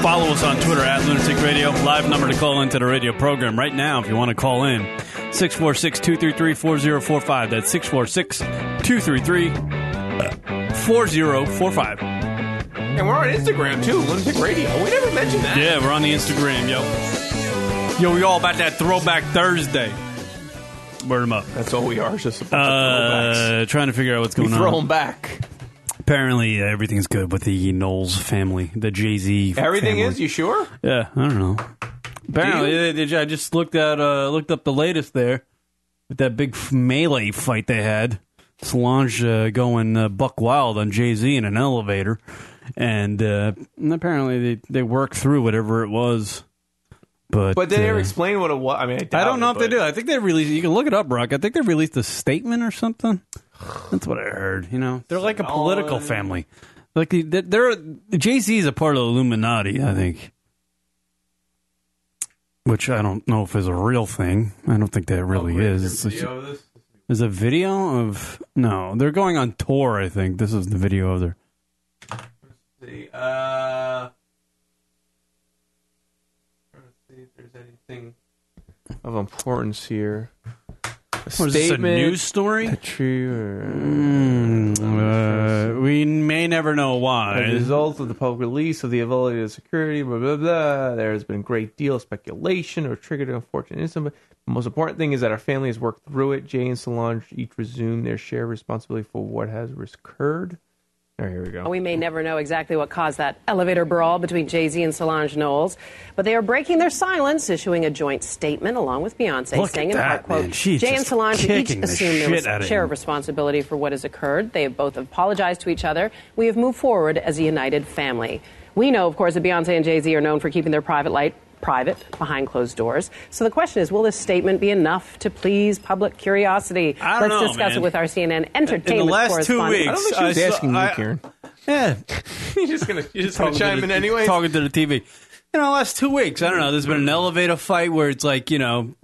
Follow us on Twitter at Lunatic Radio. Live number to call into the radio program right now if you want to call in. 646 233 4045. That's 646 233 4045.
And we're on Instagram too, Lunatic Radio. We never mentioned that.
Yeah, we're on the Instagram, yo. Yo, we all about that throwback Thursday. Word them up.
That's all we are. is Just a bunch of throwbacks.
Uh, trying to figure out what's
We
going
throw
on.
them back.
Apparently, uh, everything's good with the Knowles family, the Jay Z.
Everything is. You sure?
Yeah, I don't know. Apparently, they- they- I just looked at uh, looked up the latest there with that big f- melee fight they had. Solange uh, going uh, buck wild on Jay Z in an elevator, and, uh, and apparently they they worked through whatever it was. But
But they never
uh,
explain what it was. I mean, I,
I
doubt
don't know
it,
if they
but-
do. I think they released. You can look it up, Rock. I think they released a statement or something. That's what I heard. You know, they're like a political family. Like they- they're Jay Z is a part of the Illuminati. I think, which I don't know if is a real thing. I don't think that really is. It's just- There's a video of no. They're going on tour. I think this is the video of their.
Uh, let's see if there's anything of importance here. A
What is this, a
statement-
news story? Hmm.
A true. uh,
Mm, uh, we may never know
As a
why.
result of the public release of the availability of security, blah blah blah, there has been a great deal of speculation or triggered an unfortunate incident. The most important thing is that our family has worked through it. Jay and Solange each resume their shared responsibility for what has occurred. There, here we go.
We may never know exactly what caused that elevator brawl between Jay Z and Solange Knowles, but they are breaking their silence, issuing a joint statement along with Beyonce,
Look
saying
at
in part,
that,
quote,
man. She's
Jay
just
and Solange each
kicking the
assume their
shit
res-
out of
share
him.
of responsibility for what has occurred. They have both apologized to each other. We have moved forward as a united family. We know, of course, that Beyonce and Jay Z are known for keeping their private life private behind closed doors. So the question is, will this statement be enough to please public curiosity?
I don't
Let's
know,
discuss
man.
it with our CNN entertainment
In the last two
correspondent.
weeks,
she was
saw-
asking you,
I-
Karen.
Yeah,
You're just gonna, you're just
Talking to the- Talking to the TV. You know, last two weeks, I don't know. There's been an elevator fight where it's like you know,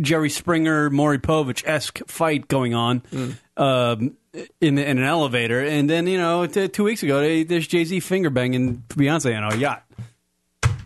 Jerry Springer, Maury Povich esque fight going on
Mm.
um, in in an elevator, and then you know, t- two weeks ago, they, there's Jay Z finger banging Beyonce on a yacht.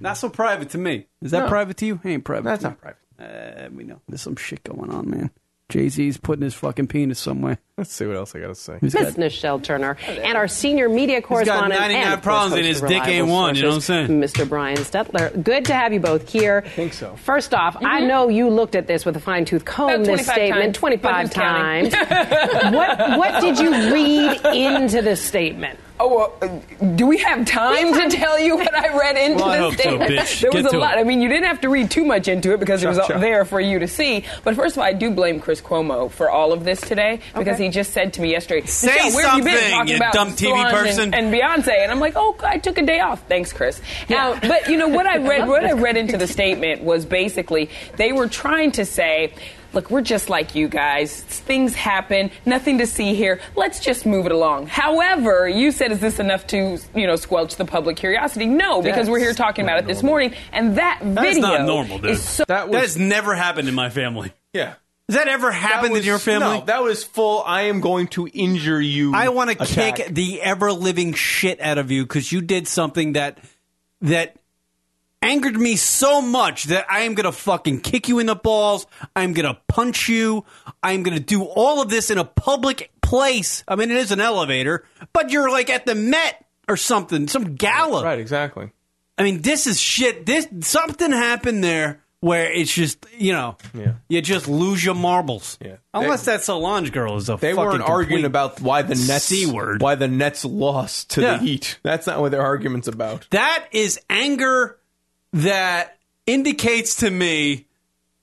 Not so private to me. Is that
No.
private to you? Ain't private.
That's
to
not private.
me. Uh, we know there's some shit going on, man. Jay Z's putting his fucking penis somewhere.
Let's see what else I gotta say.
He's got-
Miss Nichelle Turner and our senior media
got
correspondent.
99
and, of course,
problems
host
and his
of
dick ain't
Reliable
one, you know
Sources,
what I'm saying?
Mr. Brian Stetler, good to have you both here. I think
so.
First off, I know you looked at this with a fine tooth comb.
About
This
25
statement,
times.
twenty-five
But who's
times. what what did you read into this statement?
Oh, well, uh, do we have time to tell you what I read into
Well, I hope
this
so,
statement?
bitch.
there
Get
was a
to
lot.
it.
I mean, you didn't have to read too much into it because it
Chop,
was all
chop.
there for you to see. But first of all, I do blame Chris Cuomo for all of this today because he just said to me yesterday,
Say
"Michelle, where have you been
something,
talking
you
about
dumb TV
Solange
person."
and, and Beyonce?" And I'm like, "Oh, I took a day off. Thanks, Chris." Now, but you know what I read? what I read into the statement was basically they were trying to say. Look, we're just like you guys. Things happen. Nothing to see here. Let's just move it along. However, you said, is this enough to, you know, squelch the public curiosity? No, because we're here
That's
talking about it this morning. And that
That's
video
not normal, dude.
is so
that, has never happened in my family.
Yeah.
Has that ever happened in your family?
No, that was full. I am going to injure you.
I want to
attack.
kick the ever living shit out of you because you did something that that angered me so much that I am gonna fucking kick you in the balls. I'm gonna punch you. I'm gonna do all of this in a public place. I mean, it is an elevator, but you're like at the Met or something, some gala. Right,
exactly.
I mean, this is shit. This something happened there where it's just you know,
Yeah.
you just lose your marbles. Yeah, unless that Solange girl is a
They
fucking
weren't arguing
complete
about why the Nets
C word.
why the Nets lost to
Yeah.
the Heat. That's not what their argument's about.
That is anger that indicates to me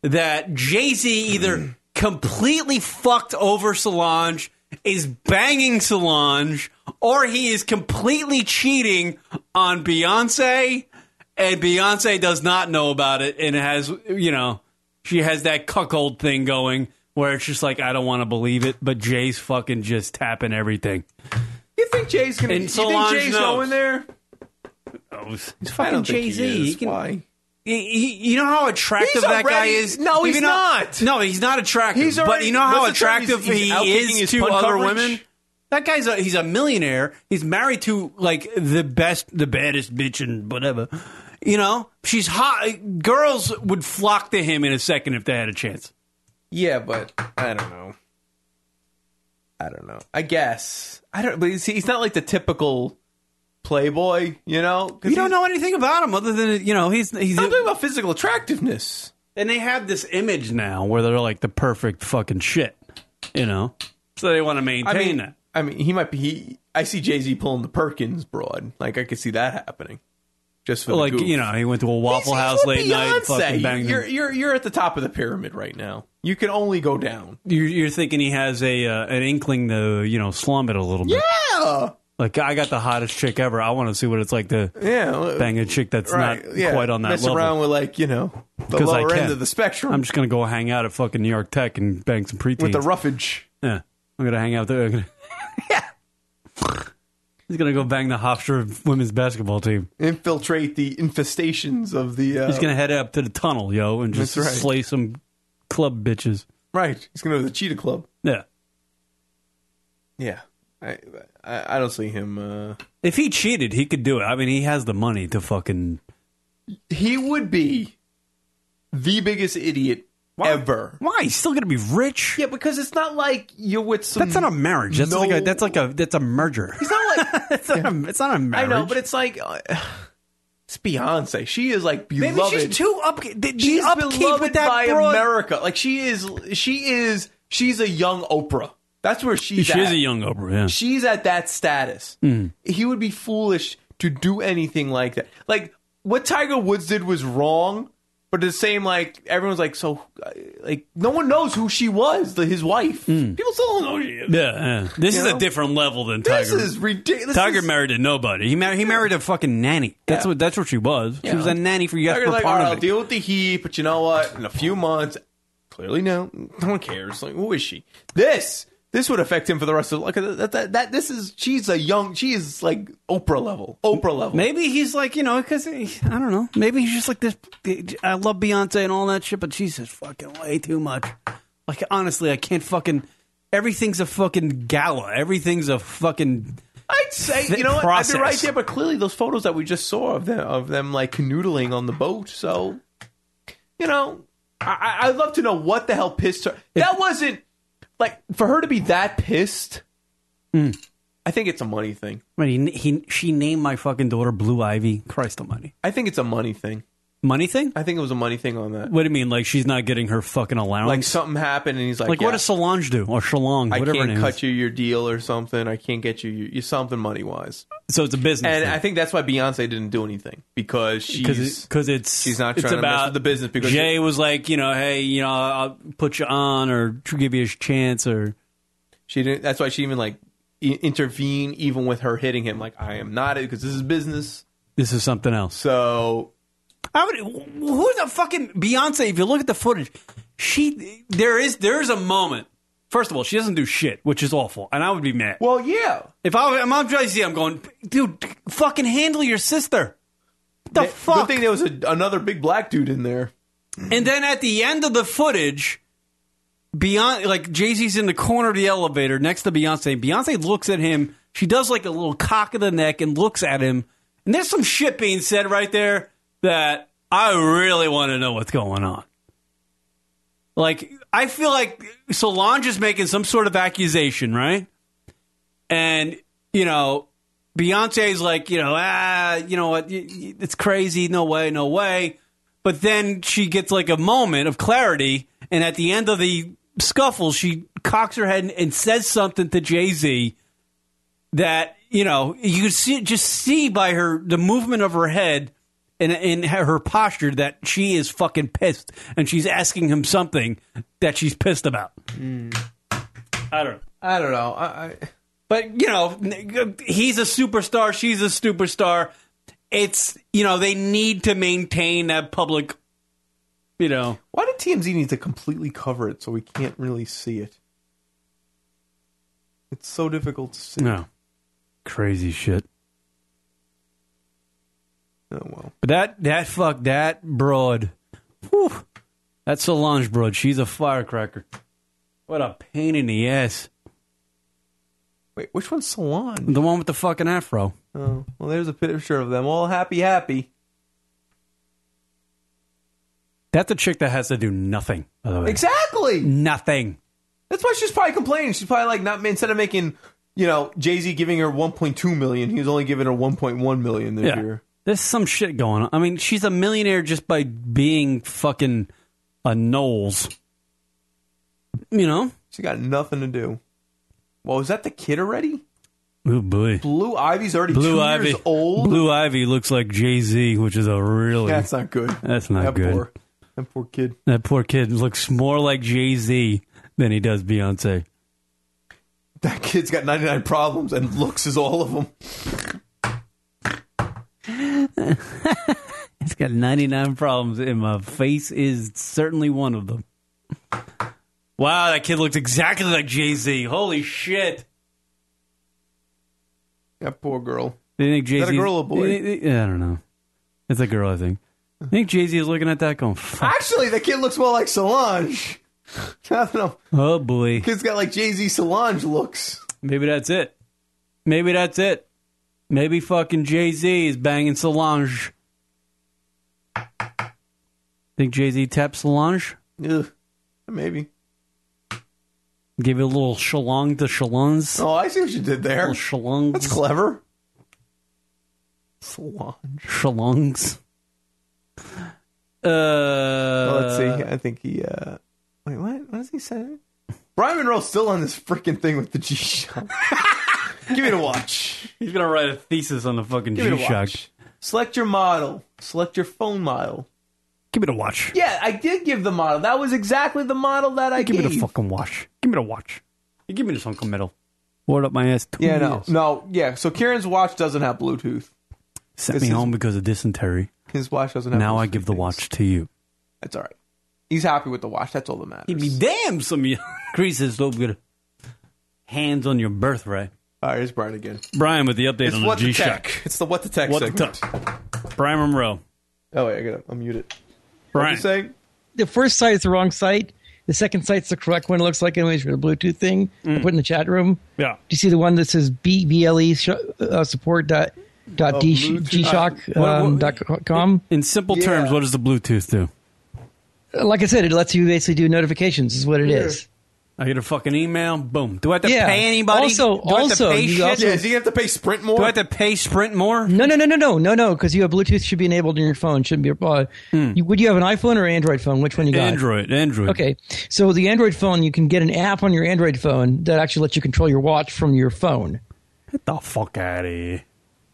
that Jay Z either completely fucked over Solange, is banging Solange, or he is completely cheating on Beyonce, and Beyonce does not know about it and has, you know, she has that cuckold thing going where it's just like, I don't want to believe it, but Jay's fucking just tapping everything.
You think Jay's gonna?
And
you
Solange
think Jay's
knows.
going there?
He's
I
fucking
don't think
Jay
he
Z.
is. Why?
You know how attractive
He's
that guy
already-
is.
no, he's
Even though-
not.
No, he's not attractive.
He's
but
already-
you know how
what's the term? He's-
attractive
he's out
he
kicking
is
his
to
pun
other
coverage?
women. That guy's a he's a millionaire. He's married to like the best, the baddest bitch, and whatever. You know, she's hot. Girls would flock to him in a second if they had a chance.
Yeah, but I don't know. I don't know. I guess I don't. But he's, he's not like the typical playboy, you know.
You don't know anything about him other than you know he's he's.
I'm talking about physical attractiveness.
And they have this image now where they're like the perfect fucking shit. You know, so they want to maintain
I mean,
that.
I mean, he might be. He, I see Jay Z pulling the Perkins broad. Like I could see that happening. Just for the
like
goof.
you know, he went to a Waffle
He's
House
with
late night, and
Beyonce.
fucking banged.
You're
You're,
you're you're at the top of the pyramid right now. You can only go down.
you're, you're thinking he has a uh, an inkling to you know slum it a little bit.
Yeah.
Like I got the hottest chick ever. I want to see what it's like to
Yeah.
bang a chick that's
right.
not
yeah.
quite on that
Mess
level.
around with like you know the
'Cause I
lower
can.
end of the spectrum.
I'm just gonna go hang out at fucking New York Tech and bang some preteens
with the roughage.
Yeah, I'm gonna hang out there. I'm gonna- He's gonna go bang the Hofstra women's basketball team.
Infiltrate the infestations of the. Uh,
He's gonna head up to the tunnel, yo, and just
That's right.
slay some club bitches.
right. He's gonna go to the Cheetah Club.
Yeah.
Yeah, I I, I don't see him. Uh,
If he cheated, he could do it. I mean, he has the money to fucking.
he would be the biggest idiot ever.
Why? He's still gonna be rich.
Yeah, because it's not like you're with some.
That's not a marriage. That's
No-
like a that's like a that's a merger.
It's not like
it's, not a, it's not a
I
marriage.
know, but it's like uh, it's Beyonce. She is like beloved.
maybe she's too up. The, the
She's
upkeep
beloved
with that
by
broad.
America. Like she is. She is. She's a young Oprah. That's where she's.
She
at.
is a young Oprah. Yeah.
She's at that status.
Mm.
He would be foolish to do anything like that. Like what Tiger Woods did was wrong, but the same like everyone's like so uh, like no one knows who she was, the, his wife.
Hmm.
People still don't know who she is.
Yeah, yeah. This
You
is
know?
a different level than
This
Tiger.
is ridiculous.
Tiger
This is-
married a nobody. He married he married a fucking nanny. That's
Yeah.
what that's what she was.
Yeah.
She was a nanny for
Tiger's
Jesper
like, all right, I'll
Parnovich.
deal with the heat, but you know what? In a few months, clearly no, no one cares. Like, who is she? This, this would affect him for the rest of like that. That, that this is she's a young, she is like Oprah level, Oprah level.
Maybe he's like you know because I don't know. Maybe he's just like this. I love Beyonce and all that shit, but she's just fucking way too much. Like honestly, I can't fucking. Everything's a fucking gala. Everything's a fucking.
I'd say
Th-
you know what? I'd be right
process.
there, but clearly those photos that we just saw of them of them like canoodling on the boat. So you know, I, I- I'd love to know what the hell pissed her. That wasn't like for her to be that pissed.
Hmm.
I think it's a money thing.
I mean, he, he she named my fucking daughter Blue Ivy. Christ Almighty.
I think it's a money thing.
Money thing?
I think it was a money thing on that.
What do you mean? Like she's not getting her fucking allowance?
Like something happened, and he's like,
Like, what
yeah,
does Solange do? Or Shalong,
I
whatever her
can't
name
cut
is.
you your deal or something. I can't get you you, you something money wise.
So it's a business.
And
thing.
I think that's why Beyonce didn't do anything because she's
because it's
she's not
it's
trying to mess
about-
with the business because
Jay was like, you know, hey, you know, I'll put you on or tr- give you a chance or
she didn't. That's why she even like i- intervene even with her hitting him. Like I am not it because this is business.
this is something else.
So
I would. Who the fucking Beyonce? If you look at the footage, she there is there is a moment. First of all, she doesn't do shit, which is awful, and I would be mad.
Well, yeah.
If I, I'm on Jay Z, I'm going, dude, fucking handle your sister. What the fuck?
good thing there was a, another big black dude in there.
And then at the end of the footage, Beyonce, like Jay Z's in the corner of the elevator next to Beyonce. Beyonce looks at him. She does like a little cock of the neck and looks at him. And there's some shit being said right there that I really want to know what's going on. Like, I feel like Solange is making some sort of accusation, right? And, you know, Beyonce's like, you know, ah, you know what? y- y- It's crazy. No way, no way. But then she gets like a moment of clarity. And at the end of the scuffle, she cocks her head and, and says something to Jay Z that, you know, you could see, just see by her, the movement of her head and, and her posture that she is fucking pissed. And she's asking him something that she's pissed about. I don't.
Hmm. I don't know. I, I
But you know, he's a superstar. She's a superstar. It's you know they need to maintain that public. You know,
why did TMZ need to completely cover it so we can't really see it? It's so difficult to see.
no crazy shit.
Oh well.
But that that fuck that broad, whew, that Solange broad. She's a firecracker. What a pain in the ass.
Wait, which one's Solange?
The one with the fucking afro.
Oh, well, there's a picture of them all happy, happy.
That's a chick that has to do nothing. By the way.
Exactly.
Nothing.
That's why she's probably complaining. She's probably like, not instead of making, you know, Jay Z giving her 1.2 million, he's only giving her 1.1 million this
Yeah.
year.
There's some shit going on. I mean, she's a millionaire just by being fucking a Knowles. You know?
She got nothing to do. Well, is that the kid already?
Oh boy.
Blue Ivy's already two
Blue Ivy.
years old.
Blue Ivy looks like Jay Z, which is a really
That's not good.
That's not
that
good.
Poor, that poor kid.
That poor kid looks more like Jay Z than he does Beyonce.
That kid's got 99 problems and looks is all of them.
He's got 99 problems, and my face is certainly one of them. Wow, that kid looks exactly like Jay Z. Holy shit.
That poor girl.
Do you think Jay
Is
Z?
that a girl or boy?
I don't know. It's a girl, I think. I think Jay Z is looking at that going, fuck.
Actually, the kid looks more like Solange. I don't know.
Oh boy.
Kid's got like Jay Z Solange looks.
Maybe that's it. Maybe that's it. Maybe fucking Jay Z is banging Solange. Think Jay Z tapped Solange?
Ugh. Maybe.
Give it a little shalong to shalons?
Oh, I see what you did there.
Little shalongs.
That's clever. Solange.
Shalongs. Uh,
Well, let's see. I think he. uh Wait, what? What does he say? Brian Monroe's still on this freaking thing with the G Shock. Give me the watch.
He's gonna write a thesis on the fucking
Give me
G
the
Shock.
watch. Select your model. Select your phone model.
Give it a watch.
Yeah, I did give the model. That was exactly the model that I
Give me
gave.
the fucking watch. Give me the watch. You give me this Uncle Metal. Wore it up my ass. Two
yeah, no,
years.
no, yeah. So Kieran's watch doesn't have Bluetooth.
Sent
This
me
is-
home because of dysentery.
His watch doesn't have.
Now
Bluetooth.
I give the watch to you.
It's all right. He's happy with the watch. That's all that matters.
He'd be damn some creases over your hands on your birthright.
All right, here's Brian again.
Brian with the update
It's
on the
what
G
the
Shock.
tech. It's the what the tech.
What the
segment.
Brian Monroe.
Oh wait, I gotta unmute it.
Brian.
What you saying?
The first site is the wrong site. The second site's the correct one. It looks like anyways for the Bluetooth thing. I put in the chat room.
Mm. Yeah.
Do you see the one that says B B L E sh- uh, support dot dot
Oh,
D
Bluetooth. Uh,
G Shock
What-
um,
what-
dot co- com?
In simple
Yeah.
terms, what does the Bluetooth do?
Like I said, it lets you basically do notifications. Is what it is.
I get a fucking email. Boom. Do I have to
Yeah.
pay anybody?
Also-
do I have
also,
to pay
you
shit?
also- Yeah, is he
gonna have to pay Sprint more? Do I have to pay Sprint more?
No, no, no, no, no, no, no. Because you have Bluetooth should be enabled in your phone. Shouldn't be. Uh, you, would you have an iPhone or Android phone? Which one you got?
Hmm. Android, Android.
Okay, so the Android phone, you can get an app on your Android phone that actually lets you control your watch from your phone.
Get the fuck out of here.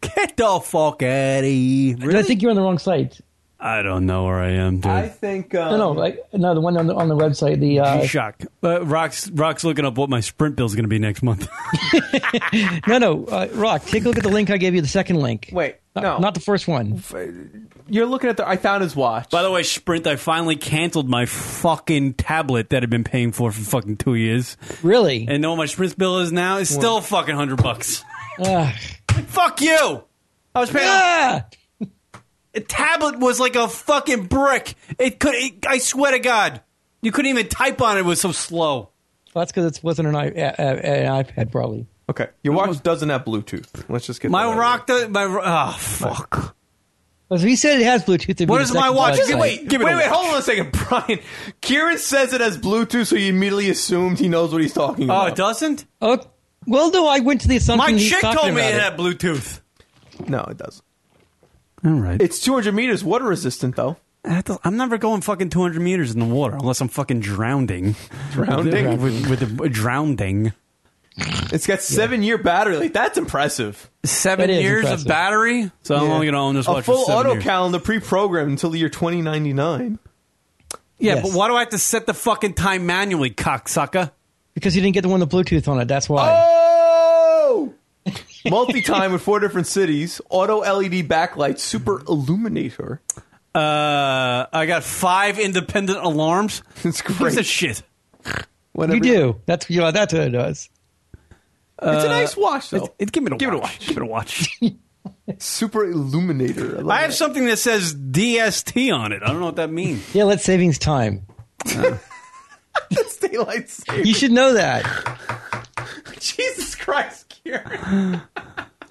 Get the fuck out of here.
I think you're on the wrong site.
I don't know where I am, dude.
I think. Um,
no, no, like no, the one on the on the website. The uh,
Shock. Uh, Rock's Rock's looking up what my Sprint bill's going to be next month.
no, no, uh, Rock. Take a look at the link I gave you. The second link.
Wait,
Not-
no.
not the first one.
You're looking at the. I found his watch.
By the way, Sprint, I finally canceled my fucking tablet that I've been paying for for fucking two years.
Really?
And know what my Sprint bill is now? It's still fucking hundred bucks.
Ugh.
Fuck you! I was paying.
Yeah!
A tablet was like a fucking brick. It could. It, I swear to God, you couldn't even type on it. It was so slow.
Well, that's because it wasn't an, i- uh, uh, an iPad, probably.
Okay, your watch doesn't have Bluetooth. Let's just get that out
My
of the
rock. The, my oh fuck.
Well, if he said it has Bluetooth. it'd be
What
the
is
second
Just
website.
wait, wait, wait, hold on a second, Brian. Kieran says it has Bluetooth, so you immediately assumed he knows what he's talking
Oh,
about.
it doesn't.
Oh, well, no, I went to the assumption.
My
he's
chick
talking
told me
about
it had Bluetooth.
No, it doesn't.
All right.
It's 200 meters water resistant, though.
I'm never going fucking 200 meters in the water unless I'm fucking drowning.
Drowning?
with, with the drowning.
It's got seven year battery. Like that's impressive.
Seven
That is
years
impressive.
of battery. So I'm
Yeah.
only gonna own this
a
watch. for
full
seven
auto
years.
calendar pre-programmed until the year 2099.
Yeah,
Yes.
but why do I have to set the fucking time manually, cocksucker?
Because you didn't get the one with Bluetooth on it. That's why.
Oh! Multi-time with four different cities, auto
E
LED backlight, super illuminator.
Uh, I got five independent alarms.
It's great.
What's this shit?
you do. That's yeah, that's what it does. Uh,
it's a nice watch, though.
It, Uh, give it a watch. Give it a watch.
super illuminator. love
I have something that says DST on it. Uh. I don't know what that means.
Yeah, let savings time.
That's daylight saving.
You should know that.
Jesus Christ, Kieran.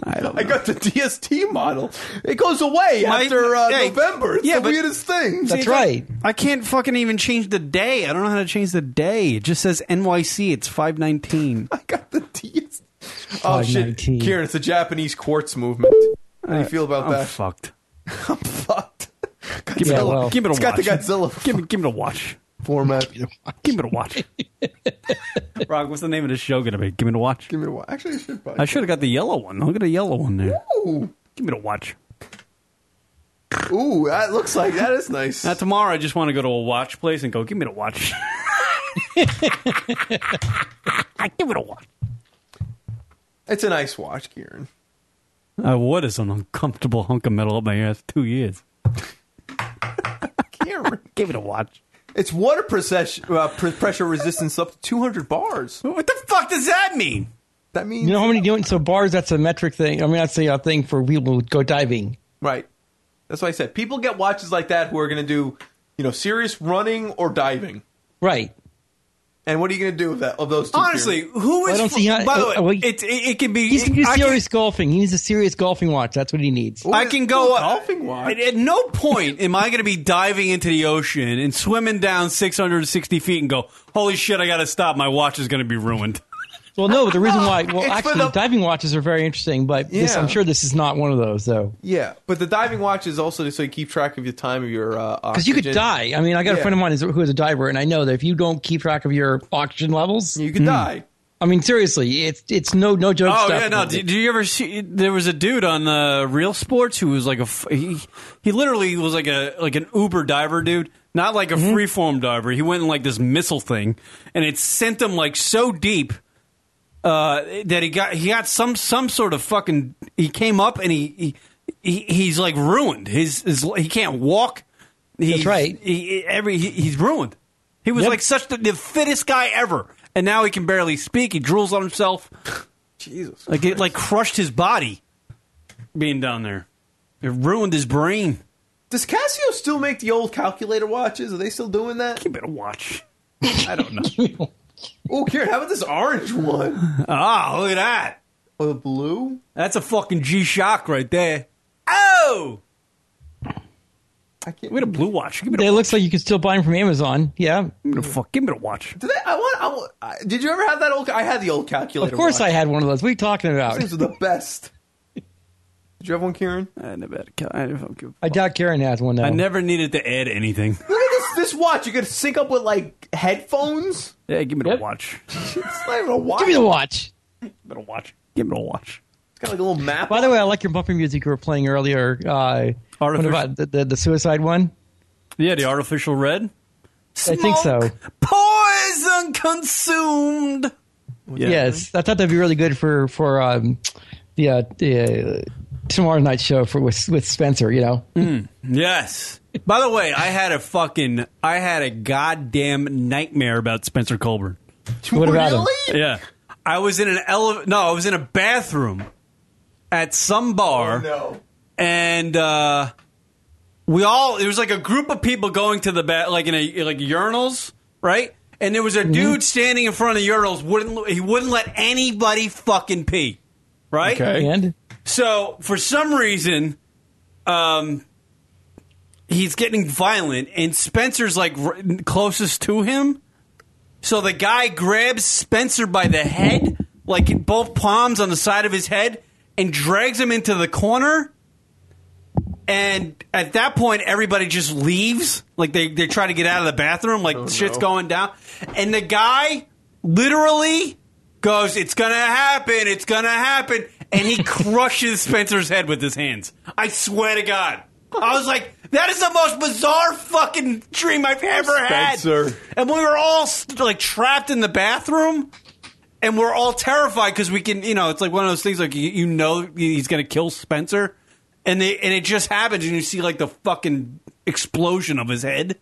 I, got the DST model. It goes away
My-
after uh,
hey,
November. It's
yeah,
the
but-
weirdest thing.
That's right.
I can't fucking even change the day. I don't know how to change the day. It just says NYC. It's five nineteen.
Oh shit,
519.
Kieran, it's the Japanese quartz movement. How do you feel about
Uh, I'm
that?
fucked.
I'm fucked.
Give me
Yeah,
a
well.
give me a
It's got
watch.
the Godzilla
Give me give me a watch.
format.
Give me a watch. Rock, what's the name of this show gonna be? Give me a watch.
Give me a watch. Actually, I should probably.
I should have got the yellow one. Look at the yellow one there.
Ooh,
Give me a watch.
ooh, that looks like that is nice.
Now tomorrow, I just want to go to a watch place and go. Give me a watch. give it a watch.
It's a nice watch, Kieran.
I would as an uncomfortable hunk of metal up my ass two years.
Kieran,
Give it a watch.
it's water pressure uh, pre- pressure resistance up to 200 bars.
What the fuck does that mean?
That means
You know how many doing so bars? That's a metric thing. I mean, that's a thing for people who go diving.
Right. That's why I said people get watches like that who are going to do, you know, serious running or diving.
Right.
And what are you going to do with that of those two?
Honestly,
periods?
who is?
I don't see how-
by the way,
uh, well,
it, it it can be.
He's gonna do
I can-
serious golfing. He needs a serious golfing watch. That's what he needs.
I can go uh,
Golfing watch?
At, at no point am I going to be diving into the ocean and swimming down 660 feet and go, "Holy shit, I got to stop! My watch is going to be ruined."
Well, no, but the reason why, well,
It's for
actually,
the-
diving watches are very interesting, but this,
Yeah.
I'm sure this is not one of those, though.
yeah, but the diving watch is also so you keep track of your time of your uh,
Because you could
oxygen.
die. I mean, I got
Yeah.
a friend of mine who's- who is a diver, and I know that if you don't keep track of your oxygen levels, hmm,
You could die.
I mean, seriously, it's it's no no joke.
Oh
stuff.
yeah, no. Did, did you ever see? There was a dude on uh, Real Sports who was like a f- he, he literally was like a like an Uber diver dude, not like a
Mm-hmm.
freeform diver. He went in like this missile thing, and it sent him like so deep uh, that he got he got some some sort of fucking. He came up and he he, he he's like ruined. His, his he can't walk. He's,
right.
He, every he, he's ruined. He was
Yep.
like such the, the fittest guy ever, and now he can barely speak. He drools on himself.
Jesus.
Like it like crushed his body being down there. It ruined his brain.
Does Casio still make the old calculator watches? Are they still doing that?
You better watch. I don't know.
Oh, Kieran, how about this orange one?
Ah, look at that.
Or the blue?
That's a fucking G Shock right there. Oh We had a blue watch. Give me
It looks like you can still buy them from Amazon. Yeah.
Fuck, give me a watch.
Did, I, I want, I want, I, did you ever have that old? I had the old
Of
calculator.
course
watch.
I had one of those. What are you talking
Those
about?
things were the best. Did you have one, Karen?
I never had a cal- I never,
I doubt Karen has one now.
I never needed to add anything.
Look at this this watch. You could sync up with like headphones.
Yeah, give me the watch.
It's not even a watch.
Give me the watch.
Give me the watch. Give me the watch.
It's got like a little map.
By the way, I like your bumper music you were playing earlier. Uh, what
Artificial-
about the, the, the suicide one?
Yeah, the artificial red.
I think so.
Poison consumed. Yeah.
Yes, I thought that'd be really good for for um, the uh, the uh, tomorrow night show for with with Spencer. You know,
Hmm.
Yes. By the way, I had a fucking, I had a goddamn nightmare about Spencer Colburn.
what about him?
Yeah. I was in an ele- no, I was in a bathroom at some bar. And uh we all it was like a group of people going to the ba- like in a like urinals, right? And there was
Mm-hmm.
a dude standing in front of the urinals wouldn't he wouldn't let anybody fucking pee. Right?
And
So for some reason, um, he's getting violent, and Spencer's like r- closest to him. So the guy grabs Spencer by the head, like both palms on the side of his head, and drags him into the corner. And at that point, everybody just leaves. Like they, they try to get out of the bathroom. Like shit's going down. And the guy literally goes, It's going to happen. It's going to happen. And he crushes Spencer's head with his hands. I swear to God. I was like, That is the most bizarre fucking dream I've ever had.
Spencer.
And we were all st- like trapped in the bathroom. And we're all terrified because we can, you know, it's like one of those things like you, you know he's going to kill Spencer and they and it just happens, and you see like the fucking explosion of his head.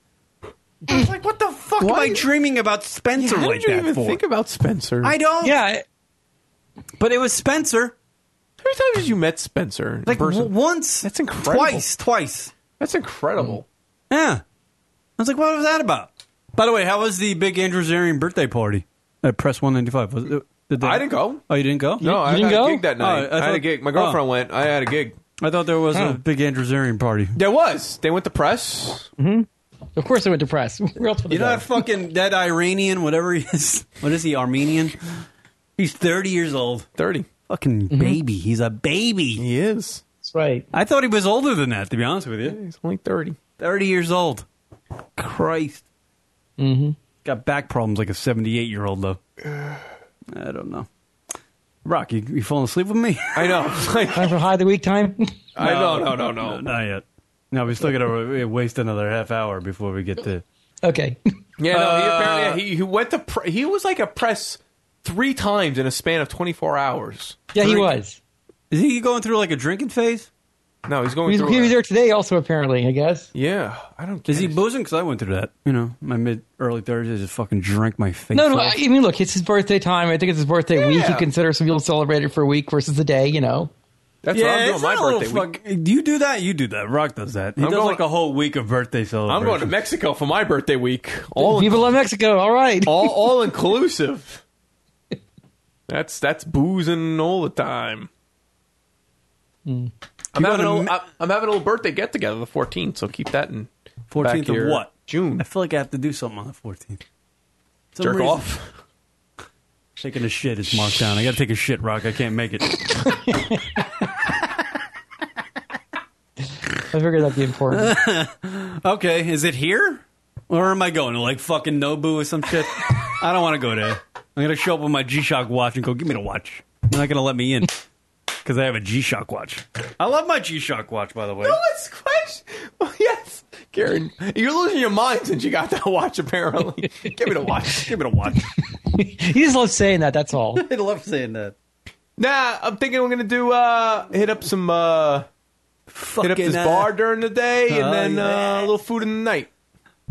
It's like, what the fuck
Why-
am I dreaming about Spencer
How
like
did you
that
even
for?
think about Spencer?
I don't.
yeah,
but it was Spencer.
How many times have you met Spencer? in
Like
person?
w- once,
That's incredible.
twice, twice.
That's incredible.
Yeah, I was like, what was that about? By the way, how was the big Andrew Zarian birthday party at Press One Ninety Five? Was it? Did they-
I didn't go.
Oh, you didn't go?
No, I had
didn't go?
a gig that night.
Oh, I
I, had a
thought-
gig. My girlfriend
oh.
went. I had a gig.
I thought there was
Huh.
a big Andrew Zarian party.
There was. They went to press.
Mm-hmm. of course I went to press. We're all to the
You know
guy.
that fucking that Iranian, whatever he is. What is he? Armenian. He's thirty years old.
Thirty.
Fucking baby. He's a baby.
He is.
That's right.
I thought he was older than that. To be honest with you,
He's only thirty.
thirty years old. Christ. Mm-hmm. Got back problems like a seventy-eight-year-old though. I don't know. Rock, you, you falling asleep with me?
I know. Like,
Time for high of the week time.
I know. No, no, no.
Not yet. No, we still gotta waste another half hour before we get to.
okay.
Yeah. No. He apparently he, he went to. Pre- he was like a press three times in a span of twenty four hours.
Yeah, he
Three-
was.
Is he going through like a drinking phase?
No, he's going
He was,
through.
he
a-
was there today, also apparently. I guess.
Yeah, I don't. Get
Is he
it.
boozing? Because I went through that. You know, my mid early thirties, I just fucking drank my face.
No, no.
off.
I I mean, look, it's his birthday time. I think it's his birthday week. You consider some people celebrate it for a week versus a day. You know.
That's what I'm doing. My
not a little
birthday week.
fuck- you do that? You do that. Rock does that. He
I'm
does
going-
like a whole week of birthday
I'm
celebration.
going to Mexico for my birthday week. All
Viva la Mexico. All right.
all, all inclusive. That's that's boozing all the time. I'm having,
going
a,
Hmm. to
I'm- I'm having a little birthday get together the 14th, so keep that in. back
14th
here.
of what?
June.
I feel like I have to do something on the 14th. Some
Jerk
reason-
off.
Taking a shit is marked down. I got to take a shit, Rock. I can't make it.
I figured that'd be important.
okay, is it here? Or am I going to like fucking Nobu or some shit? I don't want to go there. I'm gonna show up with my G-Shock watch and go, "Give me the watch." You're not gonna let me in because I have a G-Shock watch. I love my G-Shock watch, by the way.
Let's question. Oh, yes, Karen, you're losing your mind since you got that watch. Apparently, give me the watch.
Give me the watch.
he just loves saying that. That's all.
I love saying that.
Nah, I'm thinking we're gonna do uh hit up some uh hit up this bar during the day
Oh,
and then
uh, yeah.
uh, a little food in the night.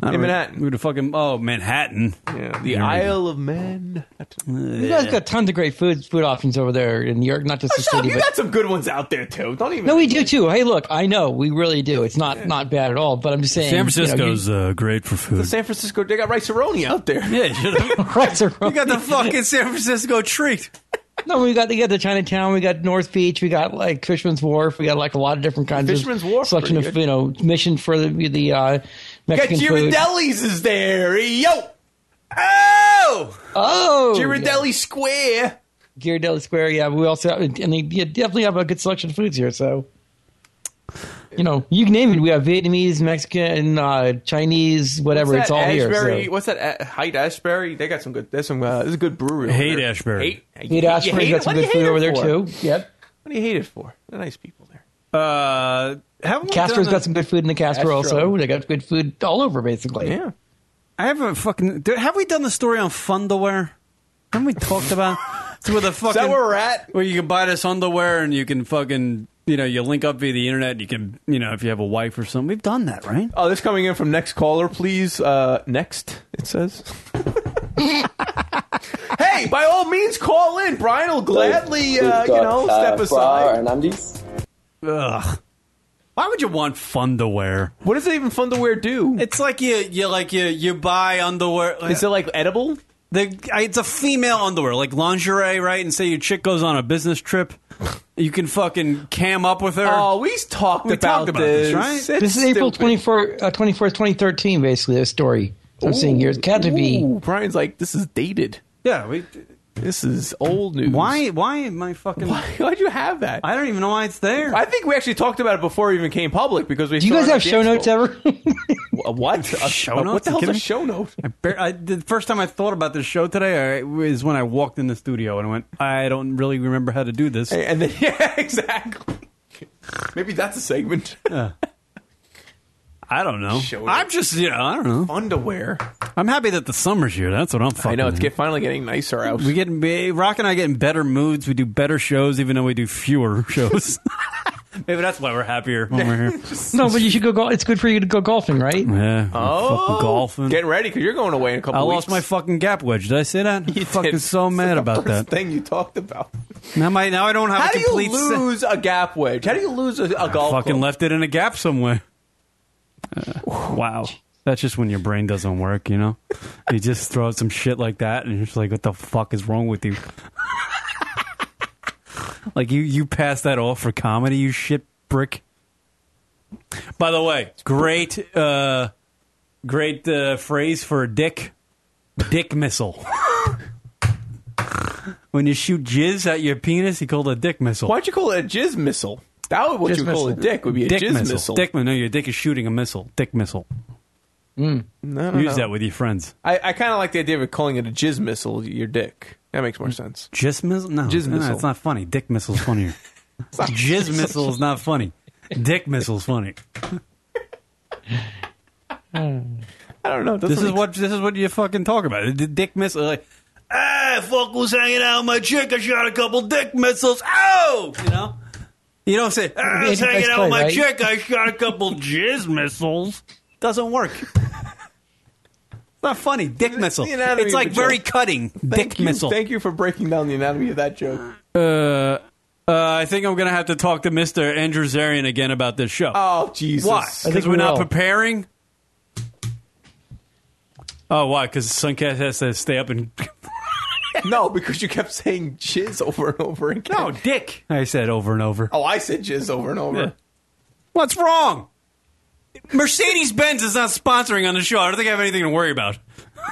in
Manhattan.
We would have fucking oh Manhattan.
Yeah,
we
the
go.
Isle of Man.
You guys got tons of great food food options over there in New York, not just the
Shut up,
city.
you
But,
got some good ones out there too. Don't even.
no, we do too. Hey, look, I know we really do. It's not not bad at all. But I'm just saying,
San Francisco's uh, great for food.
San Francisco. They got rice out there.
yeah, you
you know, you- rights are wrong.
got the fucking San Francisco treat.
No, we got we got the Chinatown, we got North Beach, we got like Fisherman's Wharf, we got like a lot of different kinds
Fisherman's
of
Wharf,
selection
pretty
of
good.
you know mission for the the uh, Mexican
Got
food.
Girardelli's is there. Yo. Oh.
Oh.
Girardelli Square.
Ghirardelli Square, yeah. We also have, and they yeah, definitely have a good selection of foods here. So, you know, you can name it. We have Vietnamese, Mexican, uh, Chinese, whatever.
What's
It's
that
all here. so.
Ashbury- What's that? Uh, Haight Ashbury. They got some good. There's some. Uh, there's a good brewery. over
Haight
there.
Ashbury.
Haight-
Haight
you
Ashbury's
hate
got
it? What
some
do
good
you hate
food
it
over there,
for?
too. Yep.
What do you hate it for? They're nice people there.
Uh, haven't we
Castro's
done a-
got some good food in the Castro
Castro.
also. They got good food all over, basically.
Yeah.
I haven't fucking. did- Have we done the story on Funderwear? Haven't we talked about? It's where the fucking.
where we're at?
Where you can buy this underwear and you can fucking. You know, you link up via the internet. and You can, you know, if you have a wife or something. We've done that, right?
Oh, this coming in from next caller, please. Uh, next, it says.
Hey, by all means, call in. Brian will gladly, uh, you know, step aside.
Ugh. Why would you want fun to wear?
What does it even fun to wear do?
It's like you, you like you, you buy underwear.
Is it like edible?
The, it's a female underwear, like lingerie, right? And say your chick goes on a business trip, you can fucking cam up with her.
Oh, we talked
We
about,
talked about this, right?
It's
this is April
stupid.
24th, uh, 24th, 2013, basically, this story I'm seeing here. It's got to be.
Ooh, Brian's like, this is dated.
Yeah, we.
This is old news.
Why? Why am I fucking?
Why'd you have that?
I don't even know why it's there.
I think we actually talked about it before it even came public because we.
Do you guys have show notes ever?
A what? A
Show
a-
notes?
What the
You
hell's a
kidding me?
show note?
I bar- I, the first time I thought about this show today I, was when I walked in the studio and I went, I don't really remember how to do this.
And then yeah, exactly. Maybe that's a segment.
Yeah. I don't know.
Show
I'm just, you know, I don't know.
Underwear.
I'm happy that the summer's here. That's what I'm fucking.
I know it's
in.
get, finally getting nicer out.
we get we- Rock and I get in better moods. We do better shows, even though we do fewer shows. Maybe that's why we're happier when we're here.
no, but you should go golf. It's good for you to go golfing, right?
Yeah, oh, fucking golfing.
Getting ready because you're going away in a couple.
I
weeks.
lost my fucking gap wedge. Did I say that?
You
I'm fucking
did.
so
It's
mad
the
about
first
that.
thing you talked about.
Now my now I don't have
How
a
do you
complete set.
lose a gap wedge? How do you lose a, a golf?
fucking
club?
left it in a gap somewhere. Uh, wow. That's just when your brain doesn't work, you know? You just throw out some shit like that and you're just like, what the fuck is wrong with you? like, you, you pass that off for comedy, you shit brick. By the way, great, uh, great uh, phrase for a dick dick missile. when you shoot jizz at your penis, you call it a dick missile
Why don't you call it a jizz missile? That would what
Jizz
you call a
missile.
dick would be a jizz missile.
Dick, mi- no, your dick is shooting a missile. Dick missile.
Hmm. No, no,
Use
no.
that with your friends.
I, I kind of like the idea of calling it a jizz missile. Your dick. That makes
Hmm.
more sense.
Mm. Jizz missile? No,
Jizz
no, no,
missile.
it's not funny. Dick missile's funnier. Jizz missile is not funny. Dick missile's funny.
Mm.
I don't know. It
This
doesn't
is what this is what you fucking talk about. D- Dick missile. Like, ah, fuck was hanging out with my chick. I shot a couple dick missiles. Ow, oh, you know. You don't say ah, I was
Anti-face
hanging out with
play,
my
right?
chick. I shot a couple jizz missiles. Doesn't work. It's Not funny, dick missile.
the anatomy
It's like
of a joke.
very cutting,
Thank
dick
you-
missile.
Thank you for breaking down the anatomy of that joke.
Uh, uh, I think I'm gonna have to talk to Mister Andrew Zarian again about this show.
Oh Jesus!
why?
think
Because
we
we're not
will.
preparing. Oh, why? Because Suncast has to stay up and
No, because you kept saying jizz over and over again.
no dick. I said over and over.
Oh, I said jizz over and over.
Yeah. What's wrong? Mercedes Benz is not sponsoring on the show. I don't think I have anything to worry about.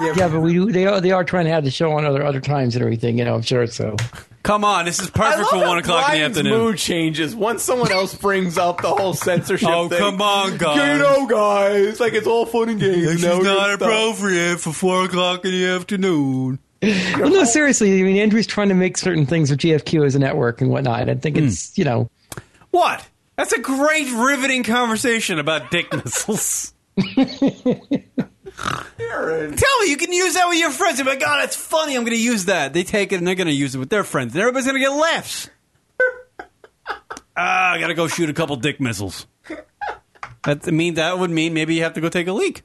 Yeah, but we do. They are they are trying to have the show on other other times and everything. You know, I'm sure. So
Come on, this is
I
perfect
love
for
how
one o'clock in the
Brian's
afternoon.
mood changes once someone else brings up the whole censorship.
Oh,
thing.
come on, guys.
You know, guys, like it's all fun and games.
This
No,
is not
it's not.
appropriate for four o'clock in the afternoon.
well, no, seriously. I mean, Andrew's trying to make certain things with GFQ as a network and whatnot. I
Hmm.
think it's you know.
What? That's a great, riveting conversation about dick missiles. Tell me, you can use that with your friends. You're like, God, that's funny. I'm going to use that. They take it and they're going to use it with their friends. And everybody's going to get laughs. ah, I got to go shoot a couple dick missiles. That mean that would mean maybe you have to go take a leak.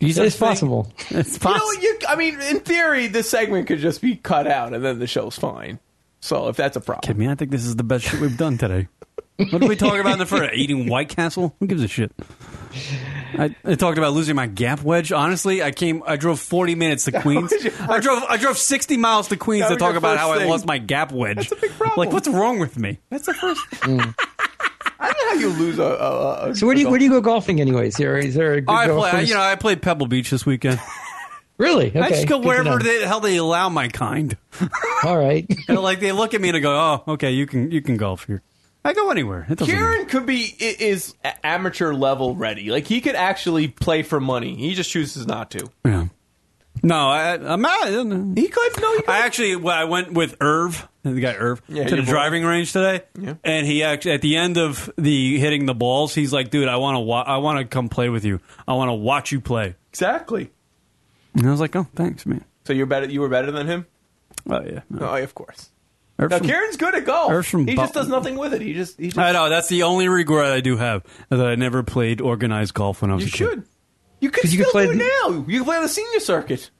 It is possible.
It's
You
possible.
know, you, I mean, in theory, this segment could just be cut out, and then the show's fine. So if that's a problem,
I mean, I think this is the best shit we've done today. what are we talking about in the first? Eating White Castle? Who gives a shit? I, I talked about losing my gap wedge. Honestly, I came. I drove 40 minutes to Queens. I drove. I drove 60 miles to Queens
That
to
was
talk
your
about
first
how I
thing.
lost my gap wedge. That's a big problem. Like, what's wrong with me? That's the first.
I don't know how you lose a. a, a
So where do you where do you go golfing anyways? Here is there a good
Uh, I
golf
play.
course?
You know, I played Pebble Beach this weekend.
really? Okay.
I just go
good to know.
wherever the hell they allow my kind.
All right.
And, like they look at me and they go, "Oh, okay, you can you can golf here." I go anywhere. It doesn't matter.
Kieran could be i- is a- amateur level ready. Like he could actually play for money. He just chooses not to.
Yeah. No, I, I'm not. He
could. No,
I actually. Well, I went with Irv, the guy Irv,
Yeah,
to the
your boy.
driving range today,
Yeah.
and he actually at the end of the hitting the balls, he's like, "Dude, I want to. Wa- I want to come play with you. I want to watch you play."
Exactly.
And I was like, "Oh, thanks, man."
So you're better. You were better than him.
Oh yeah. No.
Oh, of course.
Irv's
now
from-
Kieran's good at golf.
Irv's from
he just
Bo-
does nothing with it. He just he just
I know that's the only regret I do have is that I never played organized golf when I was
You
a kid.
should. You could
'Cause you
still
could play
do it
the-
now. You can play on the senior circuit.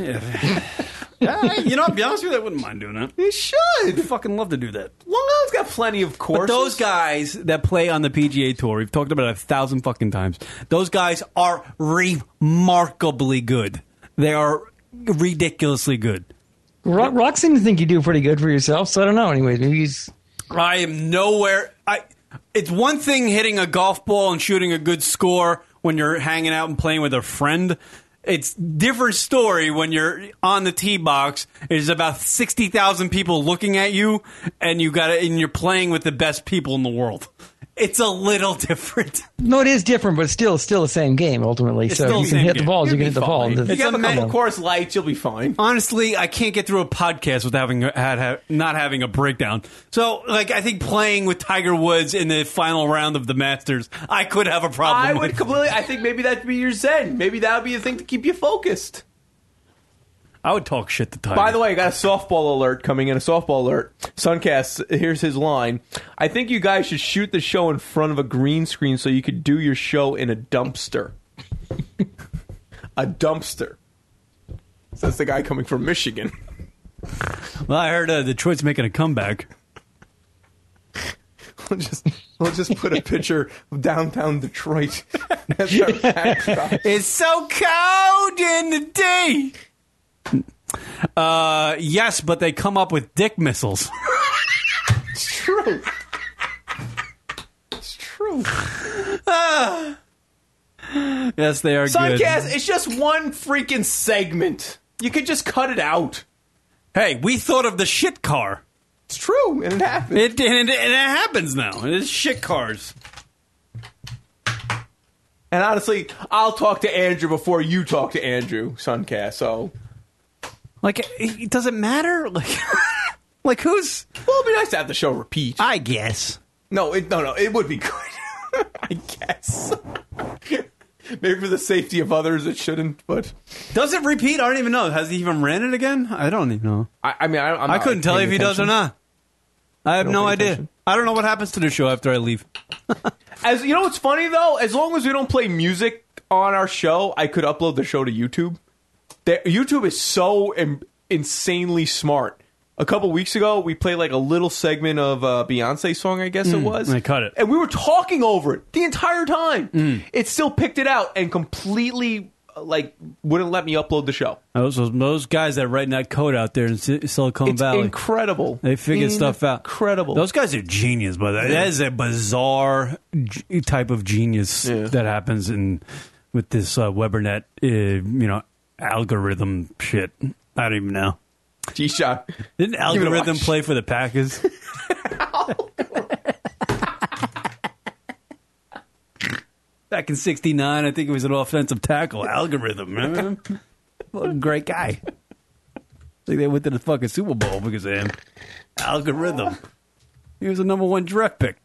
Yeah, you know, I'll be honest with you, I wouldn't mind doing that.
You should.
fucking love to do that.
Long Island's got plenty of
But
courses.
those guys that play on the PGA Tour, we've talked about it a thousand fucking times. Those guys are remarkably good. They are ridiculously good.
Rock, Rock seemed to think you do pretty good for yourself, so I don't know. Anyways, maybe he's
I am nowhere. I. It's one thing hitting a golf ball and shooting a good score when you're hanging out and playing with a friend. It's different story when you're on the tee box. There's about sixty thousand people looking at you, and you got it, and you're playing with the best people in the world. It's a little different.
no, it is different, but it's still still the same game ultimately.
It's
so
still
if
the
you can
same
hit
game.
the balls, you
You'll
can hit
be
the balls.
fine.
It's-
If you have a
it's-
couple
course lights, you'll be fine.
Honestly, I can't get through a podcast without having had, had not having a breakdown. So, like, I think playing with Tiger Woods in the final round of the Masters, I could have a problem.
I
with.
would completely. I think maybe that'd be your zen. Maybe that would be the thing to keep you focused.
I would talk shit to Tiger.
By the way, I got a softball alert coming in. A softball alert. Suncast. Here's his line. I think you guys should shoot the show in front of a green screen so you could do your show in a dumpster. a dumpster. Says the guy coming from Michigan.
Well, I heard uh, Detroit's making a comeback.
We'll just we'll just put a picture of downtown Detroit. That's our backdrop.
It's so cold in the day. Uh, yes, but they come up with dick missiles.
It's true. It's true.
yes, they are good.
Suncast, it's just one freaking segment. You could just cut it out.
Hey, we thought of the shit car.
It's true, and it happened.
It and, it and it happens now. It's shit cars.
And honestly, I'll talk to Andrew before you talk to Andrew, Suncast. So,
Like it, it doesn't matter. Like, like who's?
well, it'd be nice to have the show repeat.
I guess.
No, it, no, no. It would be good. I guess. Maybe for the safety of others, it shouldn't. But
Does it repeat? I don't even know. Has he even ran it again? I don't even know.
I, I mean, I, I'm
I
not
couldn't tell you
paying
if he does or
attention.
not. I have
don't
no
pay
idea.
attention.
I don't know what happens to the show after I leave.
As you know, what's funny though. As long as we don't play music on our show, I could upload the show to YouTube. That- YouTube is so Im- insanely smart. A couple weeks ago, we played like a little segment of a Beyonce song, I guess it was.
and Mm, they cut it. Mm.
and we were talking over it the entire time. It still picked it out and completely uh, like wouldn't let me upload the show.
Those those guys that writing that code out there in Si- Silicon
It's
Valley,
incredible.
they figured stuff out.
Incredible.
Those guys are genius, but that- that is a bizarre g- type of genius that happens in with this uh, WeberNet, uh, you know, algorithm shit. I don't even know.
G Shock.
Didn't
it a
algorithm
watch.
play for the Packers? Back in '69, I think it was an offensive tackle algorithm. Remember him? What a great guy. I think they went to the fucking Super Bowl because of him. Algorithm. He was the number one draft pick.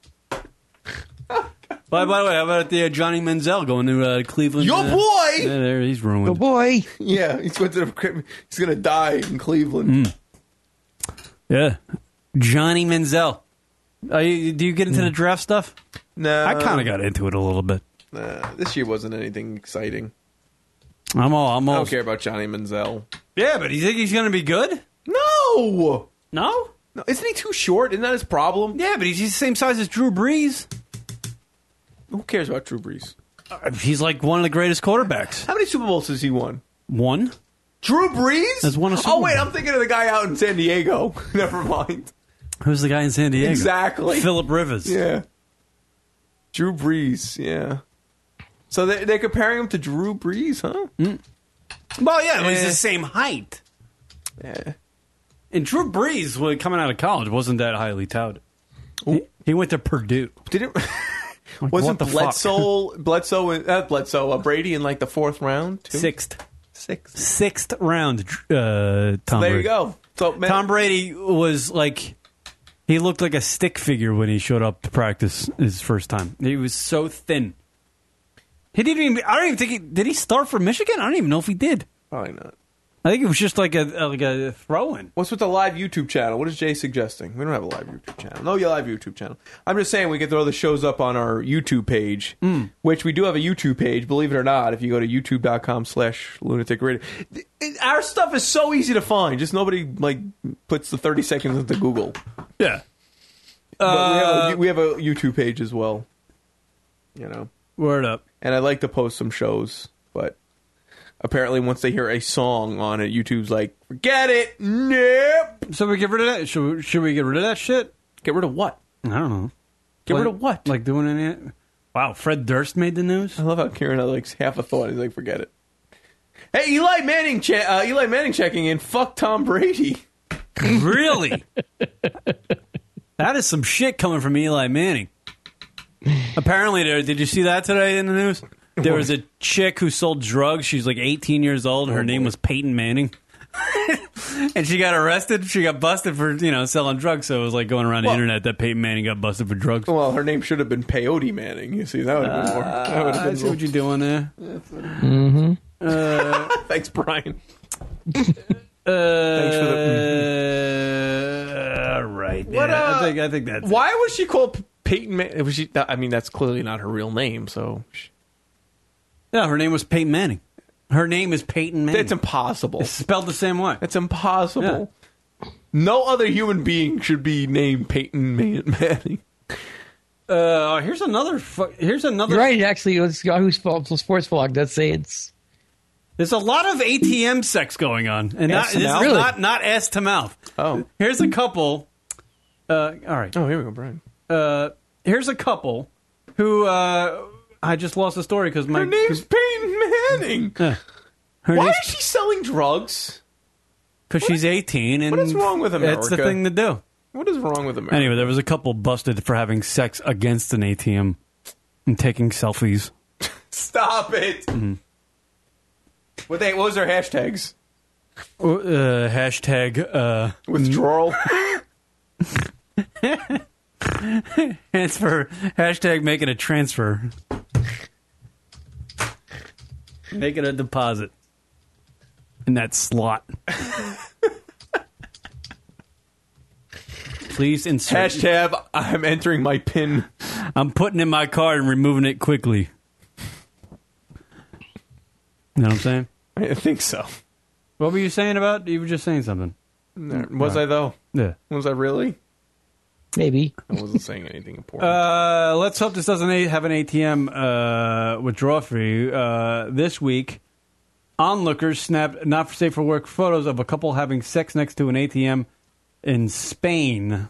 By, by the way, how about the uh, Johnny Manziel going to uh, Cleveland?
Your
Uh,
boy!
Yeah, there, he's ruined.
boy.
Yeah, he's going to the, he's going to die in Cleveland.
Mm. Yeah, Johnny Manziel. Are you, do you get into the draft stuff?
No,
Hmm. I kind of got into it a little bit.
Uh, this year wasn't anything exciting.
I'm all. Oh, I'm
I
all.
don't care about Johnny Manziel.
Yeah, but you think he's going to be good?
No,
No.
no, isn't he too short? Isn't that his problem?
Yeah, but he's the same size as Drew Brees.
Who cares about Drew Brees?
Uh, He's like one of the greatest quarterbacks.
How many Super Bowls has he won?
One.
Drew Brees
Has won a Super
Oh wait,
Bowl.
I'm thinking of the guy out in San Diego. Never mind.
Who's the guy in San Diego?
Exactly.
Philip Rivers.
Yeah. Drew Brees. Yeah. So they, they're comparing him to Drew Brees, huh?
Well, yeah, Mm. he's
Eh.
the same height. And Drew Brees, when coming out of college, wasn't that highly touted. He, he went to Purdue.
Didn't
Like,
Wasn't
what the fuck?
Bledsoe Bledsoe in- uh, Bledsoe uh, Brady in like the fourth round? Too?
Sixth.
Sixth.
Sixth round, uh, Tom
there
Brady.
you go. So man,
Tom Brady was like, he looked like a stick figure when he showed up to practice his first time. He was so thin. He didn't even. I don't even think he did. He start for Michigan. I don't even know if he did.
probably not.
I think it was just like a like a throw in.
What's with the live YouTube channel? What is Jay suggesting? We don't have a live YouTube channel. No, you live YouTube channel. I'm just saying we can throw the shows up on our YouTube page,
Mm.
which we do have a YouTube page. Believe it or not, if you go to YouTube.com/slash Lunatic Radio, Th- it- our stuff is so easy to find. Just nobody like puts the 30 seconds into Google.
Yeah. Uh,
But we, have a, we have a YouTube page as well. You know,
Word up.
and I like to post some shows, but apparently once they hear a song on it, YouTube's like, forget it. Nope.
So we get rid of that. Should we, should we get rid of that shit?
Get rid of what?
I don't know.
Get
Like-
rid of what?
Like doing any? Wow, Fred Durst made the news.
I love how Kieran had like half a thought. He's like, forget it. Hey, Eli Manning, che- uh, Eli Manning checking in. Fuck Tom Brady.
really? that is some shit coming from Eli Manning. Apparently, there. Did you see that today in the news? There was a chick who sold drugs. She's like 18 years old. Her name was Peyton Manning. and she got arrested. She got busted for, you know, selling drugs. So it was like going around the
Well-
internet that Peyton Manning got busted for drugs.
Well, her name should have been Peyote Manning. You see, that would have been more. That would
Ah, I
have
see what
been
you're doing there.
Mm-hmm.
Uh,
more. Thanks, Brian.
Thanks
for
the. uh, all right.
What,
yeah,
uh,
I think I think that's.
Why was she called P- Peyton? Man- was she? I mean, that's clearly not her real name. So she-
Yeah, her name was Peyton Manning. Her name is Peyton Manning.
that's impossible.
It's spelled the same way.
That's impossible. No other human being should be named Peyton Man- Manning.
Uh, here's another. Fu- here's another.
You're right. Actually, it was Yahoo's fault. so Sports Vlog does say it's.
There's a lot of ATM sex going on, and not,
Ass to
this is
mouth?
not not ass to mouth.
Oh,
Here's a couple. Uh, all right.
oh, here we go, Brian.
Uh, here's a couple who uh, I just lost the story because my
Her name's Peyton Manning.
Uh, her
Why
name's-
is she selling drugs?
Because she's 18, and
what is wrong with
That's the
America?
thing to do.
What is wrong with America?
Anyway, there was a couple busted for having sex against an ATM and taking selfies. Mm-hmm.
Stop it. What they? What was their hashtags?
Uh, hashtag uh,
Withdrawal.
transfer. Hashtag making a transfer. making a deposit in that slot. Please insert.
Hashtag. I'm entering my pin.
I'm putting in my card and removing it quickly. You know what I'm saying?
I think so.
What were you saying about? You were just saying something.
Was I though?
Yeah.
Was I really?
Maybe.
I wasn't saying anything important.
Uh, let's hope this doesn't a- have an ATM uh, withdrawal fee. Uh, this week, onlookers snapped not for safe for work photos of a couple having sex next to an ATM in Spain.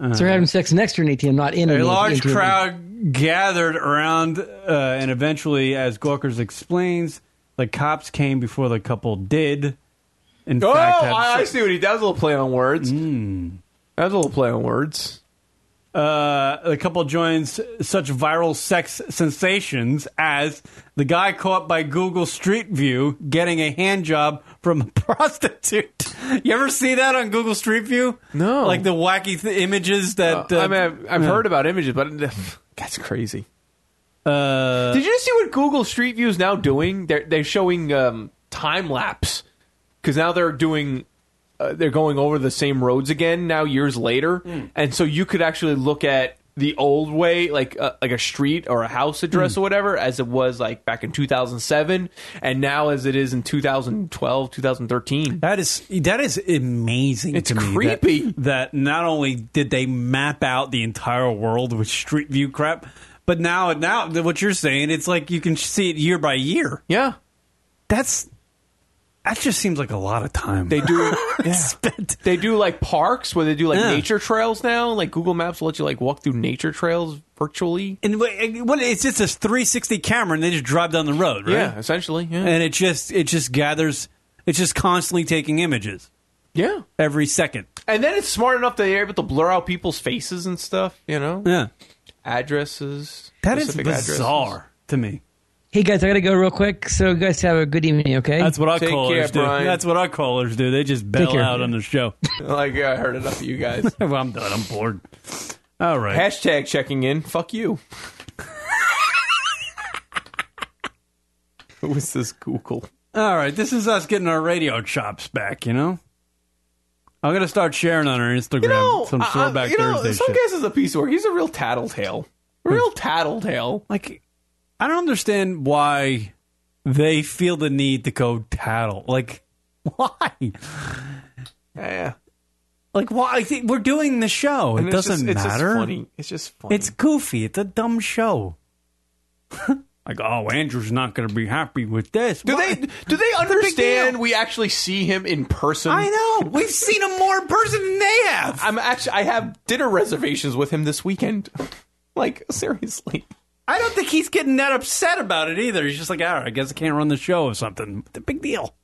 So they're having sex next to an ATM, not in an
A
ATM.
large
into an
crowd gathered around, uh, and eventually, as Gawkers explains, the cops came before the couple did. In
oh,
fact, have
I, I
sex.
see what he. That was a little play on words.
Mm.
That was a little play on words.
Uh, the couple joins such viral sex sensations as the guy caught by Google Street View getting a hand job from a prostitute. You ever see that on Google Street View?
No. Uh,
Like the wacky th- images that.
I mean, I've, I've heard about images, but that's crazy.
Uh,
Did you see what Google Street View is now doing? They're they're showing um, time lapse because now they're doing uh, they're going over the same roads again now years later, and so you could actually look at the old way, like uh, like a street or a house address or whatever, as it was like back in 2007, and now as it is in 2012, 2013.
that is that is amazing.
It's
to me that-
creepy.
that, not only did they map out the entire world with Street View crap, But now, now what you're saying, it's like you can see it year by year.
Yeah,
that's that just seems like a lot of time.
They do. They do like parks where they do like nature trails now. Like Google Maps will let you like walk through nature trails virtually.
And what- and what it's just a 360 camera, and they just drive down the road, right?
Yeah, essentially. Yeah.
And it just it just gathers. It's just constantly taking images.
Yeah,
every second.
And then it's smart enough that they're able to blur out people's faces and stuff. You know.
Yeah.
Addresses.
That is
specific
bizarre
addresses.
to me.
Hey guys, I gotta go real quick. So you guys have a good evening, okay?
That's what our
Take
callers
care,
do.
Brian.
That's what our callers do. They just bail
care.
out on the show.
like I heard enough of you guys.
well, I'm done. I'm bored. All right.
Hashtag checking in. Fuck you. Who is this Google?
All right, this is us getting our radio chops back, you know? I'm going to start sharing on our Instagram some
I- I-
Throwback
you know,
Thursday
some
shit. Hmm.
guys is a piece of work. He's a real tattletale. Real tattletale.
Like, I don't understand why they feel the need to go tattle. Like, why?
Yeah.
Like, why? I think we're doing the show.
And
Oh, it
it's
doesn't
just- it's just
matter.
funny. It's just funny.
It's goofy. It's a dumb show. like, oh, Andrew's not going to be happy with this.
Do they do they understand we actually see him in person?
I know. We've seen him more in person than they have.
I'm actually I have dinner reservations with him this weekend. like seriously.
I don't think he's getting that upset about it either. He's just like, all right, I guess I can't run the show or something. The big deal.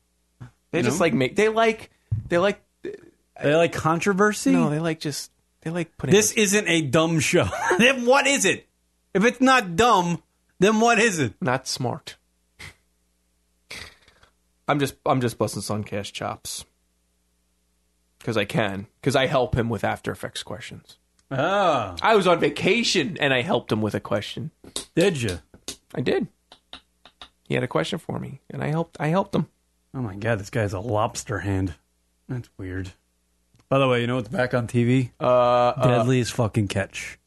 They
You
just
know?
like make they like they like
They like controversy.
no, they like just they like putting
This isn't a dumb show. then what is it? If it's not dumb, then what is it?
Not smart. I'm just I'm just busting Suncast chops. Cuz I can. Cuz I help him with After Effects questions.
Ah,
I was on vacation and I helped him with a question.
did you?
I did. He had a question for me, and I helped. I helped him.
Oh my god, this guy's a lobster hand. That's weird. By the way, you know what's back on TV?
Uh,
Deadliest fucking catch.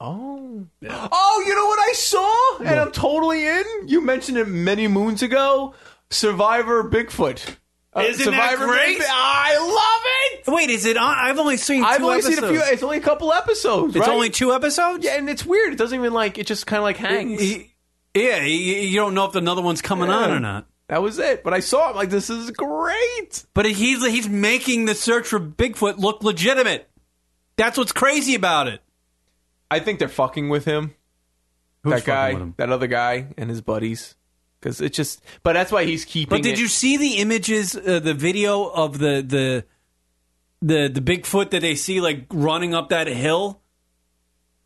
Oh. Oh, you know what I saw? And I'm totally in. You mentioned it many moons ago. Survivor Bigfoot. Uh,
Isn't that great?
Bigfoot. I love it.
Wait, is it on? I've only seen.
I've
two
only
episodes.
seen a few. e-, It's only a couple episodes.
It's
right?
only two episodes.
Yeah, and it's weird. It doesn't even like. It just kind of like hangs.
Y- Yeah, y- you don't know if another one's coming on
Yeah.
or not.
that was it. But I saw it. Like this is great.
But he's he's making the search for Bigfoot look legitimate. That's what's crazy about it.
I think they're fucking with him.
Who's
that guy,
fucking with him?
that other guy, and his buddies. Because it just. But that's why he's keeping.
But did
it-
you see the images, uh, the video of the the the the Bigfoot that they see like running up that hill?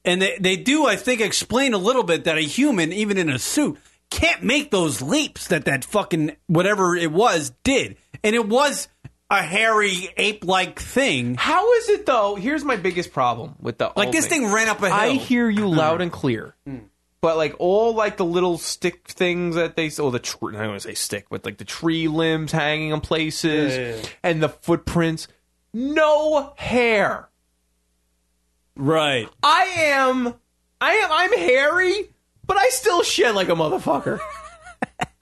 And they they do, I think, explain a little bit that a human, even in a suit, can't make those leaps that that fucking whatever it was did, and it was a hairy ape like thing.
How is it though? Here's my biggest problem with the
Like
old
this thing ran up a hill. Mm.
I hear you loud and clear, but like all like the little stick things that they or the tree. I don't want to say stick, but like the tree limbs hanging in places and the footprints. No hair.
right.
I am. I am. I'm hairy, but I still shed like a motherfucker.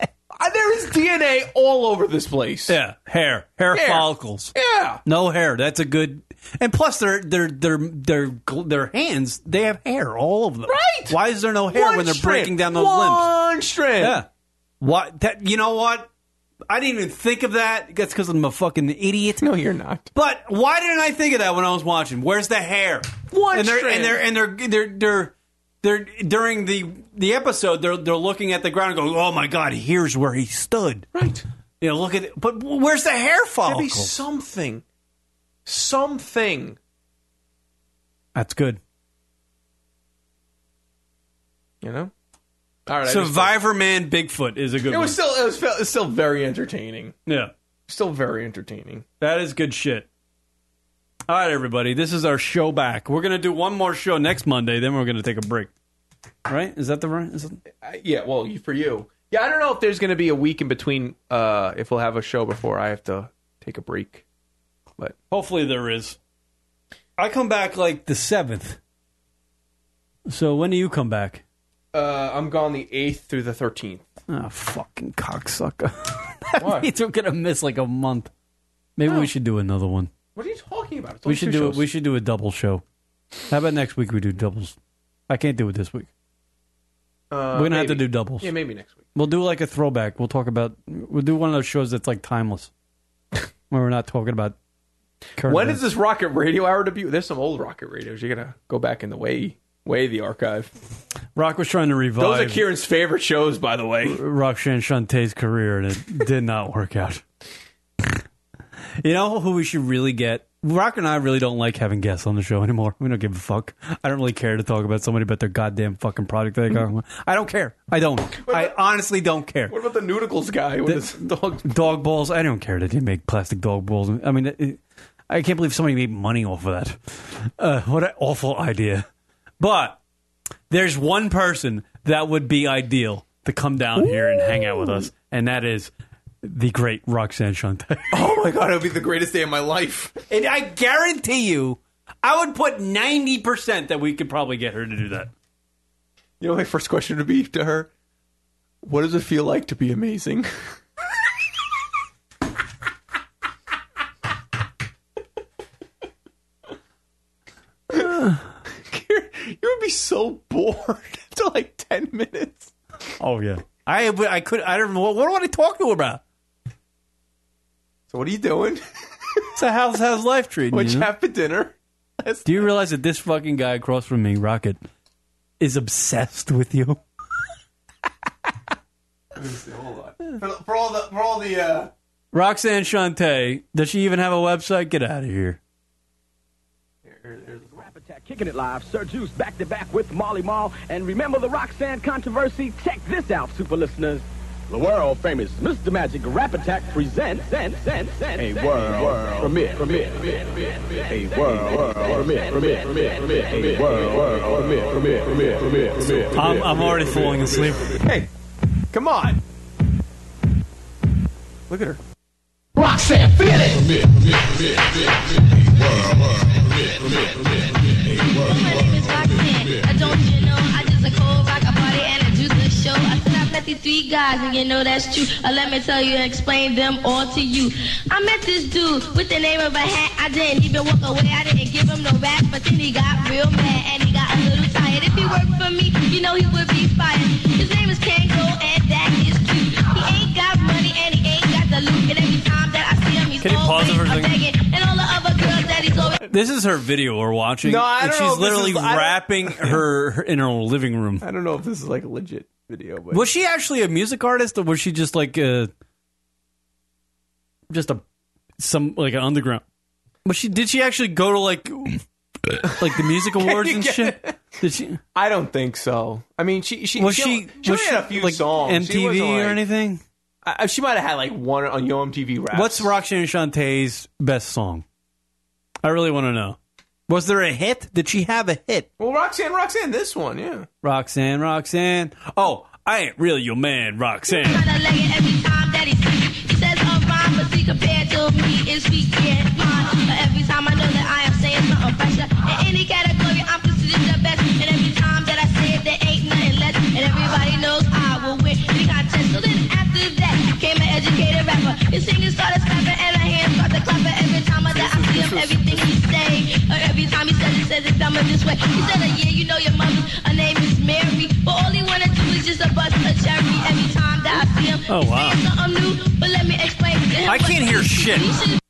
Uh, there is DNA all over this place.
Yeah, hair, hair,
Hair.
follicles.
Yeah.
No hair. That's a good. And plus, their their their their gl- their hands. They have hair all of them.
Right.
Why is there no hair
One
when they're
strand.
breaking down those limbs?
One strand.
Yeah. What? That you know what? I didn't even think of that. That's because I'm a fucking idiot.
No, you're not.
But why didn't I think of that when I was watching? Where's the hair?
One
and they're,
strand.
And they're and they're they're they're they're during the the episode they're they're looking at the ground and going, oh my god, here's where he stood.
Right.
You know, look at it. But where's the hair
There'd
follicle?
be something. Something.
That's good.
You know? All right. I just-
Survivor Man Bigfoot is a good
it
one.
was still it was, fe- it's still very entertaining.
yeah,
Still very entertaining.
that is good shit. All right, everybody, this is our show back. We're gonna do one more show next Monday, then we're gonna take a break. Right? Is that the right? Is that,
Uh, yeah, well, you- for you. Yeah, I don't know if there's going to be a week in between uh if we'll have a show before I have to take a break. But
hopefully there is. I come back like the seventh. So when do you come back?
uh I'm gone the 8th through the 13th.
Oh, fucking cocksucker!
Why?
that means we're gonna miss like a month. Maybe we should do another one.
What are you talking about? Oh. It's
We
only
should
two
do it.
shows.
We should do a double show. How about next week we do doubles? I can't do it this week. We're gonna have to
Uh, maybe.
do doubles.
Yeah, maybe next week.
We'll do like a throwback. We'll talk about. We'll do one of those shows that's like timeless, where we're not talking about. Current
When
events.
is this Rocket Radio Hour debut? There's some old Rocket Radios. You're gonna go back in the way, way the archive.
Rock was trying to revive.
Those are Kieran's favorite shows, by the way.
Roxanne Shantae's career, and it did not work out. You know who we should really get? Rock and I really don't like having guests on the show anymore. We don't give a fuck. I don't really care to talk about somebody about their goddamn fucking product. They got. I don't care. I don't. I honestly don't care.
What about the Noodles guy? with his dog
dog balls. I don't care that they make plastic dog balls. I mean, it, I can't believe somebody made money off of that. Uh, what an awful idea. But there's one person that would be ideal to come down here and hang out with us, and that is the great Roxanne Shante.
Oh my god, it would be the greatest day of my life.
and I guarantee you, I would put 90% that we could probably get her to do that.
You know, my first question would be to her: What does it feel like to be amazing? Kieran, you would be so bored after like ten minutes.
Oh, yeah. I, I could, I don't know. What, what do I talk to her about?
So what are you doing?
So how's, how's life treating
What'd
you?
you have for dinner?
Do you realize that this fucking guy across from me, Rocket, is obsessed with you?
Hold on. For, for all the for all the uh,
Roxanne Shante, does she even have a website? Get out of here.
Kicking it live, Sir Juice back to back with Molly Mall. And remember the Roxanne controversy? Check this out, super listeners. The world famous Mr. Magic Rap Attack presents Zen, Zen, Zen, a world, world premiere, premiere, a world, world premiere, premiere, premiere, premiere, a world, world premiere, premiere, premiere, premiere, premiere.
I'm, I'm already falling asleep.
Hey, come on. Look at her.
Roxanne, feel it!
I don't you know, I just a cold rock, I party and I do the show. I said I met these three guys and you know that's true. Uh, let me tell you and explain them all to you. I met this dude with the name of a hat. I didn't even walk away, I didn't give him no rap, but then he got real mad and he got a little tired. If he worked for me, you know he would be fired. His name is Kango and that is cute. He ain't got money and he ain't got the loot. And every time that I see him, he's
Can you
always
pause it for a
a
second?
begging. And all the other girls that he's always
This is her video we're watching.
No, I
and
don't
She's
know if this
literally
is- I don't-
rapping her, her in her living room.
I don't know if this is like a legit video, but
Was she actually a music artist, or was she just like a just a some like an underground? Was she? Did she actually go to like like the music awards and shit? Did she?
I don't think so. I mean, she she
Was
she,
she- was
only had
she,
a few
like,
songs, She
MTV
wasn't,
or
like-
anything?
I, I- she might have had like one on Yo MTV Raps.
What's Roxanne Shantae's best song? I really want to know. Was there a hit? Did she have a hit?
well Roxanne Roxanne this one yeah.
Roxanne, Roxanne. Oh, I ain't really your man, Roxanne.
tryna lay it every time that he see me. He says I'm fine, but see, compared to me, it's weekend mine. But every time I know that I am saying something fresher. In any category, I'm considered the best. And every time that I say it, there ain't nothing less. And everybody knows I will win the contest. So then after that, came an educated rapper. His singing started snapping, and her hands started clapping. Every time I that I see him, everything he say. Or every time he says it, says it dumber this way. He said, uh, yeah, you know your mother, her name is Mary. But all he wanna do is just a bust a cherry. Every time that I see him,
Oh,
he's
wow.
saying something new. But let me explain to him
I
what
can't hear
he-
shit.
he should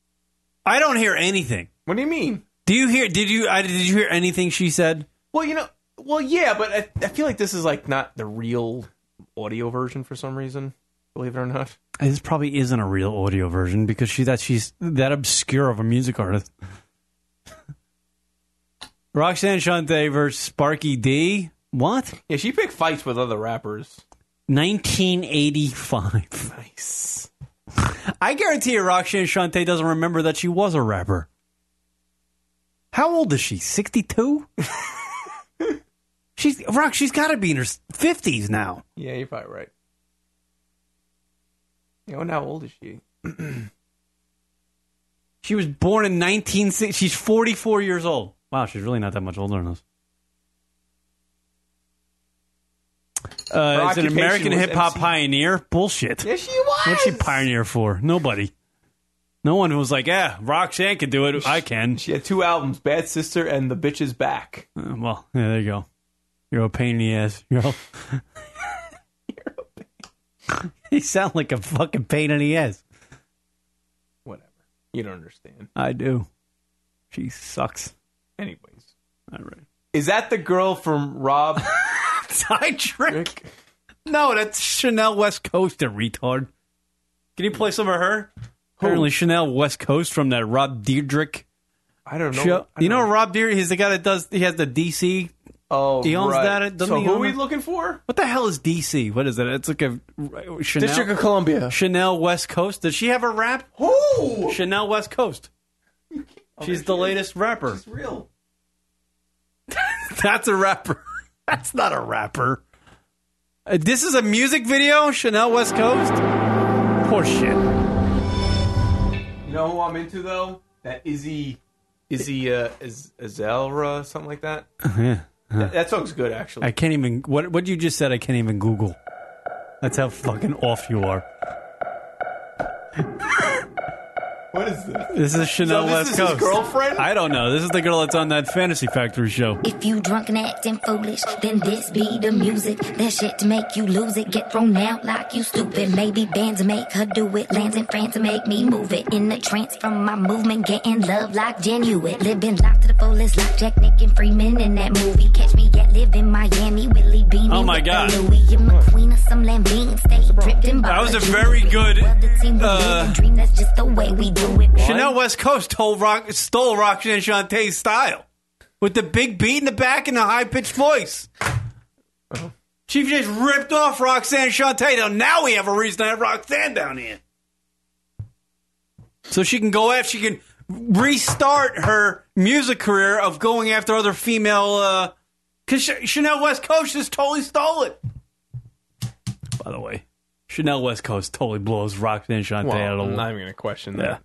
I don't hear anything.
What do you mean?
Do you hear? Did you? I, did you hear anything she said?
Well, you know, well yeah, but I, I feel like this is like not the real audio version for some reason. Believe it or not.
This probably isn't a real audio version because she that she's that obscure of a music artist. Roxanne Shante versus Sparky D. What?
Yeah, she picked fights with other rappers.
1985.
Nice.
I guarantee you, Roxanne Shante doesn't remember that she was a rapper. How old is she? 62? she's Rock. She's got to be in her 50s now.
Yeah, you're probably right. You know, how old is she?
She was born in 1960. She's 44 years old. Wow, she's really not that much older than us.
Her
Uh, it's Uh, an
occupation
American
was
hip hop
MC.
pioneer. Bullshit.
Yeah, she was.
What's she pioneer for? Nobody. No one was like, eh, yeah, Roxanne can do it. I can.
She had two albums, Bad Sister and The Bitch Is Back.
Uh, well, yeah, there you go. You're a pain in the ass. You're all- you sound like a fucking pain in the ass.
Whatever. You don't understand.
I do. She sucks.
Anyways.
All right.
Is that the girl from Rob?
I trick. No, that's Chanel West Coast, the retard. Can you play some of her? Apparently, Chanel West Coast from that Rob Deirdrick.
I don't know.
show.
I
you
don't
know Rob Deirdrick? He's the guy that does. He has the DC.
Oh,
he owns
right.
that. doesn't
So
he
who
own
are we
it?
looking for?
What the hell is DC? What is it? It's like a uh, Chanel,
District of Columbia.
Chanel West Coast. Does she have a rap?
Who?
Chanel West Coast. She's the latest rapper.
real.
That's a rapper. That's not a rapper. Uh, this is a music video. Chanel West Coast. Poor shit.
You know who I'm into though? That Izzy, Izzy uh, Az- Azelra, something like that.
Uh, Yeah.
That, that song's good actually.
I can't even. What what you just said, I can't even Google. That's how fucking off you are.
what is this?
This is Chanel
Uh, So this
West
is his
Coast.
girlfriend?
I don't know. This is the girl that's on that Fantasy Factory show.
If you drunk and acting foolish, then this be the music. That shit to make you lose it. Get thrown out like you stupid. Maybe bands make her do it. Lands in France to make me move it. In the trance from my movement, getting love like genuine. Living life to the fullest, like Jack Nick and Freeman in that movie. Catch me at live in Miami, Willie Beanie.
Oh my
with the
God.
Louis and McQueen or some Lambine. Stay dripped in
That was a
Bala
very
Jewelry.
good,
Well, the team we
uh,
live, dream. That's just the way we do it.
Chanel West Coast told rock, stole Roxanne Shantae's style with the big beat in the back and the high pitched voice. She just ripped off Roxanne Shantae. Now, now we have a reason to have Roxanne down here. So she can go after, she can restart her music career of going after other female. uh, Because Chanel West Coast just totally stole it. By the way, Chanel West Coast totally blows Roxanne Shantae
Well,
out of
I'm
the
not even gonna question that.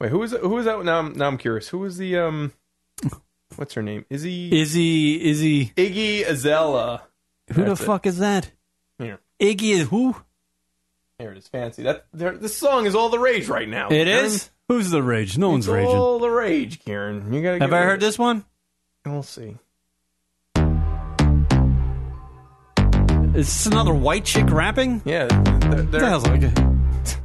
Wait, who was who was that? Now I'm now I'm curious. Who was the um? What's her name? Izzy
Izzy Izzy
Iggy Azella.
Who
That's
the
it.
fuck is that?
Here,
Iggy is who?
here it is. Fancy that. there- This song is all the rage right now.
It is. Who's the rage? No one's
It's
raging.
all the rage, Karen. You gotta.
Have
get
I
rid
heard
of
this one?
it. We'll see.
Is this another white chick rapping?
Yeah. what
the hell's like it?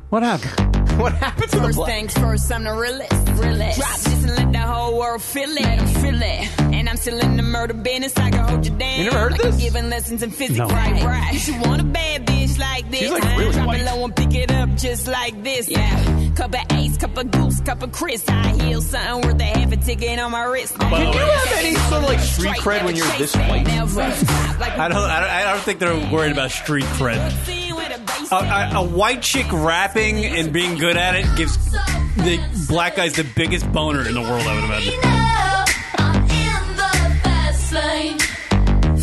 What happened?
What happened to the
First
black?
things first, I'm the realest. realest. Drop this and let the whole world feel it. Let 'em feel it. And I'm still in the murder business. I can hold you down.
You never heard
like
this?
I'm Giving lessons in physics,
No.
right? Right. You should want a bad bitch like this.
She's, like, really
Drop
white.
it low and pick it up just like this. Yeah. Cup of ace, cup of goose, cup of Chris. I heal something worth a half a ticket on my wrist.
Did you have any sort of like street cred when you're this white?
I don't, I don't. I don't think they're worried about street cred. A, a, a white chick rapping and being good at it gives the black guys the biggest boner in the world. I would imagine.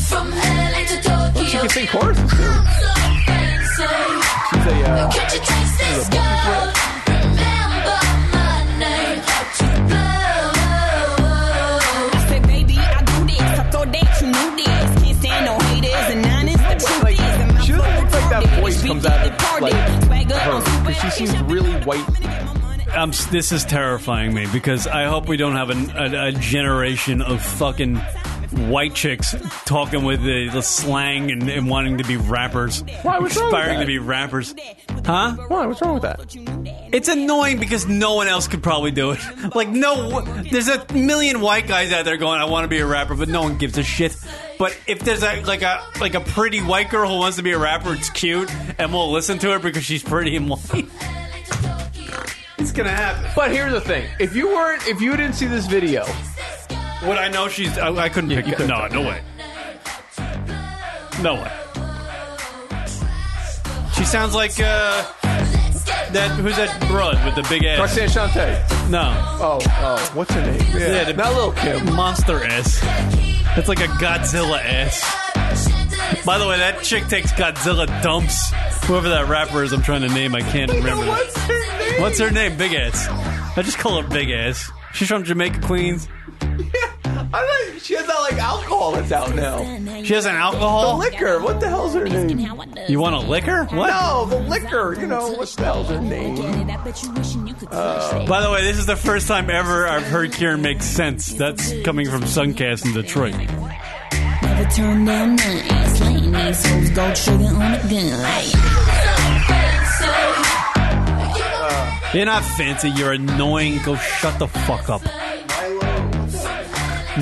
From LA to Tokyo.
She can sing choruses too. She's a uh,
Can't you taste this girl? Remember my name.
I said, baby, I do this. I thought that you knew this. Can't stand no haters and honest. The truth is, and my
she doesn't look like that voice comes out of like
swagger
her.
on
'Cause She seems really white.
Um, this is terrifying me because I hope we don't have an, a, a generation of fucking white chicks talking with the, the slang and, and wanting to be rappers.
Why, what's wrong with
Aspiring
that?
to be rappers. Huh?
Why? What's wrong with that?
It's annoying because no one else could probably do it. Like, no, there's a million white guys out there going, "I want to be a rapper," but no one gives a shit. But if there's a like a like a pretty white girl who wants to be a rapper, it's cute, and we'll listen to her because she's pretty and white. It's gonna happen.
But here's the thing: if you weren't, if you didn't see this video,
Would I know she's? I, I couldn't pick it. No, no way. No way. She sounds like uh, that. Who's that broad with the big ass?
Roxanne Shante.
No.
Oh, oh, what's her name? Yeah,
Yeah, the-
not Lil Kim.
Monster ass. It's like a Godzilla ass. By the way, that chick takes Godzilla dumps. Whoever that rapper is, I'm trying to name, I can't remember.
What's her name?
What's her name? Big ass. I just call her Big ass. She's from Jamaica, Queens.
I don't know. She has that like alcohol that's out now.
She has an alcohol.
The liquor. What the hell's her name?
You want a liquor? What?
No, the liquor. You know what the hell's her name? Uh,
By the way, this is the first time ever I've heard Kieran make sense. That's coming from Suncast in Detroit.
Never turn down nine. Slaying
ass hoes go shooting on the gun.
You're not fancy. You're annoying. Go shut the fuck up.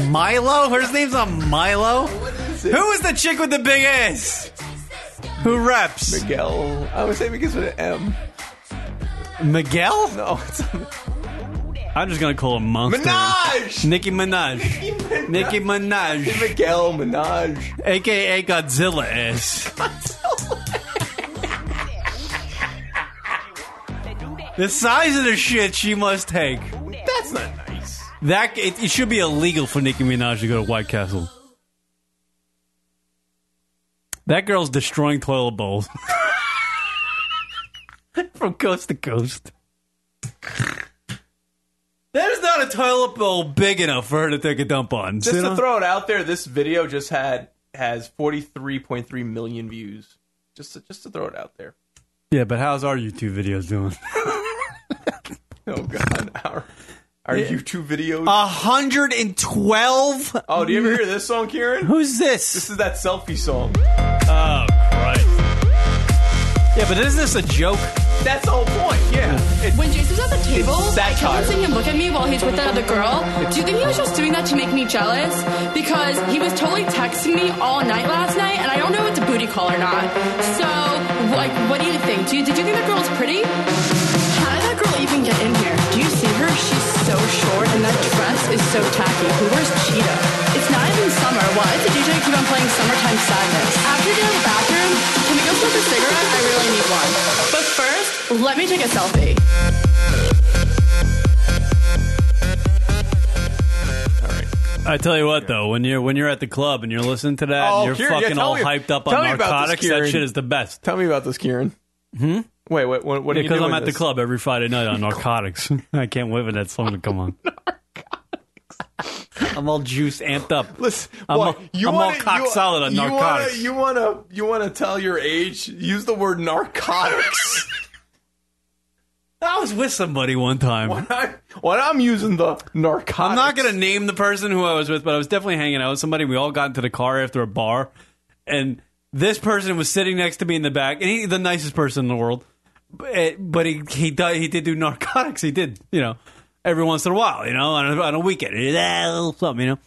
Milo? Her name's not Milo? Who is the chick with the big ass? Who reps?
Miguel. I would say begins with an M.
Miguel?
No, it's
I'm just gonna call him Monster.
Minaj!
Nicki Minaj. Nicki Minaj.
Miguel Minaj.
AKA Godzilla ass. the size of the shit she must take.
That's not nice.
That it, it should be illegal for Nicki Minaj to go to White Castle. That girl's destroying toilet bowls from coast to coast. There's not a toilet bowl big enough for her to take a dump on.
Just
You
to
know?
throw it out there, this video just had has 43.3 million views. Just to, just to throw it out there.
yeah, but how's our YouTube videos doing?
Oh god, our our
Yeah.
YouTube videos.
112?
oh, do you ever hear this song, Kieran?
Who's this?
This is that selfie song.
Oh, Christ. Yeah, but isn't this a joke?
That's the whole point. Yeah. It-
When Jason's at the table,
It's
I
satire.
kept seeing him look at me while he's with that other girl. Do you think he was just doing that to make me jealous? Because he was totally texting me all night last night, and I don't know if it's a booty call or not. So, like, what do you think? Do you, did you think that girl was pretty? How did that girl even get in here? Do you see her? She's so short, and that dress is so tacky. Who wears cheetah? It's not even summer. Why does the DJ keep on playing Summertime Sadness? After you go to the bathroom, can we go smoke a cigarette? I really need one. But first, let me take a selfie.
I tell you what, though, when you're when you're at the club and you're listening to that,
Oh,
and you're
Kieran, yeah,
fucking
tell
all
me-
hyped up on
tell me about this,
narcotics. that
Kieran.
shit is the best.
Tell me about this, Kieran.
Hmm?
Wait, wait, what, what are you
Because
doing
I'm at the
this?
club every Friday night on narcotics. I can't wait for that song to come on. I'm all juiced, amped up.
Listen,
I'm
what,
all,
you
I'm
wanna,
all cock
you,
solid on
you
narcotics.
Wanna, you wanna you wanna tell your age? Use the word narcotics.
I was with somebody one time.
when, I, when I'm using the narcotics,
I'm not going to name the person who I was with, but I was definitely hanging out with somebody. We all got into the car after a bar, and this person was sitting next to me in the back, and he the nicest person in the world. But, eh, but he he did, he did do narcotics. He did, you know, every once in a while, you know, on a, on a weekend, Eh, a little something, you know.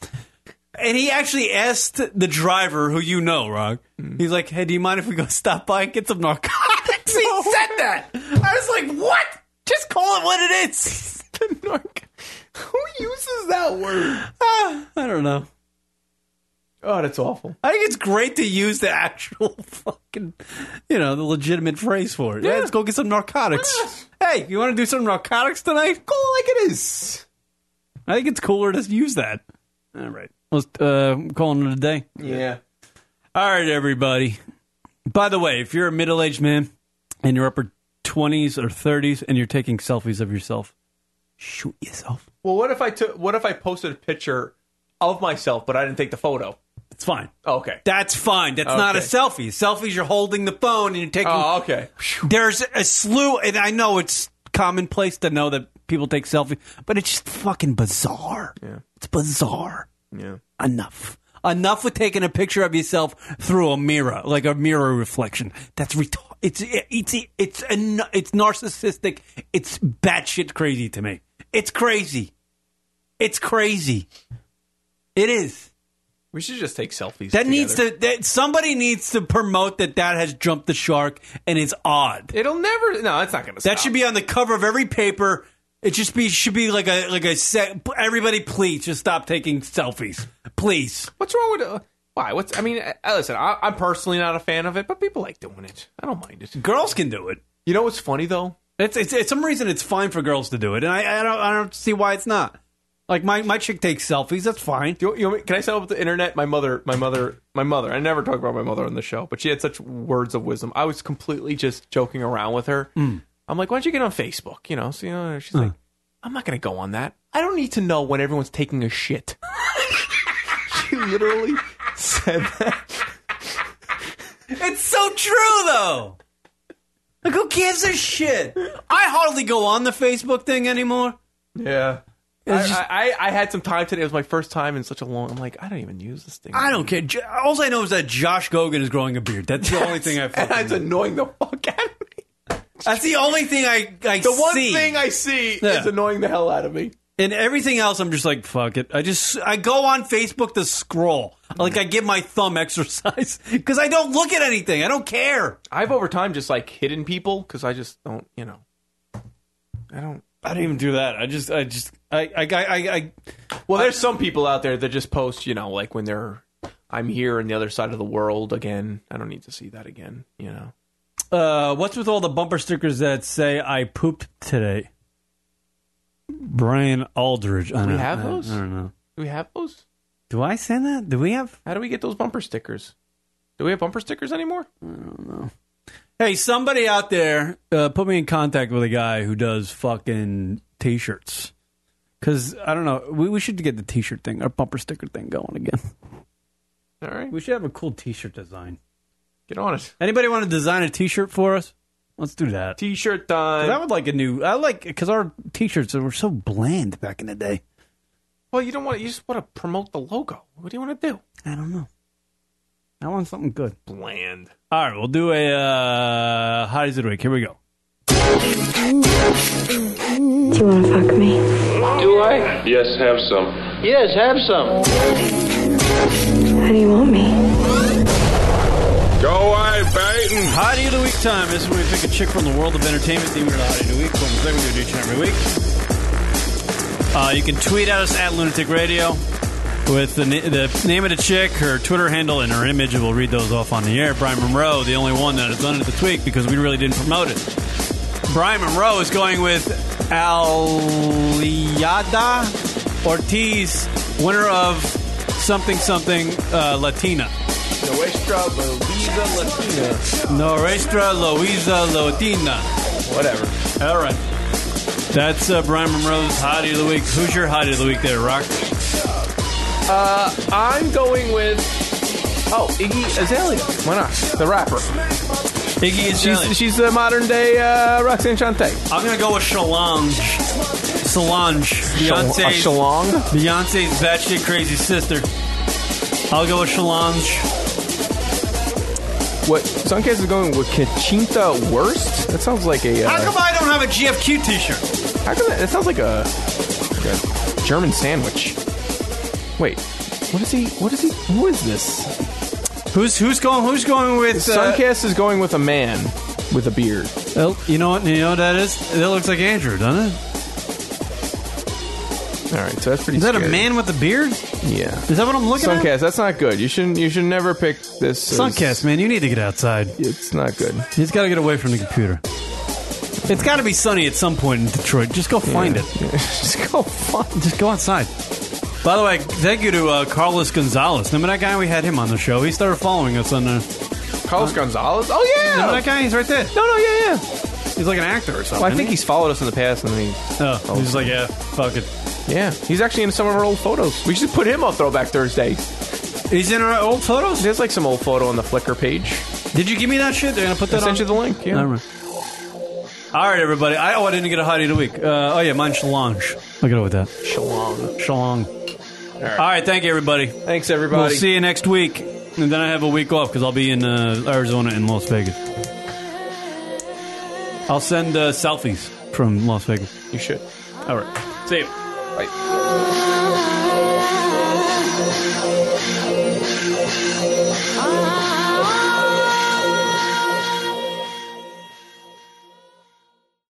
And he actually asked the driver, who you know, Rock.
Mm-hmm.
He's like, "Hey, do you mind if we go stop by and get some narcotics?" He said that. I was like, "What? Just call it what it is."
Who uses that word?
Ah, I don't know.
Oh, that's awful.
I think it's great to use the actual fucking, you know, the legitimate phrase for it. Yeah, Ah. let's go get some narcotics. Hey, you want to do some narcotics tonight? Call it like it is. I think it's cooler to use that. All right. Let's uh, call it a day.
Yeah.
All right, everybody. By the way, if you're a middle aged man and you're upper 20s or 30s and you're taking selfies of yourself, shoot yourself.
Well, what if I took? What if I posted a picture of myself, but I didn't take the photo?
It's fine.
Oh, okay.
That's fine. That's not a
Okay.
selfie. Selfies, you're holding the phone and you're taking.
Oh, okay.
There's a slew, and I know it's commonplace to know that people take selfies, but it's just fucking bizarre. Yeah. It's bizarre.
Yeah.
Enough. Enough with taking a picture of yourself through a mirror, like a mirror reflection. That's retarded. It's it's it's an, it's narcissistic. It's batshit crazy to me. It's crazy. It's crazy. It is.
We should just take selfies.
That needs to that somebody needs to promote that that has jumped the shark and it's odd.
It'll never. No, it's not going to.
That should be on the cover of every paper. It just be should be like a like a set. Everybody, please just stop taking selfies, please.
What's wrong with? Uh, why? What's? I mean, uh, listen. I, I'm personally not a fan of it, but people like doing it. I don't mind it.
Girls can do it.
You know what's funny though?
It's it's, it's some reason it's fine for girls to do it, and I, I don't I don't see why it's not. Like my, my chick takes selfies. That's fine.
Do you, you want me- can I settle up with the internet? My mother, my mother, my mother. I never talk about my mother on the show, but she had such words of wisdom. I was completely just joking around with her. I'm like, why don't you get on Facebook? You know, so you know, she's like, I'm not gonna go on that. I don't need to know when everyone's taking a shit. she literally said that.
It's so true though. Like who gives a shit? I hardly go on the Facebook thing anymore.
Yeah. I, I, I had some time today. It was my first time in such a long. I'm like, I don't even use this thing.
I don't care. Jo- All I know is that Josh Gogan is growing a beard. That's the only thing I. Fucking that's
annoying the fuck out of
me. That's the only thing I. I
the one
see.
thing I see
Yeah.
is annoying the hell out of me.
And everything else, I'm just like, fuck it. I just I go on Facebook to scroll. Like I give my thumb exercise because I don't look at anything. I don't care.
I've over time just like hidden people because I just don't, you know. I don't.
I don't even do that. I just, I just, I, I, I, I.
Well, there's some people out there that just post, you know, like when they're, I'm here on the other side of the world again. I don't need to see that again, you know.
Uh, what's with all the bumper stickers that say "I pooped today"? Brian Aldridge. I
Do we
don't-
have
I-
those?
I don't know.
Do we have those?
Do I send that? Do we have?
How do we get those bumper stickers? Do we have bumper stickers anymore? I
don't know. Hey, somebody out there, uh, put me in contact with a guy who does fucking t-shirts. Because I don't know, we, we should get the t-shirt thing, our bumper sticker thing going again.
All right,
we should have a cool t-shirt design.
Get on it.
Anybody want to design a t-shirt for us? Let's do that.
T-shirt time.
I would like a new. I like because our t-shirts were so bland back in the day.
Well, you don't want. You just want to promote the logo. What do you want to do?
I don't know. I want something good.
Bland.
All right, we'll do a uh, hot as it week. Here we go.
Do you want to fuck me?
Do I? Yes, have some.
Yes, have some. How do you want me?
Go away, Peyton. Hottie of the Week time. This is where we pick a chick from the world of entertainment. Theme the Hottie of the Week. One thing we do each and every week. Uh, you can tweet at us at Lunatic Radio with the, na- the name of the chick, her Twitter handle, and her image. And we'll read those off on the air. Brian Monroe, the only one that has done it this week because we really didn't promote it. Brian Monroe is going with Aliada Ortiz, winner of something something uh, Latina.
Nuestra Luisa Latina.
Norrestra Luisa Latina.
Whatever.
All right. That's uh, Brian Monroe's Hottie of the Week. Who's your Hottie of the Week there, Rock?
Uh, I'm going with. Oh, Iggy Azalea. Why not? The rapper.
Iggy Azalea.
She's, she's the modern day uh, Roxanne Shante.
I'm going to go with Solange. Solange. Beyonce's,
Shal- a Shalong?
Beyonce's batshit crazy sister. I'll go with Solange.
What Suncast is going with Kachinta Worst? That sounds like a. Uh,
How come I don't have a GFQ t-shirt?
How come that, that sounds like a, like a German sandwich? Wait, what is he? What is he? Who is this?
Who's who's going? Who's going with? uh,
Suncast is going with a man with a beard.
Well, you know what? You know what that is? That looks like Andrew, doesn't it?
All right, so that's pretty.
Is that a
scary.
man with a beard?
Yeah.
Is that what I'm looking
Suncast,
at?
that's not good. You shouldn't. You should never pick this. as-
Suncast, man, you need to get outside.
It's not good.
He's got to get away from the computer. It's got to be sunny at some point in Detroit. Just go find
Yeah.
it.
just go find.
Just go outside. By the way, thank you to uh, Carlos Gonzalez. Remember that guy? We had him on the show. He started following us on uh, the.
Carlos Gonzalez. Oh yeah.
Remember that guy? He's right there.
No, no, yeah, yeah.
He's like an actor or something.
Well, I think he's followed us in the past, and then he.
Oh, he's just like, yeah, fuck it.
Yeah, he's actually in some of our old photos. We should put him on Throwback Thursday.
He's in our old photos.
There's like some old photo on the Flickr page.
Did you give me that shit? They're gonna put that
I sent
on-
you the link. Yeah.
Never mind. All right, everybody. I, oh, I didn't get a hottie of the week. Uh, oh yeah, mine's Solange. I'll get it with that.
Shalong.
Shalong.
All
right. thank you, everybody.
Thanks, everybody.
We'll see you next week, and then I have a week off because I'll be in uh, Arizona and Las Vegas. I'll send uh, selfies from Las Vegas.
You should.
All right. See you.
Bye.
Ah.